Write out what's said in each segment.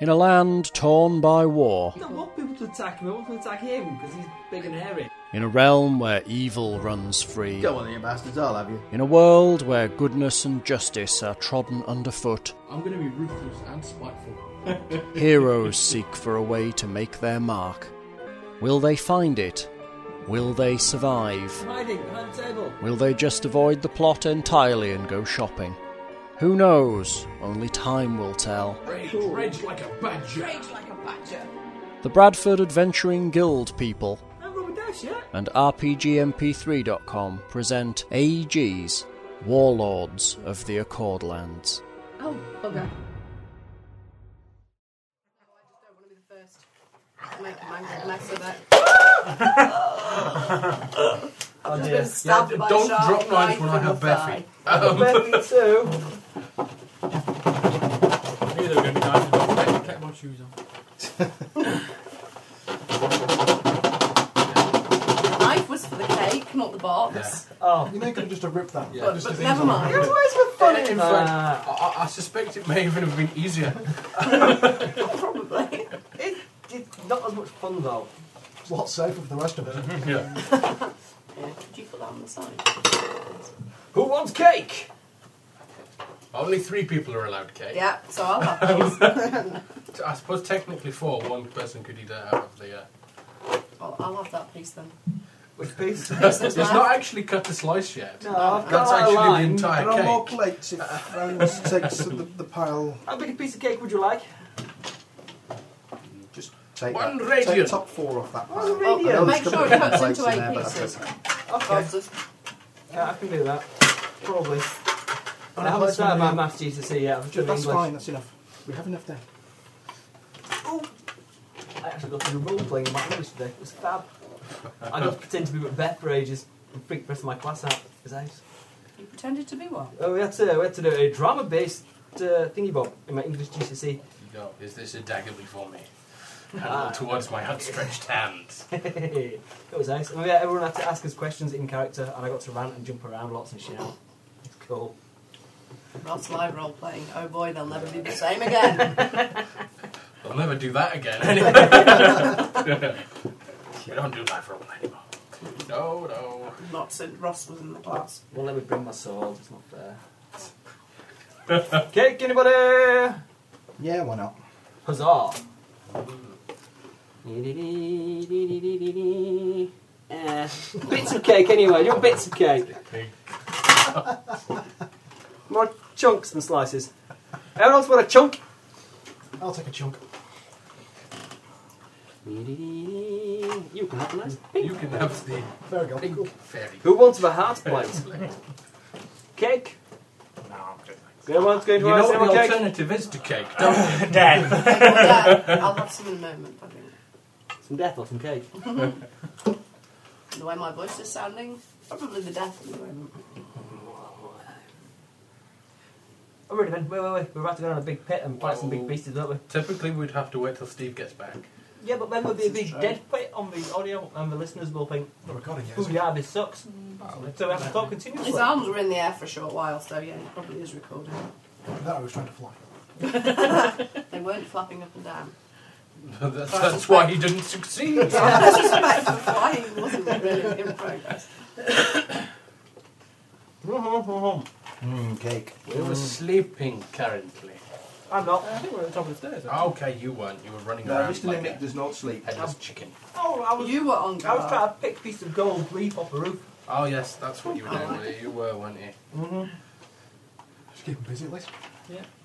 in a land torn by war, I don't want people to attack him. I want them to attack him because he's big and hairy. in a realm where evil runs free, You don't want any bastards, I'll have you. in a world where goodness and justice are trodden underfoot, I'm going to be ruthless and spiteful. heroes seek for a way to make their mark. Will they find it? Will they survive? Hiding behind the table. Will they just avoid the plot entirely and go shopping? Who knows? Only time will tell. Rage, rage like a badger. Rage like a badger. The Bradford Adventuring Guild people And Robert Dash, yeah? and RPGMP3.com present AEG's Warlords of the Accordlands. Oh, bugger. Make a mangled mess of it. I've just been stabbed by a Oh, don't sharp drop knife knives when I in have Um, the thigh. bare feet. Bethy too. I knew they were going to be nice. I kept my shoes on. The knife was for the cake, not the box. Oh. You know, you could have just have ripped that. Yeah. But, Just but as never easily. mind. Why is it funny? In fact, Uh, I, I- I suspect it may even have been easier. Probably. It, it's not as much fun though. It's a lot safer for the rest of us. yeah. Yeah, Could you put that on the side? Who wants cake? Only three people are allowed cake. Yeah, so I'll have these. So I suppose technically four. One person could eat it out of the. Uh, Well, I'll have that piece then. Which piece? it's there's not actually cut the slice yet. No, I've That's got a actually the line. entire There are more cake. plates if anyone takes the, the pile. How big a piece of cake would you like? Just take One that. radiant. Take the top four off that pile. Oh, Yeah, make there's sure it gonna be cuts plates into in there, eight but that's pieces. okay. Okay. God's us. Yeah, I can do that. Probably. And I That's haven't fine, started my yeah. maths GCSE E yet. I've just done That's English. fine, that's enough. We have enough there. I actually got to do role playing in my English today. It was fab. I got to pretend to be Macbeth for ages and freak the rest of my class out. It was ace. You pretended to be what? Oh, we had to, we had to do a drama based uh, thingy bob in my English GCSE. No, is this a dagger before me? Handle towards my outstretched hand. it was nice. And we had, everyone had to ask us questions in character, and I got to rant and jump around lots and shout. It's cool. That's live role playing. Oh boy, they'll never be the same again. I'll never do that again. Anyway. we don't do live roll anymore. No, no. Not since Ross was in the class. Won't let me bring my sword, it's not fair. Cake, anybody? Yeah, why not? Huzzah! Eh, bits of cake anyway, you want bits of cake. Pig. More chunks than slices. Everyone else want a chunk? I'll take a chunk. You can have a nice You can have the There we go. pig Cool. fairy. Who wants a heart plate? plate? Cake? No, I'm good, thanks. Everyone's going You to have know what some the cake? alternative is to cake, don't you? Dead. Well, yeah, I'll have some in a moment, I think. Some death or some cake. The way my voice is sounding, probably the death in the moment. Oh, ready then. Wait, wait, wait. We're about to go down a big pit and fight some big Oh. beasties, don't we? Typically, we'd have to wait till Steve gets back. Yeah, but then there'll be a big dead pit on the audio, and the listeners will think, We're recording "Ooh, yes. yeah, this sucks." So we have to talk continuously. His arms were in the air for a short while, so yeah, he probably is recording. That I was trying to fly. They weren't flapping up and down. that's, that's why he didn't succeed. Disrespect for flying wasn't really in progress. I'm Mmm, cake. we were sleeping currently. not. I think we're at the top of the stairs. Okay, you weren't. You were Uh, running No, around Mr. like Mimic a does not sleep. headless chicken. Oh, I was. You were on I was trying to guard. pick a piece of gold leaf off the roof. Oh yes, that's what you were doing. were you? You were, weren't you? Just keep him busy at least.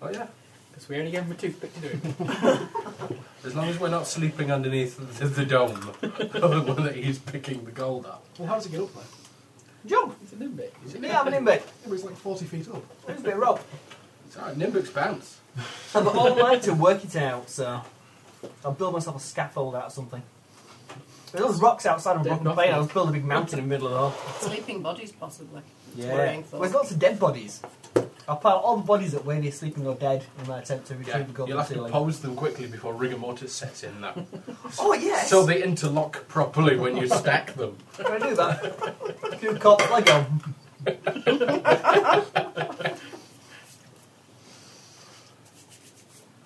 Oh yeah. Because we only gave him a toothpick to do it. As long as we're not sleeping underneath the, the dome, the one that he's picking the gold up. Well, how does it get up there? Jump! It's a nimbic. Yeah, I'm an inmate. It was like 40 feet up. It's a bit rough. It's alright, Nimbic's bounce. I've got all night to work it out, so I'll build myself a scaffold out of something. There's all rocks outside of Dead Rock and Bay. I'll bodies. build a big mountain in the middle of it all. Sleeping bodies, possibly. Well, Worrying there's thought. lots of dead bodies. I'll pile all the bodies up where they're sleeping or dead in my attempt to retrieve Yeah, the gold you'll have to ceiling. pose them quickly before rigor mortis sets in, though. Oh yes! so they interlock properly when you stack them. Can I do that? Two cops, Lego.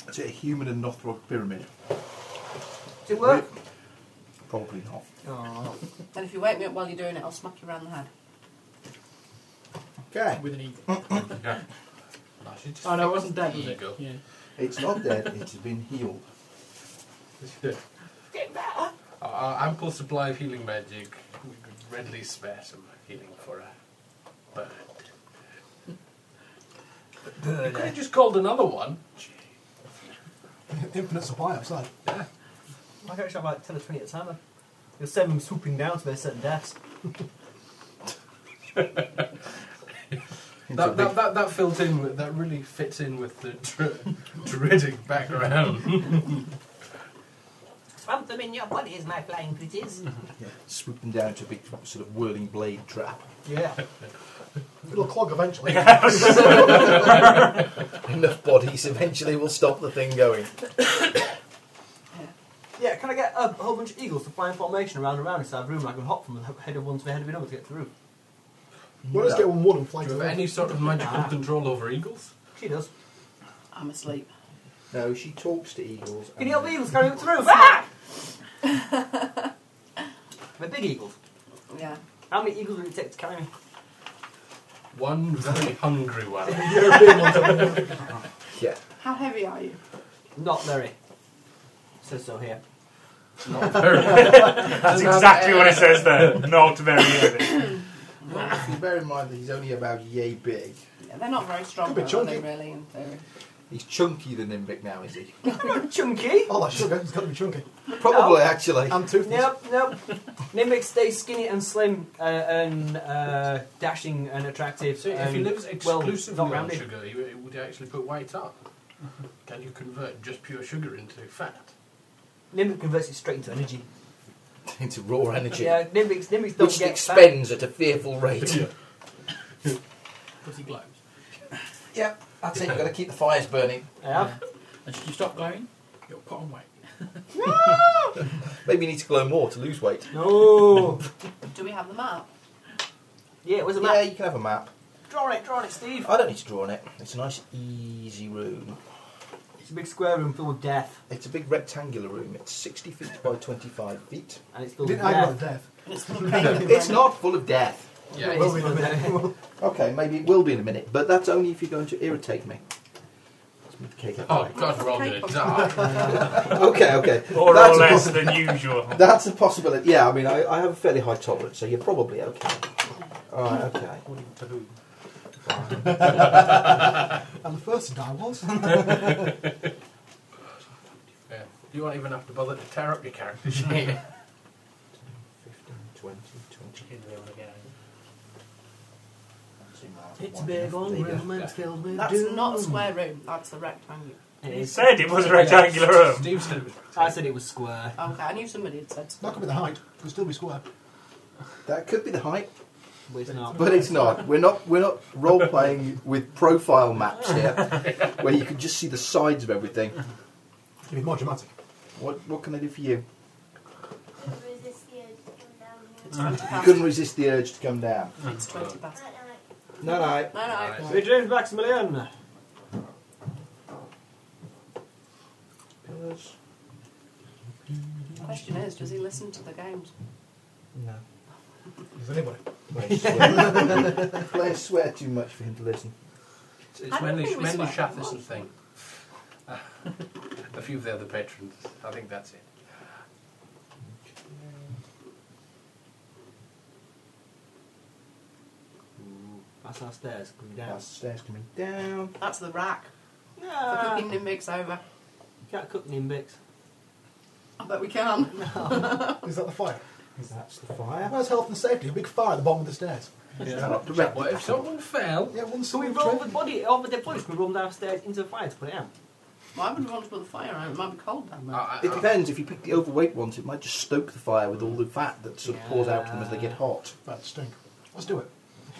It's a human and Northrop pyramid? Does it work? Probably not. Oh, And if you wake me up while you're doing it, I'll smack you around the head. Okay. With an eagle. Yeah. I should just Oh no, it wasn't fix the dead, was it? eagle. Yeah. It's not dead, it has been healed. Get Our, our ample supply of healing magic, we could readily spare some healing for a bird. You could have just called another one. Infinite supply outside. I can actually have like 10 or 20 at a time. then. You'll send them swooping down to their certain deaths. Into a That, that, big, that, that filled in with, that really fits in with the dr- druidic background. Swamp them in your bodies, my flying pretties. yeah, swooping down to a big sort of whirling blade trap. yeah. It'll clog eventually. Enough bodies eventually will stop the thing going. Yeah, can I get a whole bunch of eagles to fly in formation around and around inside the room and I can hop from the head of one to the head of another to get to the roof? Well, let's get one one and Do flank you it. have any sort of magical control over eagles? She does. I'm asleep. No, she talks to eagles. Can you and- help the eagles carry up to the roof? Ah! They're big eagles. Yeah. How many eagles would it take to carry me? One very hungry one. Yeah. How heavy are you? Not very. Says so here. Not very. That's exactly what it says there. Not very heavy. Well, if you bear in mind that he's only about yay big, Yeah, they're not very strong, Could be though, are they, chunky. really, in theory? he's chunkier than Nimbic now, is he? Chunky? Oh, that sugar. It's got to be chunky. Probably, actually. And toothless. Nope, nope. Nimbic stays skinny and slim uh, and uh, dashing and attractive. So if and he lives well, exclusively not on rounded. sugar, he, he would actually put weight on. Can you convert just pure sugar into fat? Nimbic converts it straight into energy. Into raw energy, Yeah, Nimbics, Nimbics don't which get expends at a fearful rate. Yeah. Pussy glows. Yep, that's it. You've got to keep the fires burning. fat. I have. And should you stop glowing, you'll put on weight. Maybe you need to glow more to lose weight. No. Do we have the map? yeah, where's the Yeah, map? you can have a map. Draw it, draw it, Steve. I don't need to draw on it. It's a nice, easy room. It's a big square room filled with death, It's a big rectangular room. It's 60 feet by 25 feet. and it's filled with Didn't I death. got death? It's, full of pain at the It's moment. not full of death. Yeah, Right. Will be in a It's minute. Okay, maybe it will be in a minute, but that's only if you're going to irritate me. Let's move the cake out Oh of the way. god, we're all gonna die. Okay, okay. More or that's, a less possi- than usual. that's a possibility. Yeah, I mean, I, I have a fairly high tolerance, so you're probably okay. Alright, okay. And the first to die was. Yeah. You won't even have to bother to tear up your character sheet. 15, 20, 20. a big long room and it's filled with That's doom. not a square room. That's the rectangle. It He is. said it was a rectangular room. Steve said it was I said it was square. Okay, I knew somebody had said That could be the height. Could still be square. That could be the height, But it's not. but it's not. We're not we're not role playing with profile maps here, where you can just see the sides of everything. It'd be more dramatic. What what can I do for you? resist the urge to come down It's here. 20 You past. couldn't resist the urge to come down. It's 20 past. But, uh, No, no. No, no, Right. I- Sir James Maximilian. Pillars. the question is, does he listen to the games? No. Is anybody? Let's swear. Let's swear too much for him to listen. It's, I it's don't mainly, think we mainly swear. Shathis' thing. a few of the other patrons. I think that's it. That's our stairs coming down. That's the stairs coming down. That's the rack. The No. cooking mix over. Can't cook nimbics. I bet we can. Is that the fire? That's the fire. Where's health and safety? A big fire at the bottom of the stairs. Not directly. What if someone fell? Yeah, one Can we swing roll the body over their bodies? Can we roll them downstairs into the fire to put it out? Why would we want to put the fire out? It might be cold down there. I- I- It depends. If you pick the overweight ones, it might just stoke the fire with all the fat that sort of pours out from them as they get hot. That stink. Let's do it.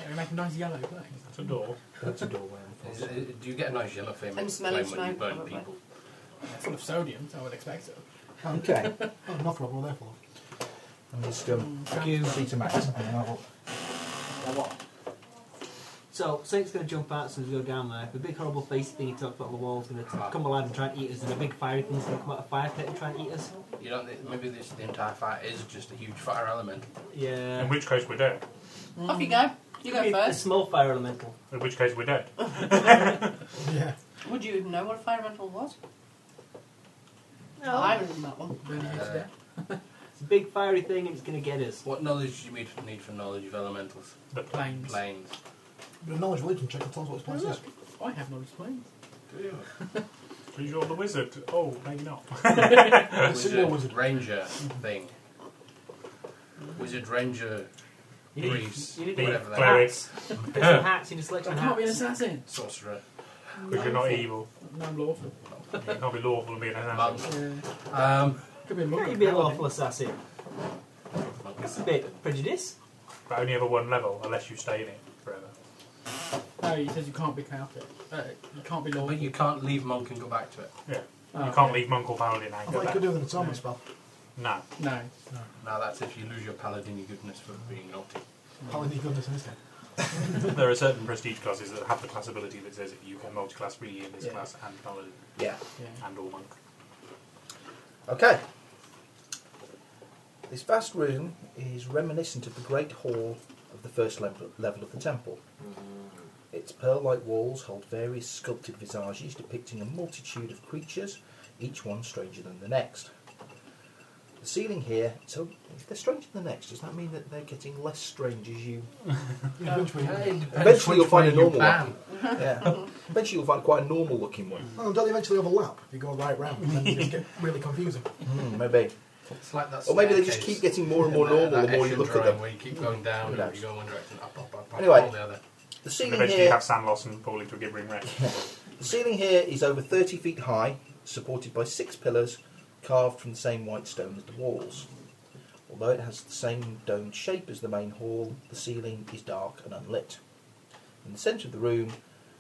Yeah, we make a nice yellow, don't we? That's a door. That's a doorway. Is- is- Do you get a nice yellow flame And flame smelly when you smoke, burn probably. people? It's full of sodium, so I would expect it. Okay. Oh, not problem there for. Mm, I'm just um, see to Max. And then I will. So Snake's going to jump out as soon as we go down there. The big horrible face thing he talked about on the wall is going to Ah. come alive and try and eat us, and a big fiery thing's going to come out of the fire pit and try and eat us. You don't think maybe this the entire fight is just a huge fire elemental? Yeah. In which case we're dead. Off you go. You Could be go a- A first. small fire elemental. In which case we're dead. Yeah. Would you even know what a fire rental was? No. I remember that one. Burning you to Uh, death. It's a big fiery thing, and it's going to get us. What knowledge do you need, need for knowledge of elementals? The Planes. Planes. But a knowledge religion check will tell us what this place Mm-hmm. I is. have knowledge of planes. But You're the wizard. Oh, maybe not. Mm-hmm. Signal Wizard, wizard. ranger thing. Wizard ranger You need, Briefs. you need Be to Whatever that clerics. get some hats. You need to select I some can't be an hats. assassin. sorcerer. Because you're not evil. No, I'm lawful. You can't be lawful and be an Monk. assassin. Um, Could be a monk. Can't or you be a paladin. lawful assassin? It's a bit prejudice. But only ever one level, unless you stay in it forever. No, he says you can't be chaotic. Uh, you can't be lawful. but you can't leave monk and go back to it. Yeah. Oh, you can't okay. leave monk or paladin and I go thought you back. could do with an atonement spell. No. No. Now that's if you lose your paladin your goodness for being naughty. Paladin goodness in this game. There are certain prestige classes that have the class ability that says you can multi-class freely in this Yeah. class and paladin Yeah. Yeah. and or monk. Okay. This vast room is reminiscent of the great hall of the first level, level of the temple. Mm. Its pearl-like walls hold various sculpted visages depicting a multitude of creatures, each one stranger than the next. The ceiling here, so if they're stranger than the next, does that mean that they're getting less strange as you? Yeah, which we Eventually you'll find a normal plan. one. Yeah. Eventually you'll find quite a normal-looking one. Oh, don't they eventually overlap if you go right round? And then you just get really confusing. Hmm, maybe. It's like that Or maybe they just keep staircase. getting more and more Yeah, normal that the more you Escher look at drawing them. Where you keep going down Who knows? and you go one direction, up, up, up, up, Anyway. all the other. The And ceiling eventually here you have Sandloss and fall into a gibbering wreck. The ceiling here is over 30 feet high, supported by six pillars carved from the same white stone as the walls. Although it has the same domed shape as the main hall, the ceiling is dark and unlit. In the centre of the room,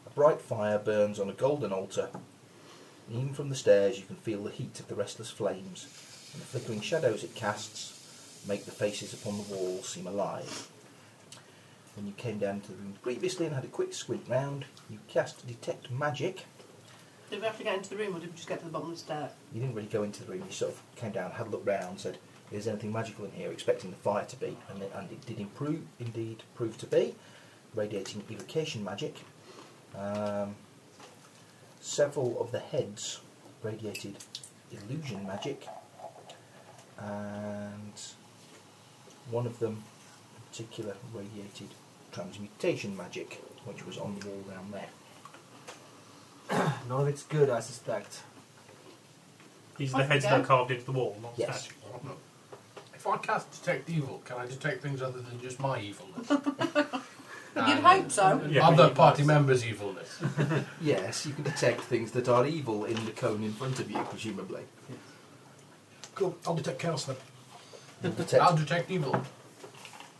a bright fire burns on a golden altar. Even from the stairs, you can feel the heat of the restless flames, and the flickering shadows it casts make the faces upon the wall seem alive. When you came down to the room previously and had a quick squint round, you cast Detect Magic. Did we have to get into the room or did we just get to the bottom of the stair? You didn't really go into the room, you sort of came down, had a look round, said, Is there anything magical in here? expecting the fire to be. And it, and it did improve, indeed prove to be, radiating evocation magic. Um, several of the heads radiated illusion magic, and one of them in particular radiated transmutation magic, which was on the wall round there. None of it's good, I suspect. These are the heads that are carved into the wall, not Yes. statues. If I cast detect evil, can I detect things other than just my evilness? You'd And hope so. Yeah, other but you- party members' evilness. Yes, you can detect things that are evil in the cone in front of you, presumably. Cool. I'll detect chaos then. You I'll detect. detect evil.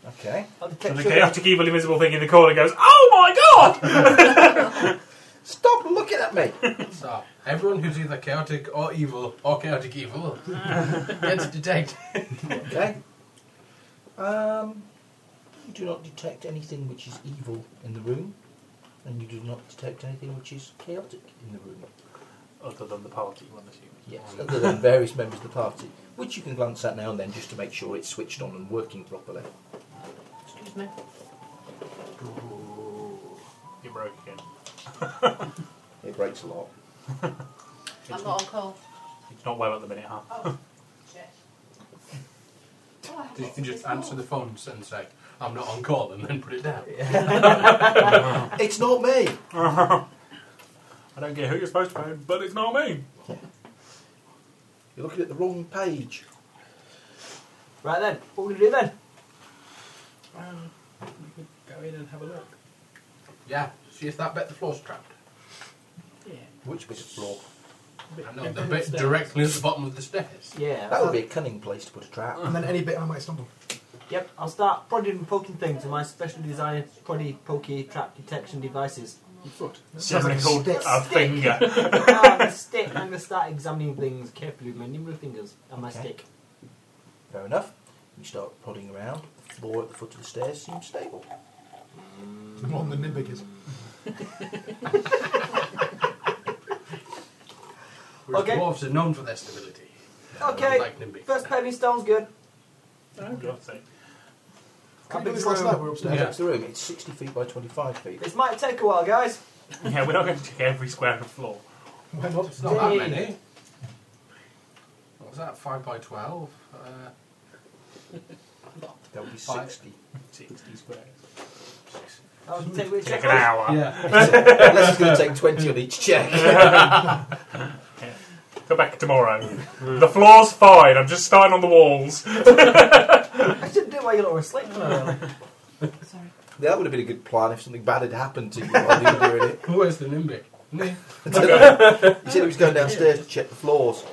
Okay. I'll And detect the sugar. chaotic evil invisible thing in the corner goes, Oh my god! Stop looking at me! So everyone who's either chaotic or evil or chaotic evil gets detect. Okay. Um, you do not detect anything which is evil in the room, and you do not detect anything which is chaotic in the room. Other than the party, one assumes. Yes, Or- other than various members of the party, which you can glance at now and then just to make sure it's switched on and working properly. Excuse me. You broke again. It breaks a lot. I'm not on call. It's not well at the minute, huh? Oh, shit. Oh, I haven't You can got just this answer the phone and say, "I'm not on call," and then put it down. It's not me! I don't care who you're supposed to phone, but it's not me. You're looking at the wrong page. Right then, what are we going to do then? Um, we could go in and have a look. Yeah, see if that bit the floor's trapped. Yeah. Which bit of floor? A bit- I know bit the of bit stairs. directly at the bottom of the stairs. Yeah. That would be a cunning place to put a trap. And then any bit I might stumble. Yep, I'll start prodding and poking things with my specially designed proddy pokey trap detection devices. Something called a finger. Ah, my stick. I'm going to start examining things carefully with my nimble fingers and my Okay. stick. Fair enough. You start prodding around. The floor at the foot of the stairs seems stable. Mm, The one the Nimbic is. Whereas Okay. Dwarves are known for their stability. Uh, Okay. Like Nimbic. First paving stone's good. Oh, God's sake. Can big we do this room? last night? We're Now, upstairs. Yeah. that's the room. It's 60 feet by 25 feet. This might take a while, guys. Yeah, we're not going to check every square of floor. Why not? It's not that Yay. many. What was that? 5 by 12? Uh, There'll be Five. 60. 60 squares. six. I'll take which Take an hour. Yeah. Unless it's going to take 20 on each check. Go back tomorrow. the floor's fine, I'm just starting on the walls. I should do it while you lot were asleep. No, Sorry. that would have been a good plan if something bad had happened to you while you were doing it. Who is the Nimbic? Ni- I don't know. He said he was going downstairs to check the floors.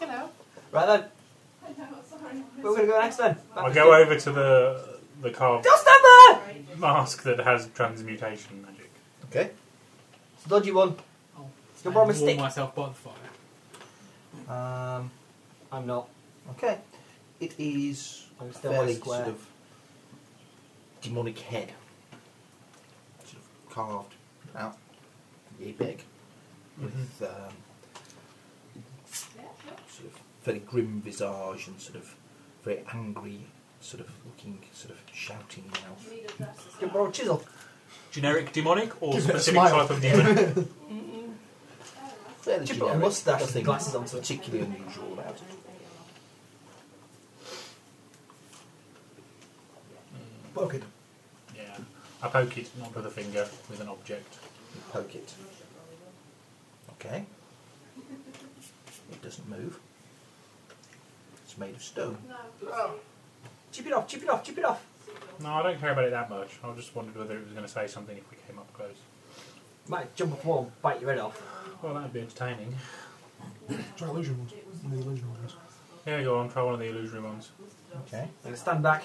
Hello. Right then, I know, sorry. we're gonna go next then. Back I'll to go you. over to the the carved Don't stand there. mask that has transmutation magic. Okay. It's a dodgy one. Oh, It's your one Warm mistake. myself by the fire. Um, I'm not. okay. It is I'm a still my fairly square. sort of demonic head. Sort of carved out. Yay big. Mm-hmm. With um, sort of very grim visage and sort of very angry sort of looking, sort of shouting mouth. Can you borrow a chisel? Generic demonic or Give it a specific smile. type of demon? Fairly Should put a generic. mustache and Nothing glasses on. particularly unusual about it. Poke it. yeah. I poke it, not with a finger, with an object. You poke it. Okay. It doesn't move. It's made of stone. Chip it off, chip it off, chip it off. No, I don't care about it that much. I just wondered whether it was going to say something if we came up close. Might jump off the wall and bite your head off. Well, that'd be entertaining. Try illusion ones. One of the illusion ones. Here you go, on, try one of the illusory ones. Okay. I'm gonna stand back.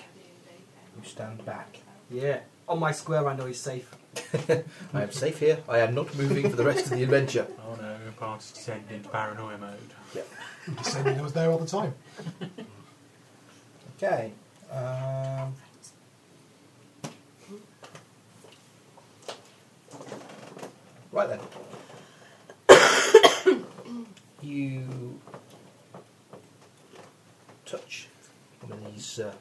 You stand back. Yeah. On my square, I know he's safe. I am safe here. I am not moving for the rest of the adventure. Oh no, party's descended into paranoia mode. He said I was there all the time. Okay. Um, right then. you touch one of these uh,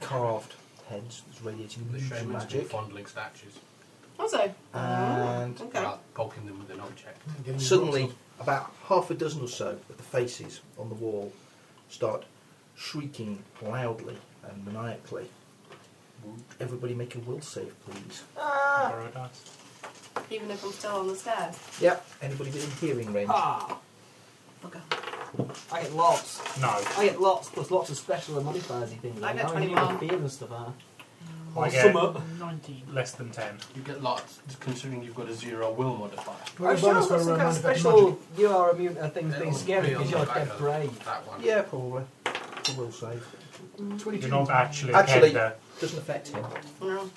carved heads that's radiating The illusion shaman's been magic. fondling statues. Also. And Okay. Well, poking them with an object. Getting Suddenly, about half a dozen or so of the faces on the wall start shrieking loudly and maniacally. Everybody make a will save, please. Borrow a dice. Even if I'm still on the stairs. Yep. Anybody within hearing range? Ah! Bugger. I get lots. No. I get lots, plus lots of special and modifiers and things. I like get that. I'm 21. fear and stuff, aren't I I? get Summer. 19. less than ten. You get lots, considering you've got a zero will modifier. Well, I'm the sure I've bonus got for, some uh, kind of manufacturing special. You are immune to things being It'll scary be on because the you're back dead of brave. That one. Yeah, probably. A will save. You're not actually, Actually- a kender. Doesn't affect him. No.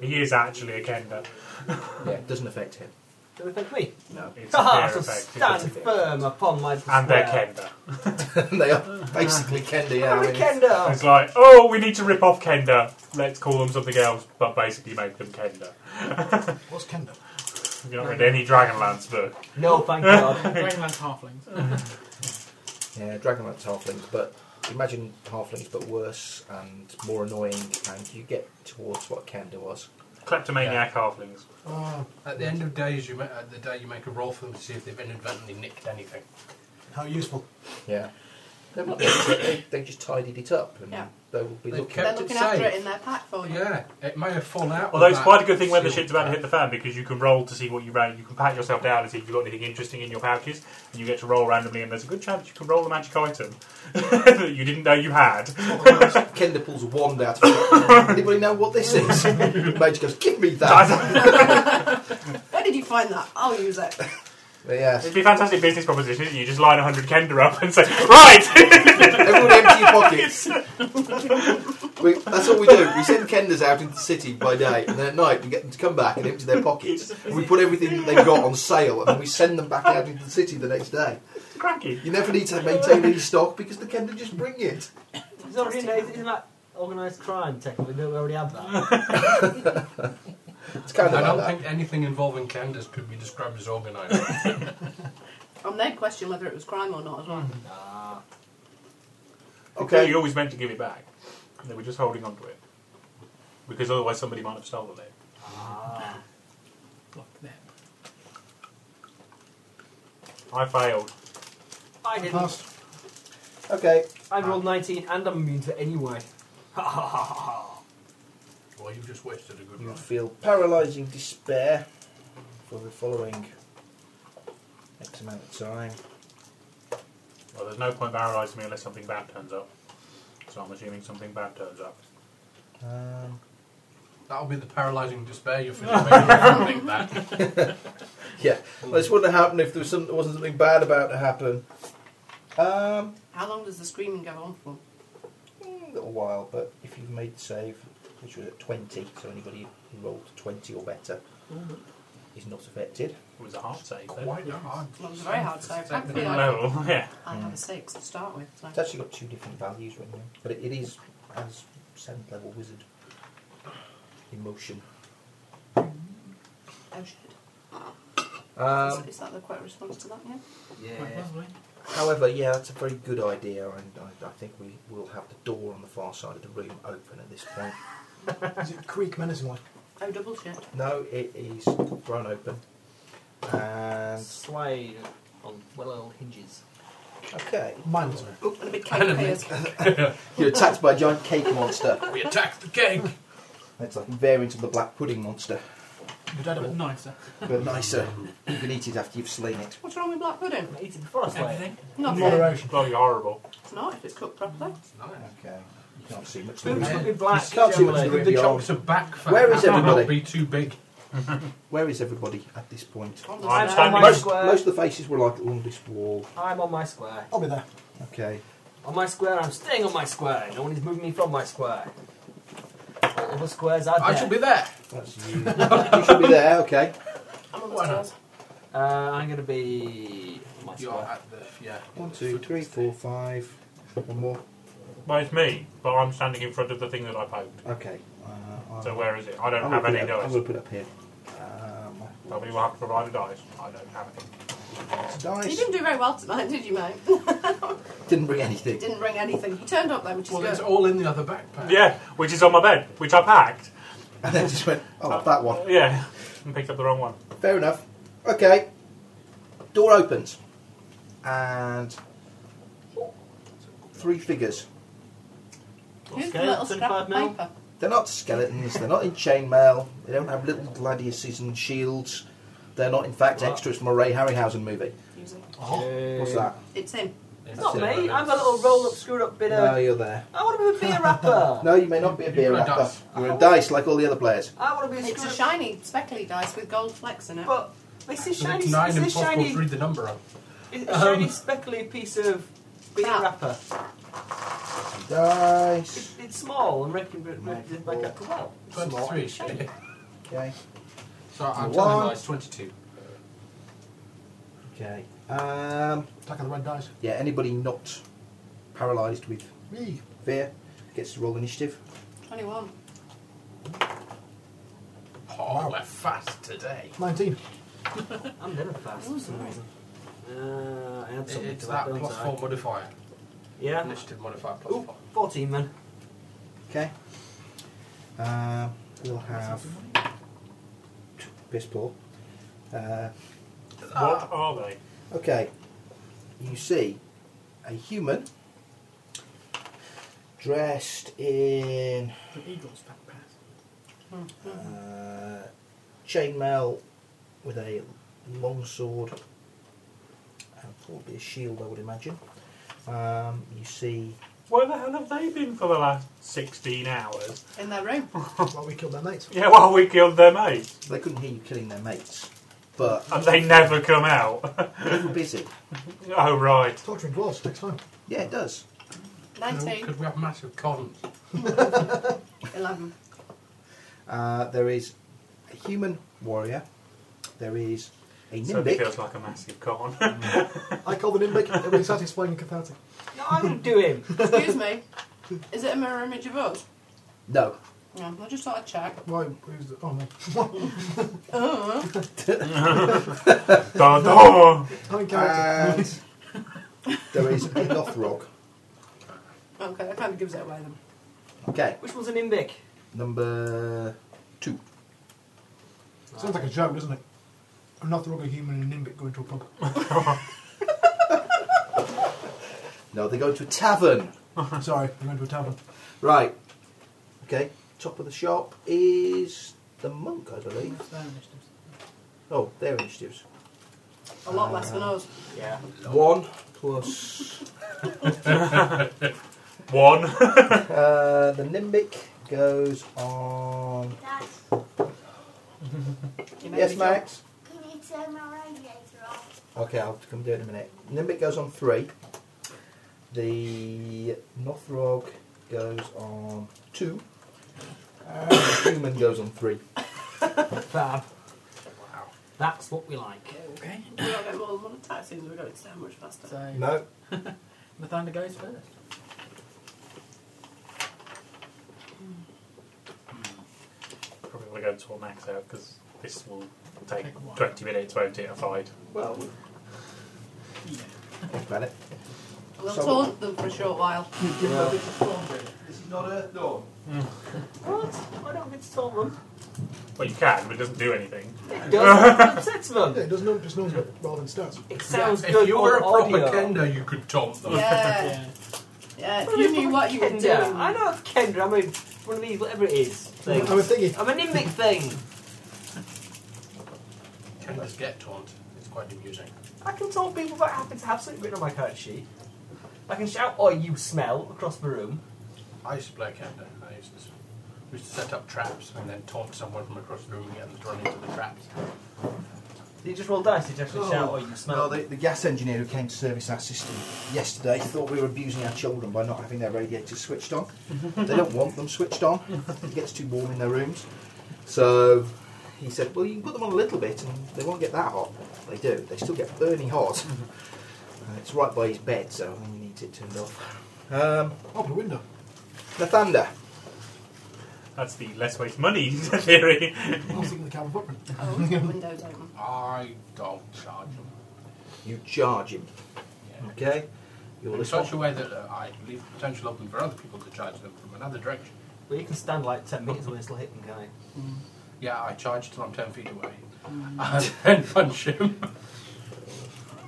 He is actually a kender. Yeah, doesn't affect him. Don't affect me. No. It's a Ah, fair so effect. stand effect. firm upon my. And they're square. kender. they are basically Kendi. Are Yeah, we Kendo? It's like, oh, we need to rip off kender. Let's call them something else, but basically make them kender. magic. What's Kendo? You're not read any Dragonlance book. No, thank God. Dragonland halflings. Yeah, Dragonlance halflings, but imagine halflings, but worse and more annoying. And you get towards what Kendo was. Kleptomaniac halflings. Uh, Oh. At the end of days, you ma- at the day you make a roll for them to see if they've inadvertently nicked anything. how useful. Yeah. They, were- they, they just tidied it up, and Yeah. they will be They looking. They're kept looking it after safe. it in their pack for you. Oh, Yeah, it may have fallen out. Although of it's that quite a good thing when the sealed shit's about to hit bag. the fan because you can roll to see what you ran. You can pat yourself down and see if you've got anything interesting in your pouches, and you get to roll randomly. And there's a good chance you can roll a magic item that you didn't know you had. Kendall pulls a wand out. of it. Anybody know what this is? Mage goes, "Give me that." Where did you find that? I'll use it. But yes, It'd be a fantastic business proposition, isn't it? You just line 100 Kender up and say, right! everyone empty your pockets. we, that's all we do. We send Kenders out into the city by day, and then at night we get them to come back and empty their pockets. And we put everything that they've got on sale, and then we send them back out into the city the next day. Cracky. You never need to maintain any stock because the Kender just bring it. It's not really. Isn't that? organised crime technically? Don't we already have that? It's kind I of don't like think anything involving Candace could be described as organised. And Um, they question whether it was crime or not as well. nah. that. Okay. Okay. You always meant to give it back. They were just holding on to it. Because otherwise somebody might have stolen it. Ah. Fuck them. I failed. I I didn't. passed. Okay. I rolled 19 and I'm immune to it anyway. Ha ha ha ha ha. well, you've just wasted a good You run. feel paralysing despair for the following X amount of time. Well, there's no point paralysing me unless something bad turns up. So I'm assuming something bad turns up. Um, That'll be the paralysing despair you're feeling when you think that. yeah, well, this wouldn't have happened if there was some, there wasn't something bad about to happen. Um, How long does the screaming go on for? mm, little while, but if you've made the save, which was at 20, so anybody who rolled 20 or better is not affected. It was a hard save. then. Quite hard. Well, it was a very hard save. I feel like level, yeah. I have a six to start with. So. It's actually got two different values right now, but it, it is as seventh level wizard emotion. Oh shit! Um, is, is that the correct response to that? Yeah. Quite Yeah. possibly. However, yeah, that's a very good idea, and I, I think we will have the door on the far side of the room open at this point. Does it creak menacingly? Oh double shit! No, it is thrown open. And Slide on well oiled hinges. okay, Mine was. Oh, and a big cake appears. you're attacked by a giant cake monster. We attacked the cake! It's like a variant of the black pudding monster, You'd had it nicer. but nicer. You can eat it after you've slain it. What's wrong with black pudding? I eat it before I slide. Everything. Nothing. Moderation. Bloody horrible. It's not if it's cooked properly. Okay, you can't see much. Food should be Where black. You can't see what's generally. It'd The, be jokes are back for Where is that would everybody? not be too big. is everybody at this point? On I'm side. on standing- my Most- square. Most of the faces were like along this wall. I'm on my square. I'll be there. Okay, On my square, I'm staying on my square. No one is moving me from my square. All other squares are I dead. shall be there! that's you. you should be there. Okay. I'm on the Why not? stairs. Uh, I'm going to be on my You're square. at the, yeah. One, two, three, four, five. One more. Well, it's me, but I'm standing in front of the thing that I poked. Okay. Uh, I'll- So where is it? I don't I'm have gonna any put it up- I'm dice. going to put it up here. Um, Somebody will have to provide a dice. I don't have any. You dice. didn't do very well tonight, did you, mate? Didn't bring anything. didn't bring anything. You turned up though, which is Well, it's good. all in the other backpack. Yeah, which is on my bed, which I packed. And then just went, oh, that one. Yeah, and picked up the wrong one. Fair enough. Okay. Door opens. And three figures. Here's the Scale, little 25 scrap of mil. paper. They're not skeletons. They're not in chainmail. They don't have little gladiuses and shields. They're not, in fact, extras from a Ray Harryhausen movie. Use it. What's that? It's him. It's not That's me. I'm a little rolled up, screwed up bit No, of. you're there. I want to be a beer rapper. No, you may not be a beer You're a rapper. dice. You're a dice like all the other players. I want to be a It's screwed a up. shiny speckly dice with gold flecks in it. but this is So shiny. it's nine Is this impossible shiny? to read the number on. Is it a Um, shiny speckly piece of beer Crap. wrapper? Dice. It's small and reckon reckon like a well. it's small and 23. shiny. Okay. So I'm One. telling you lies, 22. Okay. Um, Attack of the red dice. yeah, anybody not paralysed with Me. fear gets to roll initiative. 21. Oh, we're fast today. 19. I'm never fast for some reason. Uh, I had something It's to that don't plus I? four modifier. Yeah. Initiative modifier plus Ooh, four. 14 man. Okay. Um, we'll have piss poor. Uh, Ah. What are they? okay. You see a human dressed in The Eagles backpack. uh, chainmail with a long sword and probably a shield, I would imagine. Um, you see Where the hell have they been for the last 16 hours? In their room. Well, we killed their mates. Yeah, well, we killed their mate, they couldn't hear you killing their mates, but and they never come out. they were busy. oh, right. Torturing dwarves next time. Yeah, it does. 19. Could we have massive cons? 11. Uh, there is a human warrior. There is a So it nimbic. feels like a massive con. I call the Nimbic. It will be satisfying and cathartic. No, I'm going to do him. Excuse me. Is it a mirror image of us? No. No, I just thought I'd check. Why? Who's the, oh no! Dun, dun. I'm in character. And there is a Northrog. Okay, that kind of gives it away then. Okay, Which one's an imbic? number two. Sounds like a joke, doesn't it? I'm not the wrong human and Nimbic going to a pub. No, they go to a tavern. Sorry, I'm going to a tavern. Right. Okay. Top of the shop is the monk, I believe. Oh, their initiatives. A lot less than us. Yeah. One plus One. uh, the nimbic goes on. Dad, You made Yes, me Max. can you turn my radiator off? Okay, I'll come do it in a minute. Nimbic goes on three. The Northrog goes on two. And the human goes on three. Fab. That's what we like. Okay. jump. We're not getting more than one attack since we're going so much faster. So No. Nathanda goes first. Probably want to go and sort Max out because this will take Take a while. 20 minutes, won't it? A fight. Well, Yeah. think about it. We'll So- taunt them for a short while. This is not Earth Dawn. What? I don't get to taunt them. Well, you can, but it doesn't do anything. It does. it upsets Yeah, them. it doesn't know, just knows about relevant stats. It sounds if good you were a on audio. propaganda, you could taunt them. Yeah, Yeah. yeah. If What you am I, knew what you were Kendra? doing. I know it's Kendra. I'm a, one of these, whatever it is. I'm Things. a thingy. I'm a nimbic thing. Can just get taunted. It's quite amusing. I can taunt people that happen to have something written on my card sheet. I can shout, "Oh, you smell!" across the room. I used to play Kenda. I used to, used to set up traps and then taunt someone from across the room and get them to run into the traps. You just roll dice. You actually shout, "Oh, you No, smell!" the, the gas engineer who came to service our system yesterday thought we were abusing our children by not having their radiators switched on. they don't want them switched on. It gets too warm in their rooms. So he said, well, you can put them on a little bit and they won't get that hot. They do. They still get burning hot. Uh, it's right by his bed, so he needs it turned off. Um, Open the window. Nathander. That's the less waste money theory. I was thinking the carbon footprint. Oh, we've got windows open. I don't charge them. You charge him. Yeah. Okay? You're In responsible. such a way that uh, I leave potential open for other people to charge them from another direction. Well, you can stand like ten meters away and still hit them, can I? Yeah, I charge till I'm 10 feet away. And then punch him.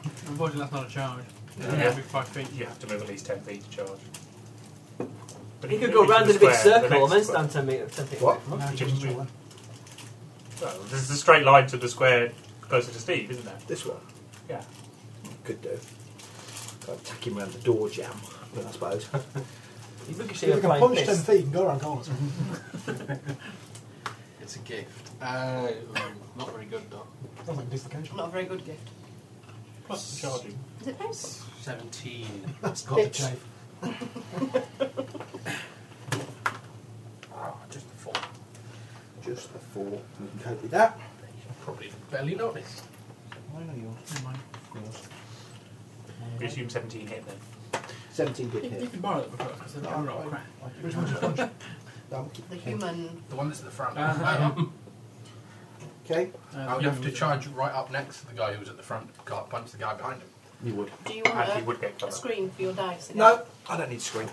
Unfortunately, that's not a charge. Yeah. Every five feet. you have to move at least 10 feet to charge. But You if could do go it to round the in a big square, the circle and then next stand ten meters. 10 feet What? away. Now you she's can chilling. square- Well, there's a straight line to the square closer to Steve, isn't there? This one. Yeah. Could do. I'll attack him around the door jam, but I suppose. You ricochet If a you can flying punch 10 fist. feet, you can go around corners. It's a gift. Uh, mm, not very good though. Sounds like a dislocation. Not a very good gift. Plus the charging. Is it nice? 17. That's got the It's- chafe. Ah, just a 4. Just the four. We can cope with that. Probably barely noticed. I know yours. Never mind. yours. We assume 17 hit then. 17 You, did you hit. can borrow it before because they're No, not I- crap. Which one's your punch? Um, The human. The one that's at the front. Ah, Um, Okay. Uh, I would have to human- charge right up next to the guy who was at the front, can't punch the guy behind him. You would. Do you And he want would get a, cover. a uh, screen for your dice? No, I don't need to scream.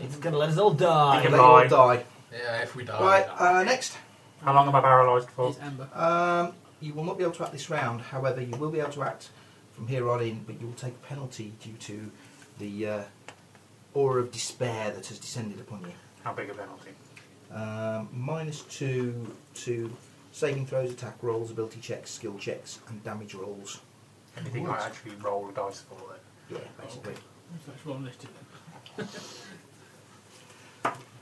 It's gonna let us all die. Can They all lie. die. Yeah, if we die. Right, we die. uh, next. How long am I paralysed for? It's Amber. Um, you will not be able to act this round. However, you will be able to act from here on in, but you will take a penalty due to the uh, aura of despair that has descended upon you. How big a penalty? Um, minus two to saving throws, attack rolls, ability checks, skill checks, and damage rolls. Anything I actually roll a dice for then. Yeah, basically, So it's one listed then.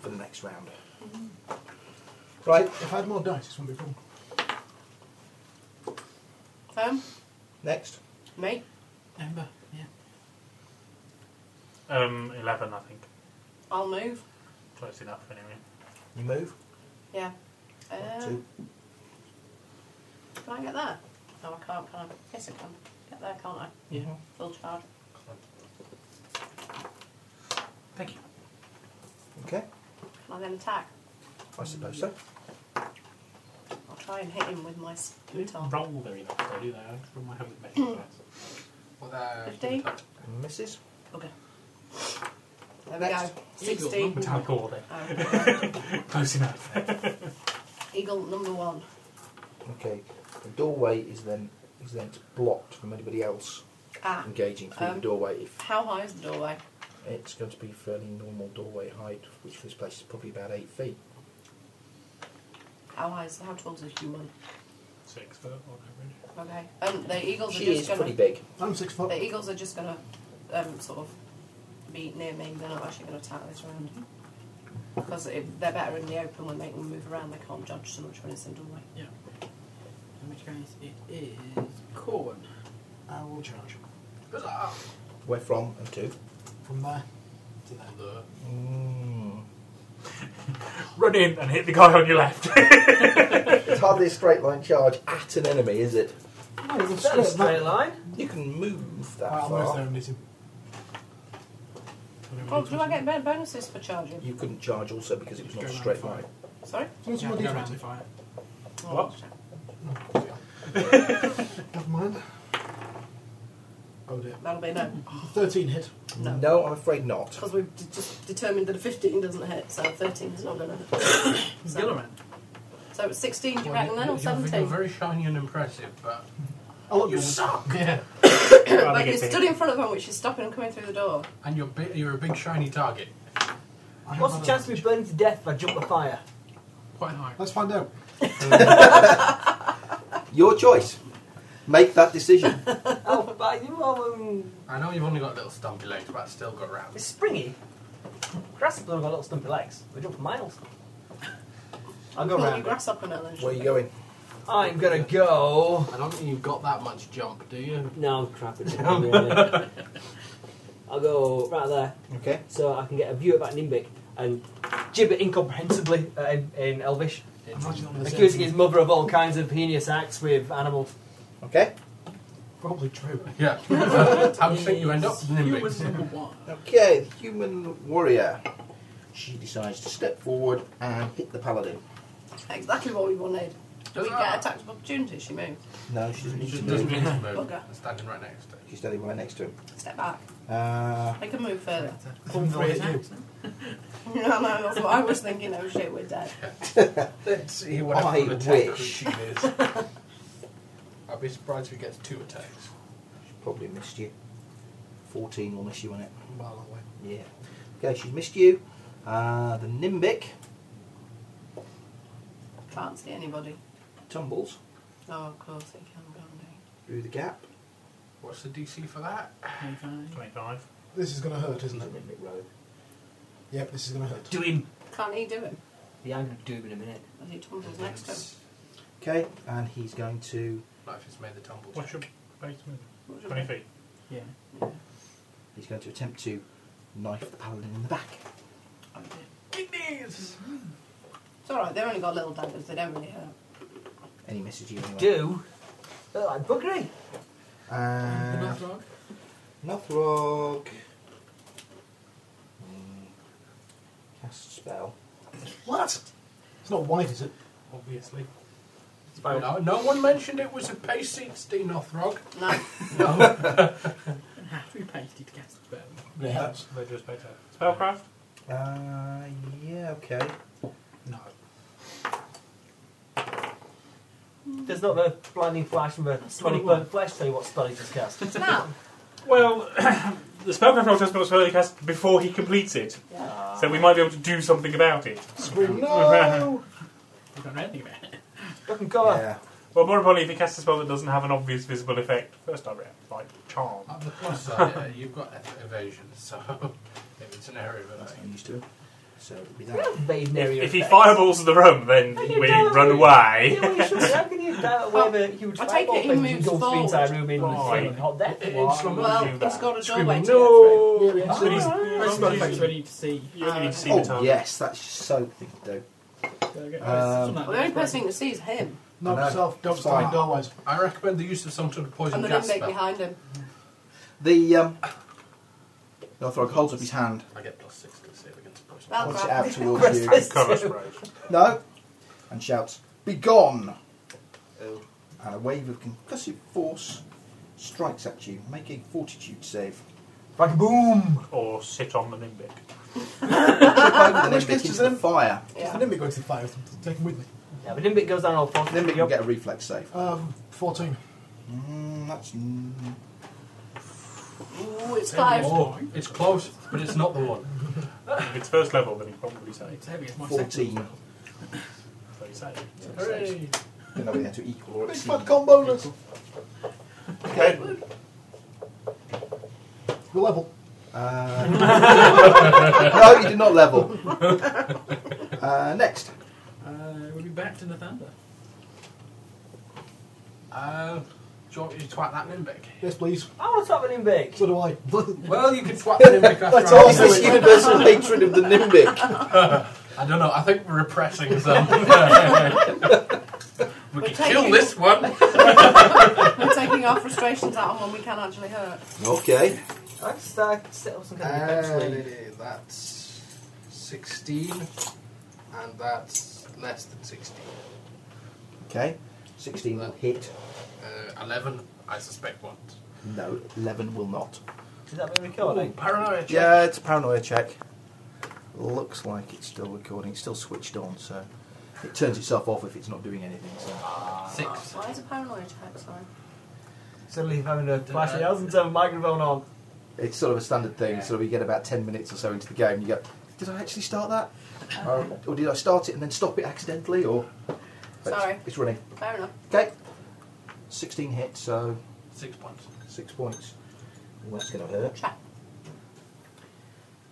for the next round. Right, If I had more dice, this wouldn't be a problem. Um, next. me? Amber. Yeah. Um, 11, I think. I'll move. Close enough, anyway. You move. Yeah. Uh, Two. Can I get that? No, I can't, can I? Yes, I can. Get there, can't I? Yeah. Mhm. Full charge. Thank you. Okay, Can I then attack? I suppose so. I'll try and hit him with my They don't scimitar. roll very much, though, do they? I think I might have it Hmm. measured Well, uh, 15? Misses. Okay. There we Next. go. 16. Metallic order. Oh, Close enough. eagle number one. Okay, the doorway is then is then blocked from anybody else Ah. engaging through Um, the doorway. If How high is the doorway? it's going to be fairly normal doorway height, which for this place is probably about eight feet. How high is how tall is a human? Six foot, or whatever. Okay. Um, the eagles are She is just pretty gonna. big. I'm six foot. The eagles are just gonna um, sort of be near me. They're not actually gonna attack this round because if they're better in the open when they can move around. They can't judge so much when it's in the doorway. Yeah. In which case, it is corn. I will charge Where from and to? from there to there. Mm. Run in and hit the guy on your left. It's hardly a straight line charge at an enemy, is it? No, we'll That's a split straight that. line. You can move that I'll move there far. and miss him. Oh, do I get bon- bonuses for charging? You couldn't charge also because it was not Go a round straight five. line. Sorry. What's Yeah, my go defense? round the fire. Oh, What? Never mind. Oh dear. That'll be no, 13 hit. No. No, I'm afraid not. because we've d- just determined that a 15 doesn't hit, so 13 is not gonna. so, Gilliman. so it's 16, do you Well, reckon then, you- or you're- You're 17? very shiny and impressive, but I look you good. suck. I But you get to stood hit. in front of him, which is stopping him coming through the door. And you're bi- you're a big shiny target. I have What's the had chance a- of me burning to death if I jump the fire? Quite high. Let's find out. Your choice. Make that decision. oh, but you are. Um, I know you've only got little stumpy legs, but I've still got round. it's springy. Grasshoppers have got little stumpy legs. They jump for miles. I'll go Pull your round. it. grasshopper now then. Where are you going? I'm gonna go. I don't think you've got that much jump, do you? No, crap, it's not really. I'll go right there Okay. so I can get a view of that Nimbic and gibber incomprehensibly uh, in, in Elvish, I'm actually not the accusing same. his mother of all kinds of heinous acts with animals. Okay. Probably true. Yeah. How do you think you end up, You was Nimbic? number one. Okay, the human warrior. She decides to step forward and hit the paladin. Exactly what we wanted. Do we Ah. get a tactical opportunity? She moved. No, she doesn't need to Just doesn't move. need to move. Bugger. Standing right next to you. She's standing right next to him. Step back. Uh, I can move further. Thumb Three hit you. attacks. no, no, that's what I was thinking. Oh shit, we're dead. Let's see what I a attack wish. routine is. I'd be surprised if he gets two attacks. she probably missed you. 14 will miss you on it. By the way. Yeah. Okay, she's missed you. Uh, the Nimbic Can't see anybody. tumbles Oh, of course it can, can't through the gap. What's the DC for that? 25. 25. This is going to hurt, isn't Isn't it? it Nimbic rogue? Yep, this is going to hurt. Do him. he? Can't he do it? Yeah, I'm gonna do him in a minute. As he tumbles next to him. Okay, and he's going to Life has made the tumble. What's your base move? What should 20 we- feet. Yeah. he's going to attempt to knife the paladin in the back. Big knees! It's alright, they've only got little daggers, they don't really hurt. And he misses you anyway. Do. They're like buggery. The And North Rock. Northrog mm, cast spell. What? It's not white, is it? Obviously. No, no one mentioned it was a pace 16 Northrog. No, Have to be pasty to cast the spell. It helps. They just better. Spellcraft? Uh, yeah, okay. No. There's not the blinding flash from a 20 burnt flesh tell you what spell he just cast. it's now. Well, the spellcraft roll test was spell he cast before he completes it, Yeah. so we might be able to do something about it. Scream, no! We don't know anything about it. Fucking go on. Yeah. Well, more importantly, if he casts a spell that doesn't have an obvious visible effect, first time round, like charm. On the plus side, uh, you've got ev- evasion, so if it's an area of That's evasion. not used to him. So it'll be that. Bathing If, area if he effects. fireballs the room, then you we don't. run Yeah, away. well, you should. How can you uh, wave a huge I take fireball it he thing moves goes through the entire room in forward. in hot death? In- in Wow. slow Well, do that. he's got a doorway Screaming, to no! no! Yeah, So he's- Most so he's- spellcrafts only need to see. You only need to see the Oh, target. yes, that's just so the thing to do. Um, Um, get through. The only person who can see is him, No, No, self. Don't it's stand fine. in doorways. I recommend the use of some sort of poison and the gas limbic spell. behind him. The um, Northrog holds up his hand I get plus six to save against poison Well, points it crap. out towards Where's you. this? Cover spray. No, and shouts, "Begone!" And a wave of concussive force strikes at you. Make a fortitude save. Bada boom! Or sit on the nimbic. Trip over the Which nimbic gets into to the them. fire. If the nimbic goes to the fire, it's taken with me. Yeah, but Nimbic goes down all four. Nimbic, you'll get a reflex save. Um, 14. Mm, that's mm, Ooh, it's five. Oh, it's close, but it's not the one. If it's first level, then you probably say. It's heavy. It's my second. 14. So you say. Hooray! Don't know whether to equal or Big exceed. fat combo bonus. Okay. We're level. Uh, no, you did not level. Uh, next. Uh, we'll be back to the thunder. Uh, do you want me to twat that Nimbic? Yes, please. I want to talk about Nimbic. So do I. Well, you can twat the Nimbic after That's I all do this it. universal hatred of the Nimbic. I don't know, I think we're repressing some. we We're can kill taking- this one. We're taking our frustrations out on one we can actually hurt. Okay. I can start set up some kind of Uh, eventually. that's 16, and that's less than 16. Okay. 16 will hit. Uh, 11, I suspect what? No, 11 will not. Is that been recording? Paranoia check. Yeah, it's a paranoia check. Looks like it's still recording. It's still switched on, so it turns itself off if it's not doing anything. So. Six. Why is a paranoid attack? Sorry. Suddenly having a flash uh, of the elves and turn the microphone on. It's sort of a standard thing. Sort of you get about 10 minutes or so into the game, you go, Did I actually start that? Or, or did I start it and then stop it accidentally? Or but it's- Sorry. it's running. Fair enough. Okay. 16 hits, so Six points. six points. Well, that's going to hurt. Trap.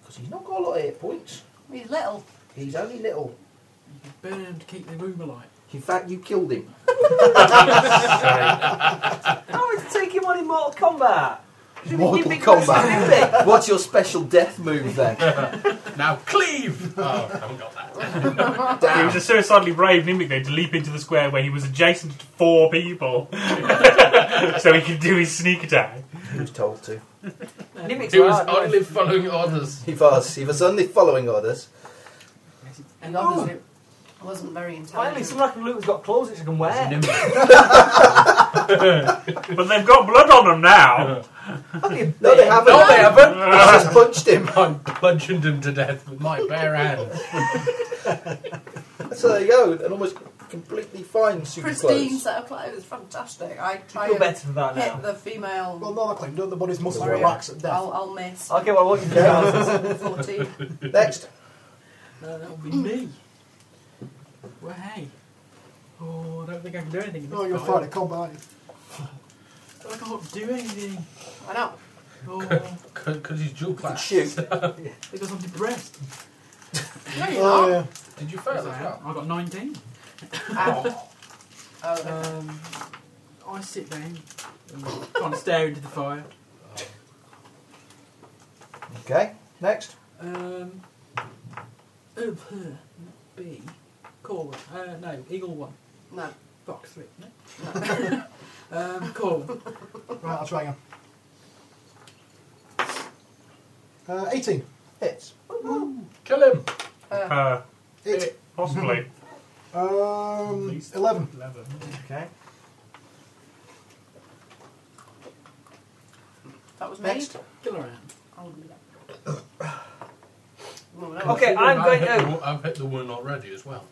Because he's not got a lot of hit points. He's little. He's only little. You can burn him to keep the room alight. In fact, you killed him. Oh, it's taking one in Mortal Kombat. Mortal Kombat. What's your special death move then? Now cleave! Oh, I haven't got that. It Ah. was a suicidally brave Nimbic though to leap into the square where he was adjacent to four people, so he could do his sneak attack. He was told to. Nimbic's He was hard, isn't only following orders. He was. He was only following orders. And obviously, wasn't very intelligent. Finally, someone like Luke's got clothes that she can wear. But they've got blood on them now. No, they haven't. No, they haven't! I just punched him. I bludgeoned him to death with my bare hands. So there you go. An almost completely fine super Pristine clothes. set of clothes. Fantastic. I try Feel and better for that hit now. the female. Well, not that claim. Don't the body's muscles warrior. relax at death. I'll, I'll miss. Okay, well, what you do now is Fourteen. Next. No, that'll be me. Well, hey. Oh, I don't think I can do anything. in this Oh, you're fight. fighting combat, aren't you? I can't do anything. I know. Oh, Because he's dual class. Shoot. because I'm depressed. No, you're Oh, not. yeah. Did you fail as Yes, I well? am. I got 19. Ow. Oh, okay. Um, I sit down and kind of stare into the fire. Okay. Next. Um, oh, uh, B. Corwin. Uh, no, Eagle 1. no. Box 3. No? um, Corwin. Right, I'll try again. Uh, 18. Hits. Kill him! Uh, Uh, Hit. possibly. Um, 11. Okay. that was me. Next. Kill around. I'll do that. Well, no, Okay, I'm I've going hit the to. one- I've hit the one already as well.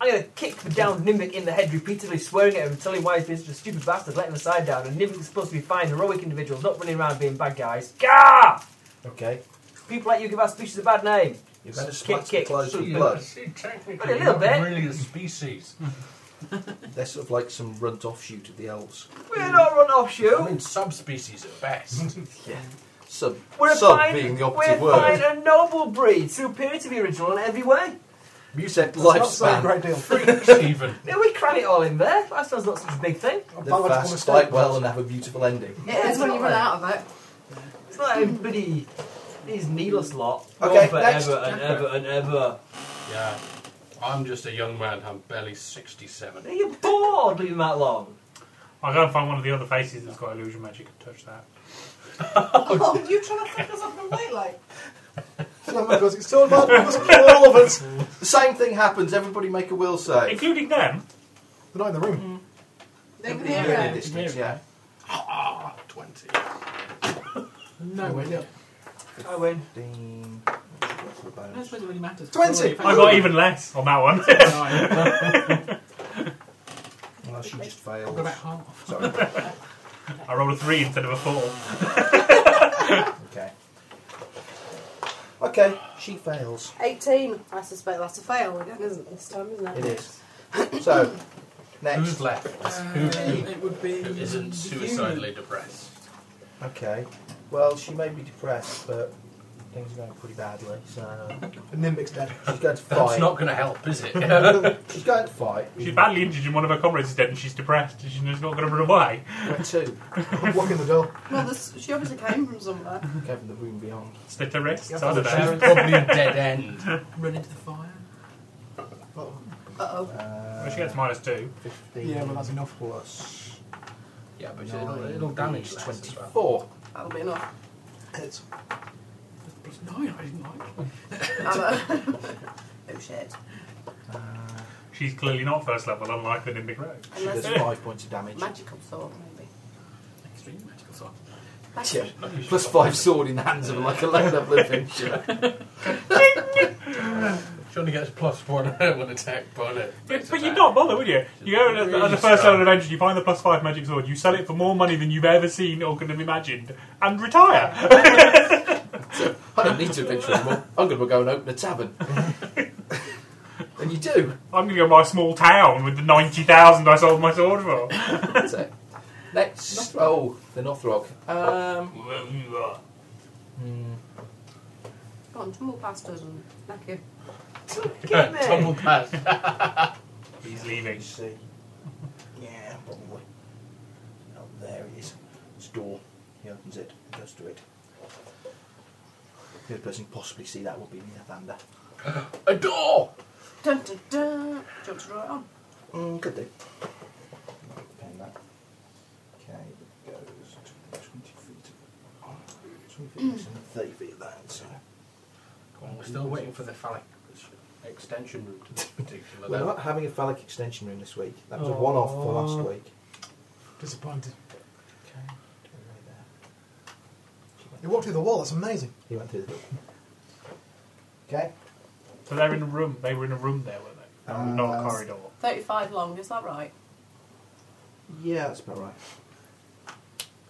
I'm going to kick the down Nimbic in the head repeatedly, swearing at him, telling him why he's been such a stupid bastard, letting the side down. And Nimbic is supposed to be fine, heroic individuals, not running around being bad guys. Gah! Okay. People like you give our species a bad name. You're going to Kick, splatter the kick. clothes with See, blood. see, But a technically, little we're bit. not really a species. They're sort of like some runt offshoot of the elves. We're not run off you. I mean, subspecies at best. Sub. We're a sub fine, being the we're operative fine word. and noble breed, superior to the original in every way. You said Not saying a lifespan. great deal. Freaks, even. Yeah, we cram it all in there. Lifestyle's not such a big thing. I'm Live biological fast, mistake. fight well, and have a beautiful ending. It is when you run out of it. It's not everybody. These needless lot. Okay, Go for next. ever and ever and ever. Yeah. I'm just a young man, I'm barely 67. Are you bored living that long? I'll go and find one of the other faces that's got illusion magic and touch that. Oh, you trying to fuck us up the way, like? Someone goes, it's so bad, we must kill All all of of us. us. The same thing happens. Everybody make a will save. Including them. They're not in the room. They were You're in the there. distance, yeah. Ah, 20. No way. No. I win. 15. for a bonus. I suppose it really matters. 20. I got even less on that one. I've Well, she just got about failed. half. Sorry. I rolled a three instead of a four. Okay. Okay, she fails. 18. I suspect that's a fail again, isn't it? This time, isn't it? It is. So, Who's next. left? Uh, it would be. Who isn't the suicidally depressed? Okay. Well, she may be depressed, but things are going pretty badly, so The Nimbic's dead. she's going to That's fight. not going to help, is it? She's going to fight. She's badly injured and one of her comrades is dead and she's depressed. She's not going to run away. Went two. Walk in the door. Well, this, she obviously came from somewhere. Came from the room beyond. Slit her wrists. Yep. I don't know. She's probably a dead end. Run into the fire. Uh oh. Well, Uh, she gets minus two. 15 Yeah, well, that's enough. plus Yeah, but nine it'll, it'll damage is less as well. 24. That'll be enough. It's That's plus nine. I didn't like. oh shit. Uh, She's clearly not first level, unlike the Nimbic Road. she does Unless 5 points of damage. magical sword, maybe. Extreme magical sword. Yeah. Plus 5 sword in the hands of like a low level adventurer. She only gets plus one, one attack bonus. But, but you'd not bother, would you? You go Really on the first strong. level adventure, you find the plus five magic sword, you sell it for more money than you've ever seen or could have imagined, and retire. I don't need to adventure anymore. I'm going to go and open a tavern. and you do. I'm going to go buy a small town with the 90,000 I sold my sword for. So, next. Oh, the Northrog. Um, Go on, tumble past us and knock you. Get me. Tumble past. He's leaving. see. Yeah, probably. Oh, there it is. It's a door. He opens it, goes to it. The only person who can possibly see that would be Nathander. A door! Dun dun dun. Do you want to draw it on? Mm, could do. And that. Okay, it goes 20 feet. 20 feet, this and 30 feet of that, so. We're still waiting for the phallic extension room to this particular We're level. not having a phallic extension room this week. That was a one off for last week. disappointed. Okay, do it right there. He walked through the wall. That's amazing. He went through the door. Okay. So they're in a room. They were in a room there, weren't they? Um, not a Uh, corridor. 35 long, is that right? Yeah, that's about right.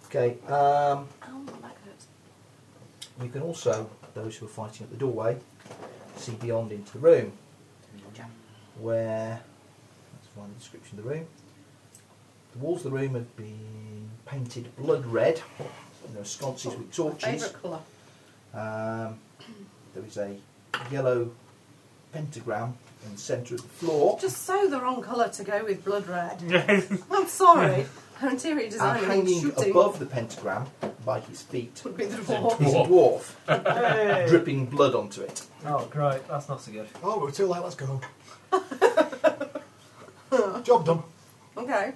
Okay. Um, Oh, my back hurts. you can also, those who are fighting at the doorway, see beyond into the room, where let's find the description of the room. The walls of the room have been painted blood red. And there are sconces with torches. Oh, Favourite colour. Um, there is a yellow pentagram in the centre of the floor. Just so the wrong colour to go with blood red. Yeah. I'm sorry. Her interior and designer is hanging shooting above the pentagram by his feet would be the dwarf. is a dwarf Hey. dripping blood onto it. Oh, great. That's not so good. Oh, we we're too late. Let's go. Job done. Okay.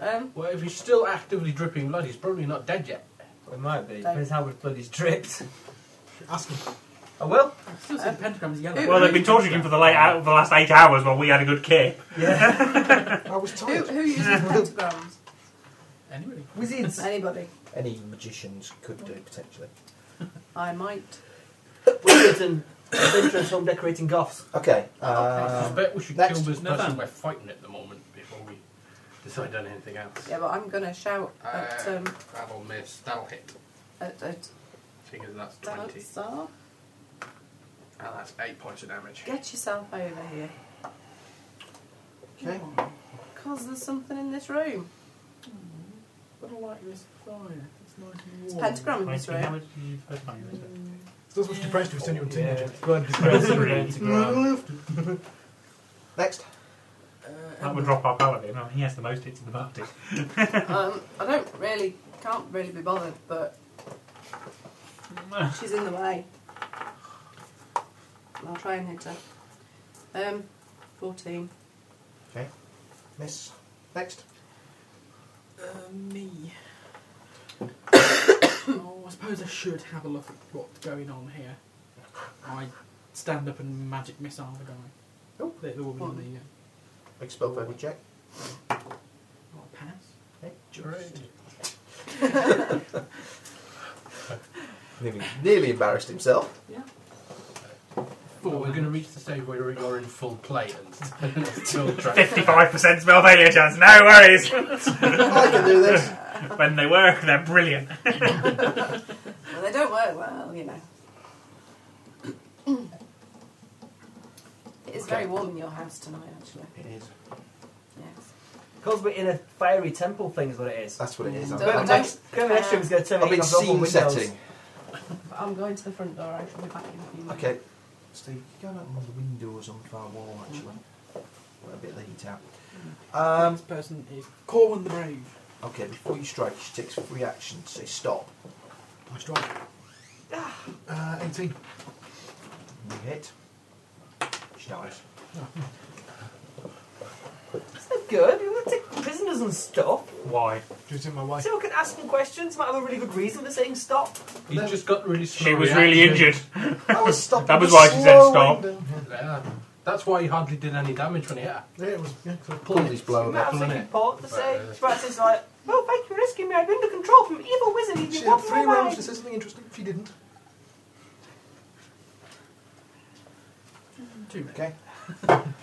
Um, Well, if he's still actively dripping blood, he's probably not dead yet. It might be. Depends how much blood is dripped. Ask him. I will. I still see the pentagram's yellow. Well, they've been torturing him for the, late hour, the last eight hours while we had a good kip. I was uh, who, tired. who uses pentagrams? Anyway. Wizards. Anybody. Any magicians could do potentially. I might. Wizards and adventurers home decorating goths. Okay. Uh, Um, I bet we should next. kill this No, person no. we're fighting at the moment before we decide on anything else. Yeah, but I'm going to shout at, Uh, um, that'll miss. That'll hit. at, at Figures that's 20. Dancer. And that's 8 points of damage. Get yourself over here. Okay. Because there's something in this room. But I like this fire. It's nice and It's a warm. pentagram in this room. It's not much depressed to send you on teenager. Blood Next. That would drop our paladin. I mean, he has the most hits in the party. Um, I don't really, can't really be bothered, but she's in the way. And I'll try and hit her. Um, 14. Okay. Miss. Next. Uh, me. oh, I suppose I should have a look at what's going on here. I stand up and magic missile the guy. Oh. The, the woman on the. Uh, Make spell saving check. oh, pass. Okay. Great. Nearly, nearly embarrassed himself. Yeah. Well, we're going to reach the stage where you're in full play and still try. Fifty-five percent spell failure chance. No worries. I can do this. when they work, they're brilliant. Well, they don't work well, you know. it is very Okay. warm in your house tonight, actually. It is. Yes. Because we're in a fiery temple thing is what it is. That's what it is. I'm- Don't- German I'm- don't- next, German next room's going to turn I'm the heat in off the whole scene windows. setting. But I'm going to the front door. I shall be back in a few minutes. Okay. Steve, go out one of the windows on the far wall, actually. Let a bit of the heat out. Um, This person is Corwin the Brave. okay, before you strike, she takes free action to say stop. Ah. Nice try. Uh, 18. You hit. She dies. It's not good. We're going to take prisoners and stuff. Why? She was in my way. Someone can ask them questions. Might have a really good reason for saying stop. You just got really slow. She was really reaction. injured. I was stopping. That was the why she said slow stop. window. Yeah. That's why he hardly did any damage when he hit her. Yeah, it was. Yeah, so Pull these You blown might up. have something isn't it? important to say. Right, yeah. But it's like, well, thank you for rescuing me. I've been under control from an evil wizard. He's She been had walking three my rounds to mind. say something interesting. She didn't. Two minutes. Okay.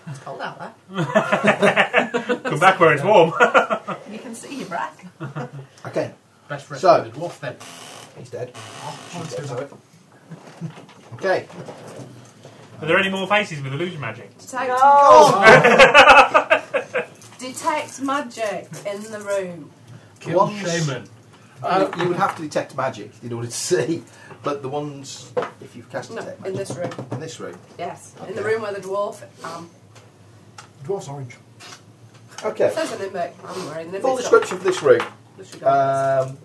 It's cold out there. Come back where it's warm. You can see your breath. Okay. Best rescue So- so, the dwarf then. He's dead. Mine's She's dead, still sorry. okay. Are there any more faces with illusion magic? Detect, No! detect magic in the room. Kill Once- shaman. Uh, you would have to detect magic in order to see, but the ones if you've cast No, detect in magic this room. in this room. Yes, in Okay. the room where the dwarf. Um, Dwarf's orange. Okay. says a limbic. I'm wearing limbic. Full description for this room. Uh, Um,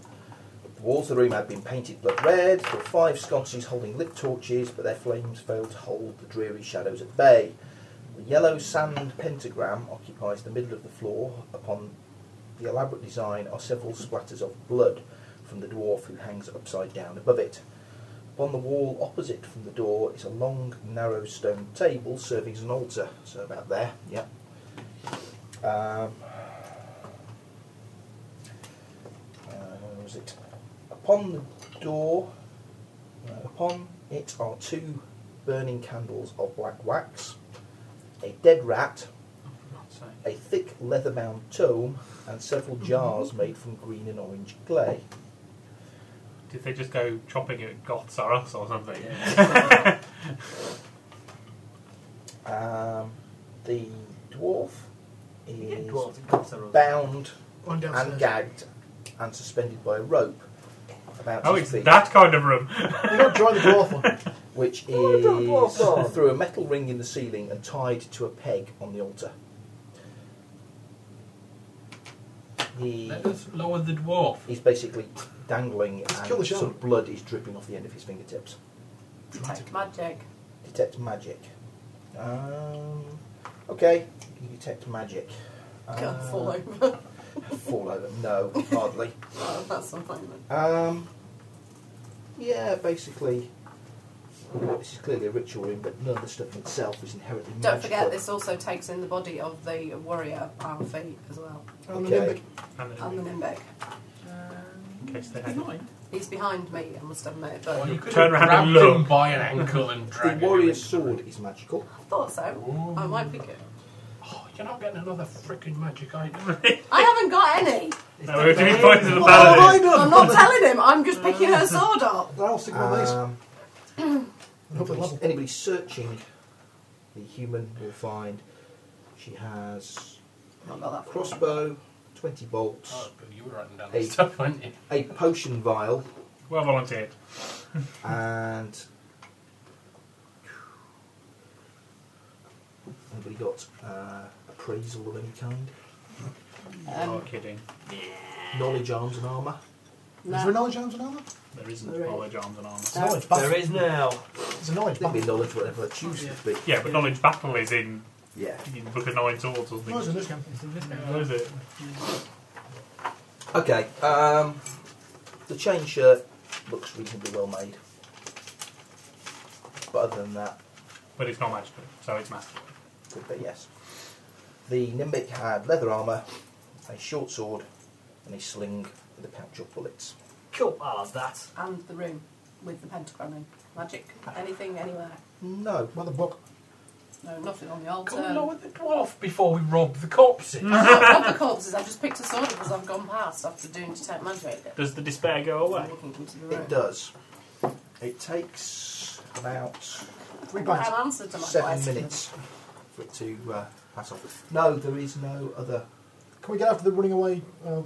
the walls of the room had been painted blood red. There were five sconces holding lit torches, but their flames failed to hold the dreary shadows at bay. The yellow sand pentagram occupies the middle of the floor. Upon the elaborate design are several splatters of blood from the dwarf who hangs upside down above it. Upon the wall opposite from the door is a long, narrow stone table serving as an altar. So about there, yeah. Um, uh, where was it? Upon the door, uh, upon it are two burning candles of black wax, a dead rat, a thick leather bound tome, and several jars made from green and orange clay. Did they just go chopping at Goths or Us or something? Um, the dwarf You get is dwarves and cops are all- bound One downstairs. and gagged and suspended by a rope about Oh, his it's feet, that kind of room. You're not drawing the dwarf one. which Oh, don't walk on. is through a metal ring in the ceiling and tied to a peg on the altar. He Let us lower the dwarf. is basically dangling kill the and shaman. sort of blood is dripping off the end of his fingertips. detect magic. Detect magic. Um, okay, you detect magic. Can't Uh, fall over. fall over. No, hardly. Oh, that's something. then. Um, yeah, basically, this is clearly a ritual room, but none of the stuff in itself is inherently Don't magical. forget, this also takes in the body of the warrior, our feet as well, And the Okay. limbic. and the limbic. In case they had- Nine. He's behind me, I must admit, but Well, you I could Turn have around and grabbed him look. by an ankle and The dragged him. in. warrior's sword is magical. thought so. I might pick it. Oh, you're not getting another freaking magic item. I haven't got any. No, we were doing points of the What have paladin. I done? I'm not telling him. I'm just picking her sword up. I'll stick with these. Um, And hopefully Anybody, level. anybody searching the human will find she has Not got that. crossbow, 20 bolts, Oh, you were writing down Hey. this stuff, weren't you? a potion vial, Well volunteered. and. Anybody got uh, appraisal of any kind? not Um, kidding. Knowledge, arms, and armour? Is there a no. knowledge arms and armour? There isn't There is. knowledge, arms, and armour. knowledge There is now. It's a knowledge They buff. can be knowledge, whatever I choose it to be. Yeah, but knowledge battle is in, Yeah. in Book of Nine Swords or something. No, it's in this game. It's in this game. What is it? Okay, um, the chain shirt looks reasonably well made. But other than that, But it's not magical, so it's magical. Good bit, yes. The Nimbic had leather armour, a short sword, and a sling with a pouch of bullets. Cool, I love that. And the room with the pentagram in. Magic. Anything, anywhere. No. Well, the book. No, nothing on the altar. Go along with the dwarf before we rob the corpses. I've not got the corpses, I've just picked a sword because I've gone past after doing detect magic. Does the despair go So away? we can come to the room. It does. It takes about Three I've got pints. An answer to my seven question. minutes for it to uh, pass off. No, there is no other. Can we get after the running away? Uh,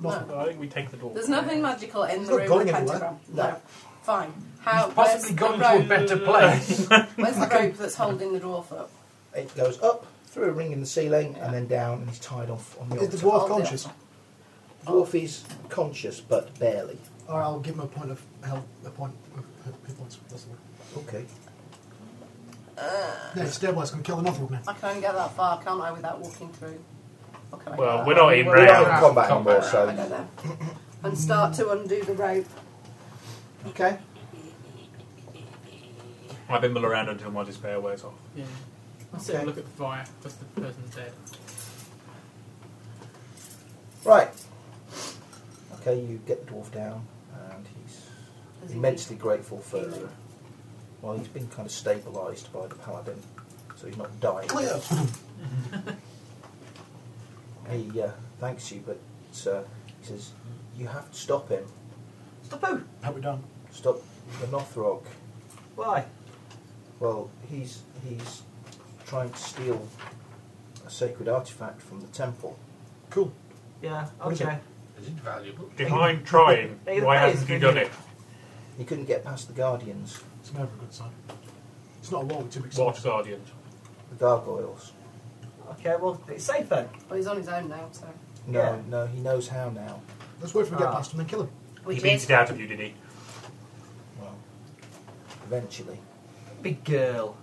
No. I think we take the dwarf. There's nothing magical in It's the not room going with a anywhere. pentagram. No. Fine. How? He's possibly where's the gone to a rope- better place. Where's the rope that's holding the dwarf up? It goes up through a ring in the ceiling Yeah. and then down, and he's tied off on the Is the altar. dwarf Hold it. conscious? Dwarf is conscious, but barely. All right, I'll give him a point of health. A point of hit points. That's all. Okay. Yeah, stairwell's going to kill another one. I can only get that far, can't I, without walking through? Or can I get Well, that we're not in Well, we're not in round. combat anymore, far? I so. go there. And start to undo the rope. Okay. I bimble around until my despair wears off. Yeah. I'll sit and Okay. look at the fire because the person's dead. Right. Okay, you get the dwarf down, and he's Does he- immensely grateful for. Healing. Well, he's been kind of stabilised by the paladin, so he's not dying. Clear. He uh, thanks you, but uh, he says you have to stop him. Stop who? Hope we don't. Stop the Nothrog. Why? Well, he's he's trying to steal a sacred artifact from the temple. Cool. Yeah, What is it? okay. Is it valuable? If I'm trying, Hey, the why fire's hasn't he been done here. it? He couldn't get past the guardians, It's never a good sign. It's not a war with two big Watch swords. Guardians. the gargoyles. Okay, well, it's safe then. Well, he's on his own now, so. No, Yeah. no, he knows how now. Let's wait till we get Ah. past him and kill him. Which he beats is it out of you, did he? Well, eventually. Big girl.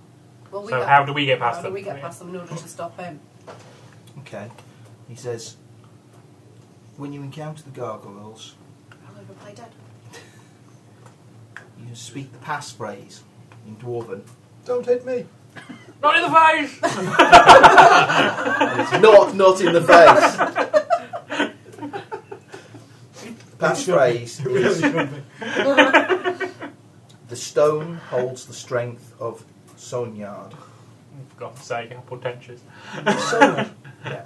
Well, we so got- how do we get past how them? do we get past them in order to stop him? Okay. He says, when you encounter the gargoyles, I'll never play dead. you speak the passphrase in Dwarven. Don't hit me. Not in the face! It's not not in the face. the passphrase is the stone holds the strength of Sonyard. Oh, For God's sake, how pretentious. Yeah.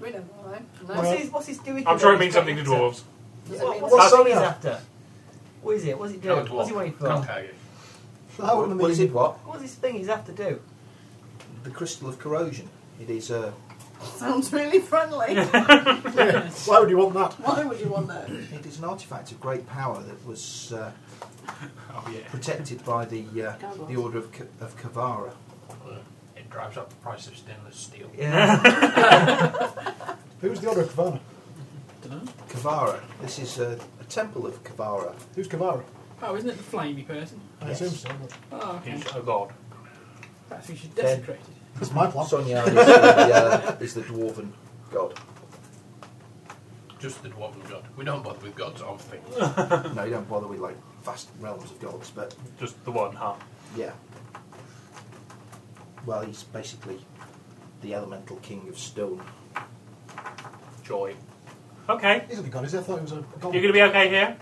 We don't know. No. What's his, what's his doing? I'm sure it means something to dwarves. Does it What, mean what's something? what That's- he's after? What is it? What's he doing? dwarf. What's he waiting for? Can't tell you. That wouldn't What is mean- it? What? What's this thing he's after do? The crystal of corrosion. It is uh, a. Sounds really friendly. Why would you want that? Why would you want that? It is an artifact of great power that was uh, Oh, yeah. protected by the uh, Gargoyles. the Order of K- of Kavara. It drives up the price of stainless steel. Yeah. Who's the Order of Kavana? Dunno. Kavara. This is a, a temple of Kavara. Who's Kavara? Oh, isn't it the flamey person? I Yes. assume so. Oh, okay. He's a god. Perhaps we should Then- desecrate it. That's my plan. Sonyard is the, uh, is the dwarven god. Just the dwarven god. We don't bother with gods on things. No, you don't bother with like vast realms of gods, but Just the one, huh? yeah. Well, he's basically the elemental king of stone. Joy. Okay. He's not a god, is he? I thought he was a god. You're going to be okay here?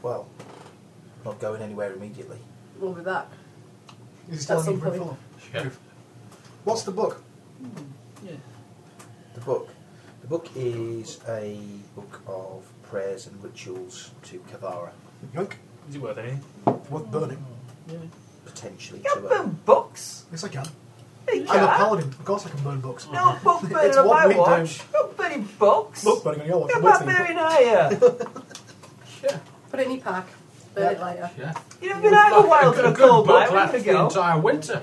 Well, not going anywhere immediately. We'll be back. Is he still At some in Green point. Yeah. What's the book? Yeah. The book. The book is a book of prayers and rituals to Kavara, Yoink. Is it worth anything? Worth burning. Yeah. potentially You to can't a. burn books. Yes, I can. You I'm a can't. paladin. Of course I can burn books. No book burning It's on what my we do. watch. Not burning books. Book burning on your watch. You're I'm waiting not for- burning higher. Put it in your pack. Burn it later. Yeah. You never been out of the wild Good- on a good cold book night. lasts Where to the go? entire winter.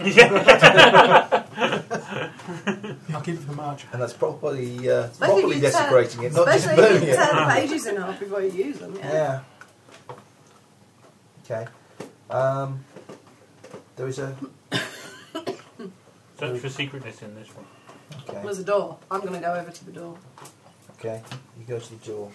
I'll keep it for the march. And that's properly uh, Especially if properly you tear- desecrating it, not just Especially if burning you it. tear the pages in half before you use them. Yeah. Yeah. Okay. Um, there is a Search for secretness in this one. okay. There's a door. I'm going to go over to the door. Okay. You go to the door.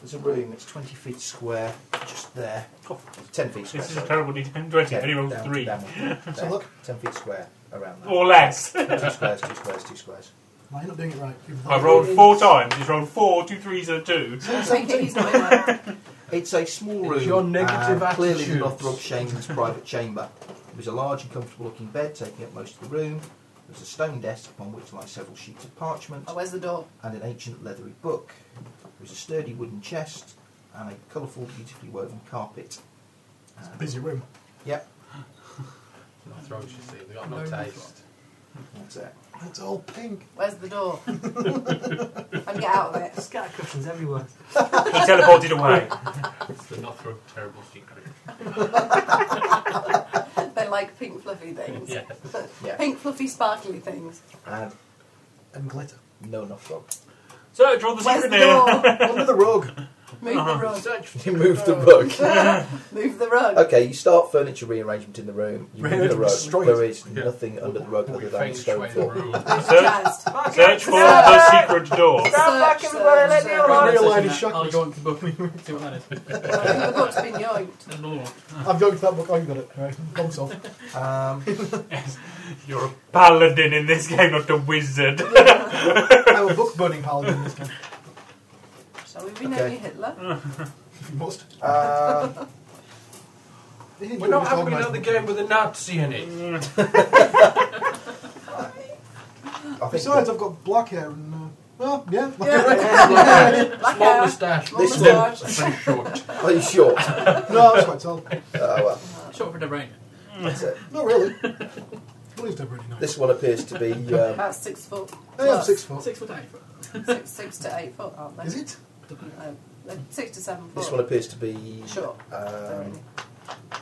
There's a room, it's 20 feet square, just there. Oh, 10 feet square. This is a sorry. terrible D10 20. Yeah, Only rolls down- three. down one. So There, look. 10 feet square, around that. Or less. two squares, two squares, two squares. Well, you're not doing it right. You've- I've rolled four times. He's rolled four, two threes, and a two. It's a small room. It's your negative uh, Clearly attitudes. Northrop Shane's private chamber. It was a large and comfortable looking bed taking up most of the room. There was a stone desk upon which lie several sheets of parchment. Oh, where's the door? And an ancient leathery book. There was a sturdy wooden chest and a colourful, beautifully woven carpet. It's a busy room. Yep, My throat, you see, they got no taste. that's it. It's all pink. Where's the door? and get out of it. Scatter cushions everywhere. He teleported away. It's the Northrop terrible secret. They like pink fluffy things. Yeah. Yeah. Pink fluffy sparkly things. And And glitter. no Northrop. So, draw the Where's the secret there. door? Under the rug. Move Uh-huh. the rug. You move the rug. Move the rug. Okay, you start furniture rearrangement in the room. You move the rug. Destroy There is Yeah. nothing under the rug other We than the feng shui stone the floor. room. Search, Jazzed. search for the secret door. Stand back, Search, everybody, let me search, alone. Real I'll lady go shockers. on to the book and see what that is. Well, the book's been yoinked. There's another one. I've got that book. Oh, you got it. All right. Bombs off. Um, You're a paladin in this game, not a wizard. I'm a book burning paladin in this game. Shall we rename Okay. you Hitler? If you must. uh, We're not having another game with a Nazi in Mm. it. I think Besides, I've got black hair and. Uh, well, yeah. Black Small hair. moustache. Long This moustache. Very short. Are you sure? no, I was quite tall. Oh well, Short for the brain. that's it. Not really. Please don't really know. This one appears to be. Um, About six foot. Hey, I'm plus. six foot. Six foot eight foot. Six, six to eight foot, aren't they? Is it? No, they're six to seven foot. this one appears to be Sure. um,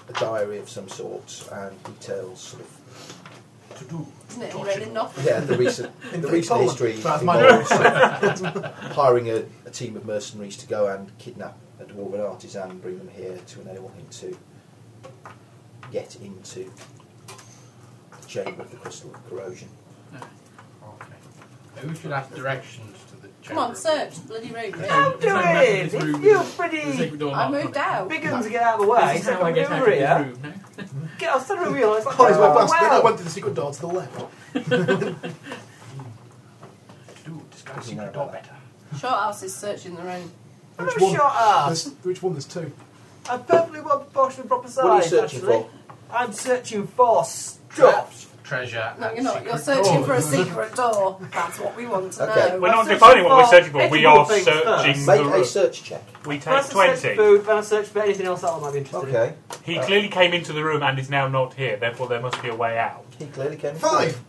a diary of some sort and details sort of To do. Isn't it? He read in nothing. yeah the recent the recent Poland. history That's my involves hiring a, a team of mercenaries to go and kidnap a dwarven artisan and bring them here to enable him to get into the chamber of the crystal of corrosion. Okay. Maybe we should have directions to the chamber. Come on, search. Bloody room. I'm doing it! It's you, The pretty! secret door. I lock. moved out. Big ones get out of the way. This is how I I'm get out over of this here. room. No? Get off the wheel. It's like, Polly's went oh, past. Then I wow. went to the secret door to the left. To do. Discuss Doesn't the know secret door about better. Short ass is searching the room. I'm a Which one? short ass. Ah. There's, which one? There's two. I'm perfectly well proportioned, proper size. What are you searching actually. for? I'm searching for stuff. Traps, treasure. No, and you're not. You're secret searching doors. for a secret door. That's what we want to Okay. know. We're not searching defining what we're for searching for. We edible are things first. Make searching the a room. search check. We take First I search 20. food, then I search for anything else that I might be interested in. Okay, He clearly came into the room and is now not here, therefore there must be a way out. he clearly came. Five.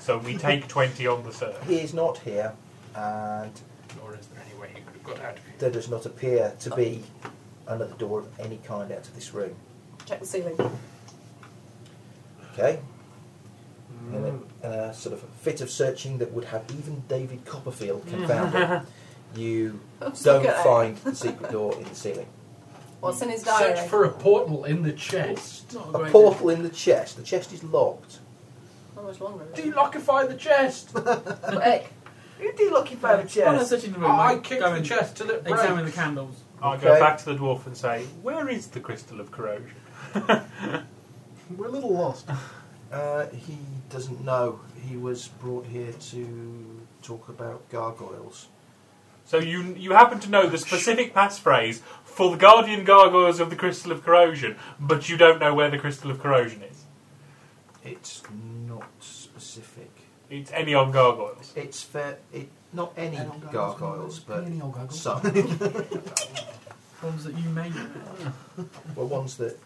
So we take 20 on the search. He is not here, and Nor is there any way he could have got out of here. there does not appear to be another door of any kind out of this room. Check the ceiling. Okay? In, a, in a sort of fit of searching that would have even David Copperfield confounded, you Let's look don't at it. find the secret door in the ceiling. What's in his diary? Search for a portal in the chest. It's not A great- portal in the chest. The chest is locked. How much longer? is it? Delockify the chest. Quick. You do lucky for Uh, a While I'm chest. searching the room, Ah, I I kicked go the and chest till it examine the broke. candles. I'll Okay. go back to the dwarf and say, Where is the crystal of corrosion? We're a little lost. Uh, he doesn't know. He was brought here to talk about gargoyles. So you you happen to know the specific passphrase for the guardian gargoyles of the crystal of corrosion, but you don't know where the crystal of corrosion is. It's not specific. It's any on gargoyles. It's fair. It, not any Any old gargoyles, but Any old gargoyles. some. Ones that you made. well, ones that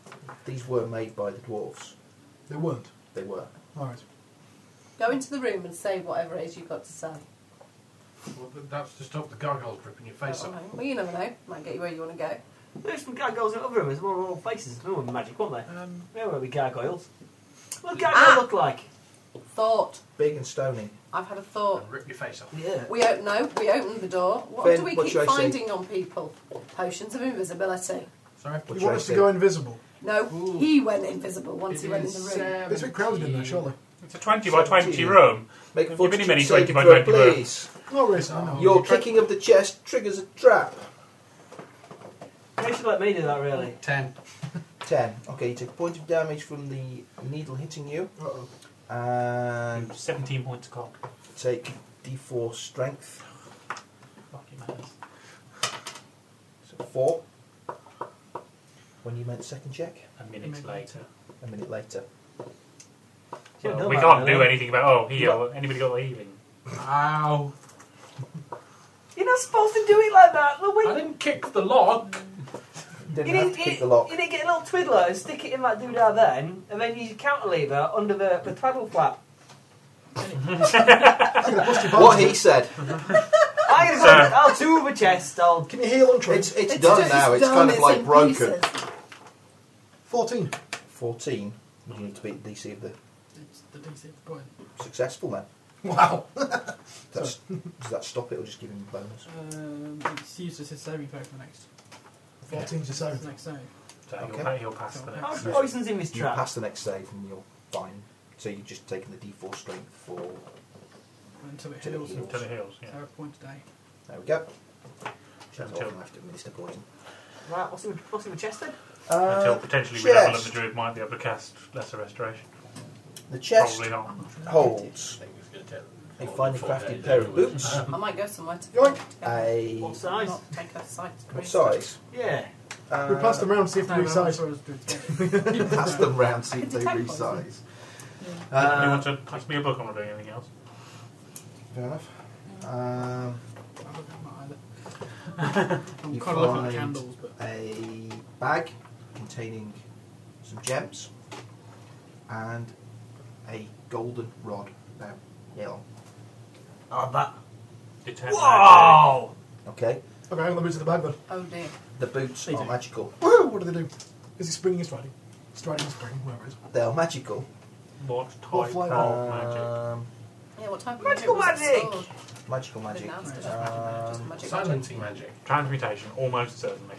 these were made by the dwarves. They weren't. They were. All right. Go into the room and say whatever it is you've got to say. Well, th- that's to stop the gargoyles ripping your face off. Well, you never know. Might get you where you want to go. There's some gargoyles in other rooms. They're all faces. They're all magic, weren't they? Um, They won't be gargoyles. What do gargoyles look like? Thought. Big and stony. I've had a thought. And rip your face off. Yeah. We open, no, we open the door. What Ben, do we what keep should I say? finding on people? Potions of invisibility. Sorry. What you should I want us to say? go invisible? No, Ooh. he went invisible once he went in the room. It's a bit crowded in there, surely. It's a 20 by 20 17. room. Make Give me fortitude many saving 20 by throw, 20 room. please. Not really. I know. Your kicking of the chest triggers a trap. They should let me do that, really. Ten. Ten. Okay, you take a point of damage from the needle hitting you, Uh-oh. and 17 points of cock. take D4 strength. Fucking matters. So four. When you make the second check, A minute later. a minute later. Should've Well, done we that, can't do really. anything about, oh, heal. Anybody got the healing? Ow. You're not supposed to do it like that. The I wind. didn't kick the log. Didn't You have need, to kick you, the lock. you need to get a little twiddler and stick it in that doodah then, and then use your counter lever under the, the paddle flap. What he said. I'm gonna go, So- I'll tube a chest, I'll. Can you heal on It's, trades? it's, done now. It's kind of like broken. 14. 14. You need to beat the DC of the It's the DC point. successful man. Wow. That's, does that stop it or just give him a bonus? Um, it's used as his saving throw for the next, 14 just so. the next save. So Okay. he'll, pa- he'll pass the How next. much poison's in this You trap? pass the next save and you're fine. So you've just taken the D4 strength for. Until it Till it heals. heals. To the hills, yeah. So a point a day. There we go. Shut Until- off and have to administer poison. Right, what's in, what's in the chest then? Until Uh, potentially we chest. level up the druid might be able to cast lesser restoration. the chest Probably not. holds I think he's going to a take finely crafted pair of boots, Ah, I might go somewhere to Yoink. a. What size? Not take a sight What size? Yeah. Uh, We passed them round, see if they No, no, resize. sorry, I was doing it. pass them round, see if they Attack poison. resize. you Uh, want to pass me a book? I'm not doing anything else. fair enough. Um, I don't know either. You I'm kind of looking at find- the candles, but a bag containing some gems and a golden rod. Now, nail. Oh, that. Detect magic. Whoa! Okay. Okay, I'm going to move to the bag then. Oh dear. The boots They are do. magical. Woo! What do they do? Is it springing or striding? Striding or spring, whatever it is. They are magical. What What type flavor? of magic? Um, Yeah, what type of Magical was it magic! stored? magical I didn't magic. ask, just Um, magic. Just magic. Silencing magic. Transmutation, almost certainly.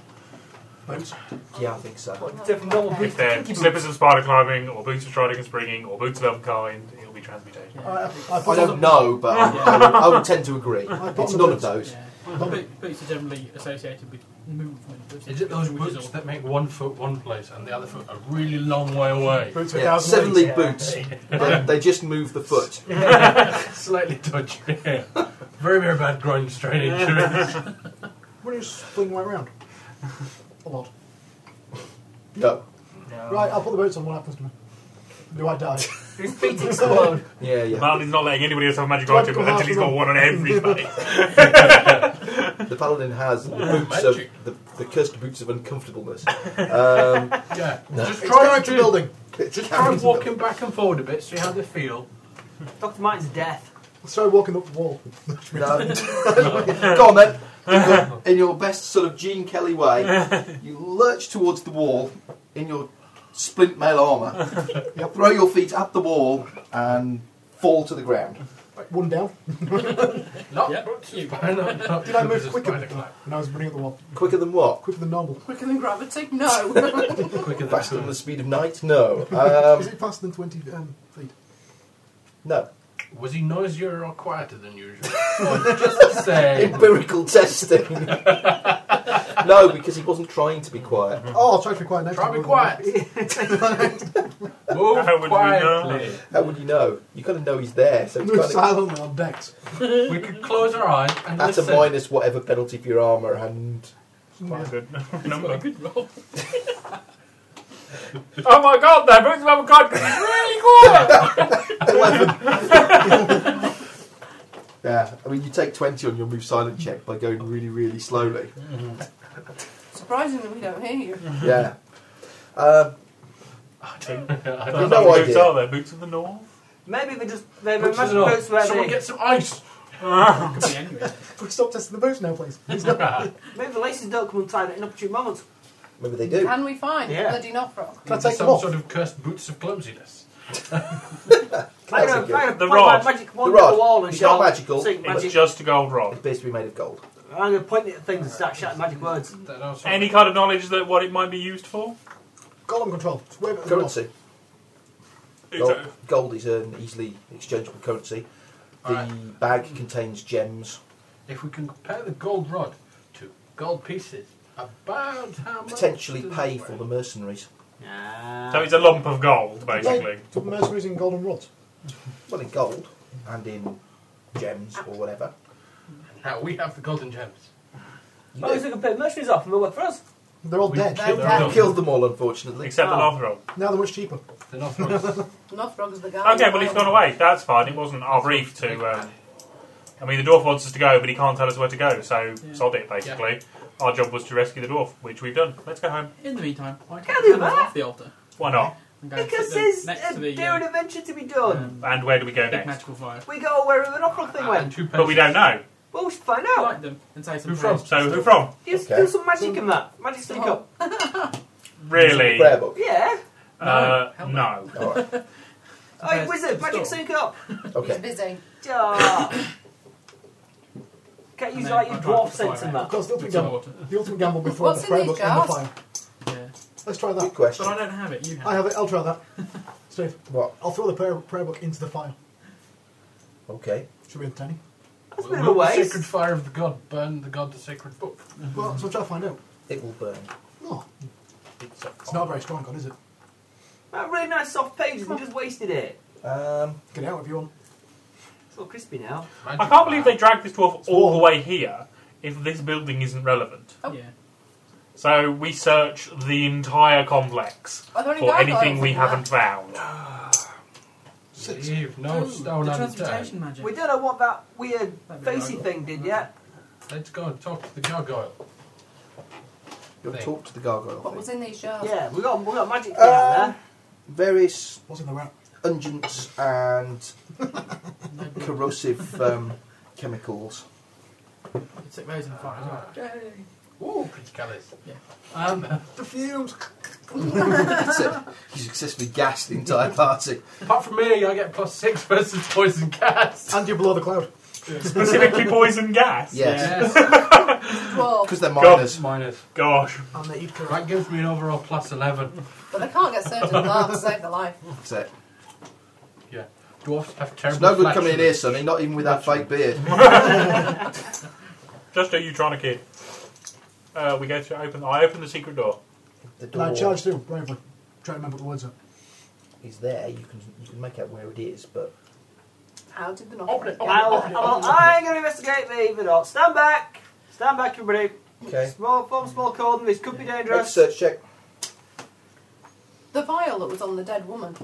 Boots. Yeah, I think so. What, different normal Okay. If boots they're to slippers of spider climbing, or boots of striding and springing, or boots of elf kind, it'll be transmutation. I, I, I, I put don't know, but I, I, would, I would tend to agree. put It's on the none of boots. those. yeah. Boot- boots are generally associated with movement. which Is it those which is boots all- that make one foot one place and the other foot a really long way away? Boots for a Yeah, thousand seven league leagues. boots. They, they just move the foot. Slightly dodgy. very, very bad groin strain injuries. Why don't you just fling right round? A lot. No. Right, I'll put the boots on. What happens to me? Do I die? His feet explode. Yeah, yeah. Martin's not letting anybody else have a magic Do I item become half until he's got wrong? one on everybody. The paladin has the boots of magic. the, the cursed boots of uncomfortableness. Um, yeah. Just It's try character to, building. just try walking back and forward a bit, see how they feel. Dr. Martin's death. Sorry, walking up the wall. No. Go on then. In your, in your best sort of Gene Kelly way, you lurch towards the wall in your splint mail armour. You throw your feet at the wall and fall to the ground. Right, one down. Not Yep. Did I move quicker? No, I was running up the wall. Quicker than what? Quicker than normal. Quicker than gravity? No. Quicker than Faster than the speed of night? No. Um, Is it faster than 20 um, feet? no. Was he noisier or quieter than usual? Or just the same? Empirical testing. no, because he wasn't trying to be quiet. Oh, I'll try to be quiet next Try time. to be quiet. Move How would we quietly. How would you know? You kind of know he's there, so it's Move kind of. silently on decks. We could close our eyes and That's a listen. minus whatever penalty for your armour and Quite a good Got a number. good roll. Oh my god, that boots of elf kind is really quiet! Yeah, I mean, you take 20 on your move silent check by going really, really slowly. Surprisingly, we don't hear you. Yeah. Um, I You've don't no know what boots idea. are there. Boots of the north? Maybe they just. They Put magic it on. boots where Someone they. get some ice. Could be anywhere. Can we stop testing the boots now, please? He's not- Maybe the laces don't come untied at inopportune moments. maybe they do. Can we find Yeah. bloody Nothrock? Can I Some take them off? sort of cursed boots of clumsiness. I'm That's gonna- a I'm good. gonna The point my rod. magic wand The rod. at the wall and It's not shout, magical, "Sing magic." It's just a gold It rod. appears to be made of gold. I'm going to point it at things and start shouting magic words. That also- Any kind of knowledge that what it might be used for? Column control. It's way better than Currency. Gold, gold is an easily exchangeable currency. The bag contains gems. If we can compare the gold rod to gold pieces, about how much? Potentially does pay it for weigh? the mercenaries. So it's a lump of gold, basically. Like, the mercenaries in golden rods. Well, in gold and in gems or whatever. Now we have the golden gems. You Oh, if we can pay mercenaries off and they'll work for us. Oh, They're all We dead. killed know, we killed them all, unfortunately. Except the Oh. Northrop. Now they're much cheaper. The North Roads. Northrog's the guy. Okay, well he's gone away. That's fine. It wasn't our brief to. Um, I mean, the dwarf wants us to go, but he can't tell us where to go. So Yeah. sod it, basically. Our job was to rescue the dwarf, which we've done. Let's go home. In the meantime, why Can't can't do we that. off the altar? Why not? And go and sit Because them there's next a to the there an um, adventure to be done. um, And where do we go big next? magical fire. We go wherever the Norfolk thing and went. two But we don't know. Ah. Well, we should find out. Light them and say some Who from? prayers. So who from? Do, Okay. do some magic in that. Magic sneak Oh. up. Really? Prayer book. Yeah. Uh, No. no. All right. Oh, wizard, Prayers. magic Stop. sneak up. He's Okay. busy. Ah. Can't use And then like your I drive dwarf the fire sense in out. Of that. course, the ultimate It's an gamble. altar. The ultimate gamble before What's the in prayer these book and the jars? fire. Yeah. Let's try Good that. question. But I don't have it. You have. I have it. I'll try that. Steve, What? I'll throw the prayer, prayer book into the fire. Okay. Should we entertain him? That's a bit of a Will the waste. sacred fire of the god burn the god the sacred book? Mm-hmm. Well, so we'll try to find out. It will burn. No, It's a it's not a very strong gun, is it? That really nice soft pages. We just wasted it. Um, Get it out if you want. It's all crispy now. magic I can't believe they fire. dragged this dwarf all the way here. If this building isn't relevant, Oh, Yeah. so we search the entire complex Are there any for gargoyles anything we in haven't found. Leave no Oh, stone the unturned. transmutation magic. We don't know what that weird That'd be facey right. thing did yet. Let's go and talk to the gargoyle. you'll Thing. talk to the gargoyle. What thing. was in these jars? Yeah, we got we got magic thing Um, out various What's in the rat? unguents and corrosive um, chemicals. Could stick those in the fire as well. Ooh, pretty colours. Um, The fumes. Except he successfully gassed the entire party. Apart from me, I get plus six versus poison cast. And you're below the cloud. Specifically, poison gas. Yes. Dwarves. Because they're miners. Minus. Gosh. And they eat corrosive. That gives me an overall plus 11. But they can't get served in the bar to save their life. That's it. Yeah. Dwarfs have It's terrible no good coming in flatulence. here, Sonny, not even with that fake beard. Just a Utronic kid. Uh, we go to open. I open the secret door. The And I door charge through bravely. Try to remember what the words are. is there, you can you can make out where it is, but How did the Open Northrog? get- it, open it, I'll, open it, I'll, open it. I'm going to investigate the even odds. Stand back. Stand back, everybody. okay. uh, Small form, small cordon. This could be Make a dangerous. search check. The vial that was on the dead woman.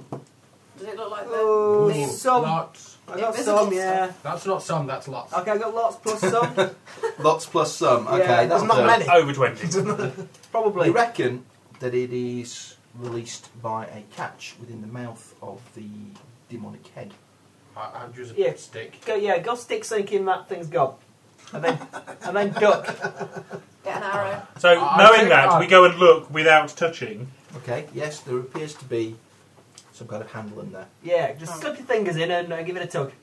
Did it look like that? Oh, Ooh, some. Lots. I got Invisible some, yeah. That's not some, that's lots. Okay, I got lots plus some. Lots plus some. Okay, Yeah, that's there's not good. many. Over twenty. Probably. You reckon that it is released by a catch within the mouth of the demonic head? I, I'd use a Yeah. stick. Go, yeah, go stick something in that thing's gob. And then, and then duck. Get an arrow. So I knowing think that, I- we go and look without touching. Okay, yes, there appears to be some kind of handle in there. Yeah, just slip your fingers in and uh, give it a tug.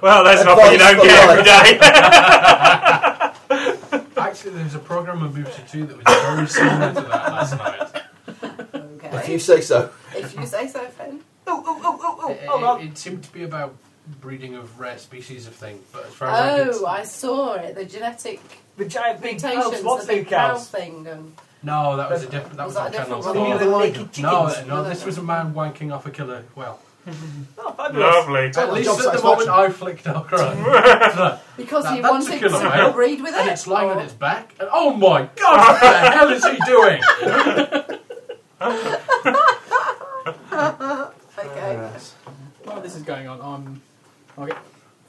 Well, that's nothing you Advice don't for get every day. Actually, there was a program on Booster 2 that was very similar to that last night. If you Okay. say so. if you say so, Finn. Ooh, ooh, ooh, ooh, ooh. It- Hold it- on. It, seemed to be about breeding of rare species of thing, but as far as I Oh, could... I saw it. The genetic The giant big oh, mutations, the swamp thing big cow cows. thing. um, And No, that was a different... That Was was, that on a different one? Channel The Oh, new four. little lion. naked chickens. No, No, no, no, this no. was a man wanking off a killer whale. Oh, fabulous. Lovely. Job At least at the satisfaction. moment I flicked out crying. No, because That- he that's wanted a killer to whale. breed with it. and it's lying on or- its back, and oh my god, what the hell is he doing? Oh, Okay. while this is going on, I'm I'll get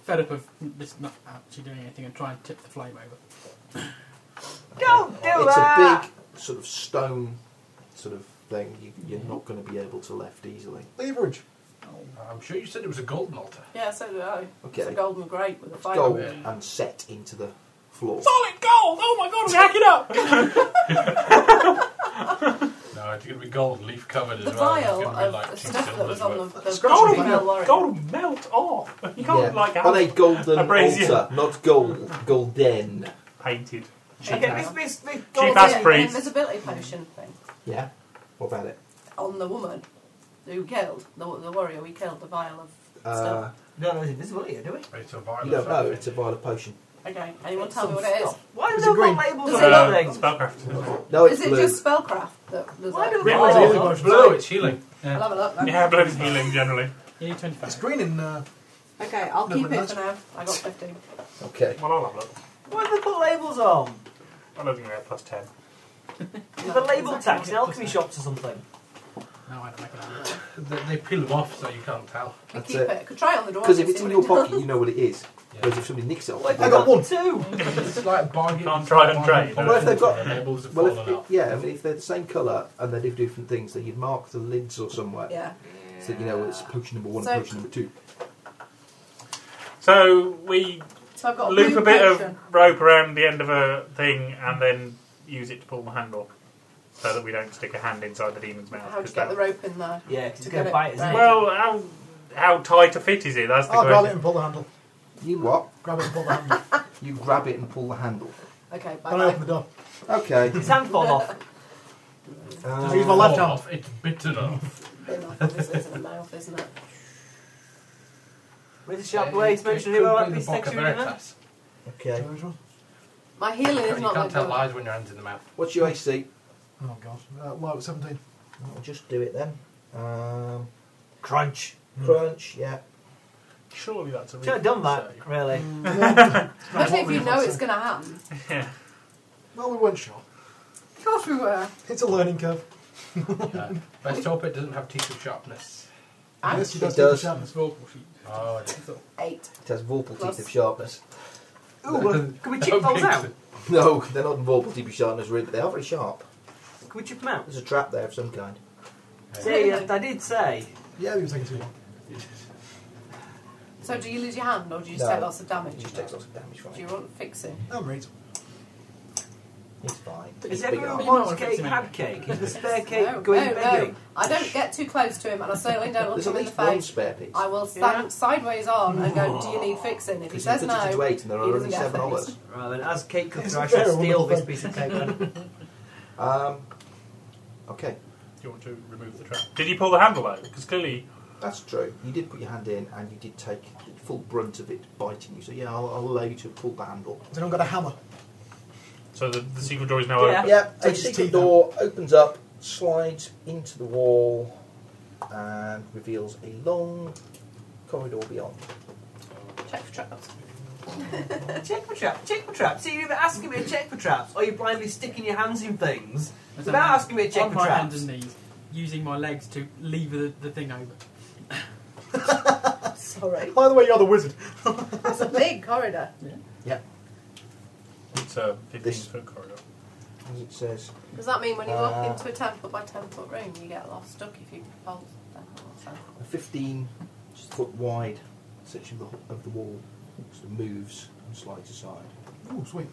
fed up of this not actually doing anything and try and tip the flame over. Don't do it's that. a big sort of stone sort of thing. You, you're not going to be able to lift easily. Leverage. I'm sure you said it was a golden altar. Yeah, so do I. Okay. It's a golden grape with a fire. Gold on it. and set into the floor. Solid gold! Oh my god, hack it up! No, it's going to be gold leaf covered as The well. vial It's gonna be of like the two stuff that was cylinders on worth. the, the Scratch gold it. female lorry. Gold will melt off. You can't Yeah, like on a have golden a brazier. altar, not gold, golden. painted. Okay, this, this, this Cheap Is ass it an breed. invisibility potion thing. Yeah. What about it? on the woman who killed the, the warrior. We killed the vial of Uh, stuff. No, no, it's invisible here, do we? It's a violet. you don't know, it's a violet potion. Okay, anyone It's tell me some what it is? stuff. Why do Is they it green? put labels Does on it- that Uh, thing? Spellcraft. No, it's is it blue. just spellcraft that does Why that? do they Green one's Oh, easy oh, one. It's Blue, blue. it's healing. I'll have a look. Then. Yeah, blood is healing generally. You need 25. It's green in. Uh, Okay, I'll No, keep but it that's- for now. I got 15. Okay. Well, I'll have a look. Why do they put labels on? I don't think we have plus 10. Is the label tax in alchemy shops or something? No, I don't like that. They, they peel them off so you can't tell. We That's keep it. it. Could try it on the door. Because and if it's see in your what it pocket, does. you know what it is. Yeah. Whereas if somebody nicks it off, Well, you I don't- got one too. it's like bargain. Can't try and trade. Well, if they've got- Their labels have Well, fallen if, off. yeah, I mean, if they're the same colour and they do different things, then you'd mark the lids or somewhere Yeah. so that you know it's potion number one So- and potion number two. So we So I've got a loop blue a bit potion. of rope around the end of a thing and then use it to pull the handle so that we don't stick a hand inside the demon's mouth. How to 'cause get the that- rope in there. Yeah, because it's To get going to it bite us. isn't right. it? Well, how, how tight a fit is it? That's the I'll grab it question. and pull the handle. You what? Grab it and pull the handle. You grab it and pull the handle. Okay, bye then I open bye. the door. Okay. Um, Did his hand fall off? Just use my Fall left hand. off, It's bitten off. Bit off, obviously, it's in the mouth, isn't it? With a sharp It- blade, it make sure could you know be that the piece of Boca texture in there. Veritas. Uh, Okay. Which one? My healing You is not can't that tell good. lies when your hand's in the mouth. What's your AC? Oh god. Uh, low, 17. I'll just do it then. Um, Crunch. Hmm. crunch, yeah. Surely that's a Should have done that, really. Especially if you know it's going to happen. Well, we weren't sure. Of course we were. It's a learning curve. Yeah. Best hope it doesn't have teeth of sharpness. Yes, she It does. does. take the It's chance. vocal feet. Oh, Eight. It has vorpal Plus- teeth of sharpness. Ooh, well, can we chip those out? No, they're not vorpal teeth of sharpness, really, but they are very sharp. Can we chip them out? There's a trap there of some kind. See, uh, I, I did say. Yeah, he was taking too long. So do you lose your hand or do you just No. take lots of damage? It just takes lots of damage from Do you it. want fixing? No, I'm right. It's fine. It's Is big everyone arm. might wants want to cake, fix him had in. cake? Is the spare cake No, going no, begging? no. I don't get too close to him and I certainly don't want There's him at in the least one face. spare piece. I will Yeah. stand sideways on and go, do you need fixing? If he Because says you no, put it into eight and there he are doesn't only get a seven face. dollars. Right then, as cake cutter, It's I shall very steal this wonderful. piece of cake then. Um, okay, Do you want to remove the trap? Did you pull the handle though? Because clearly, that's true. You did put your hand in and you did take the full brunt of it biting you. So yeah, I'll, I'll allow you to pull the handle. Has anyone got a hammer? so the, the secret door is now Yeah. open. Yep, a Takes his secret teeth out. door opens up, slides into the wall, and reveals a long corridor beyond. Check for traps. Uh, check for traps, check for traps. See, you're either asking me to check for traps or you're blindly sticking your hands in things That's without amazing. asking me to check on for my hands traps. and knees, using my legs to lever the, the thing over. Sorry. By the way, you're the wizard. That's a big corridor. It's a 15 This- foot corridor. As it says, Does that mean when you walk Uh, into a 10 foot by 10 foot room, you get lost stuck if you hold that or something? a 15 foot wide section of the, of the wall sort of moves and slides aside. Ooh, sweet.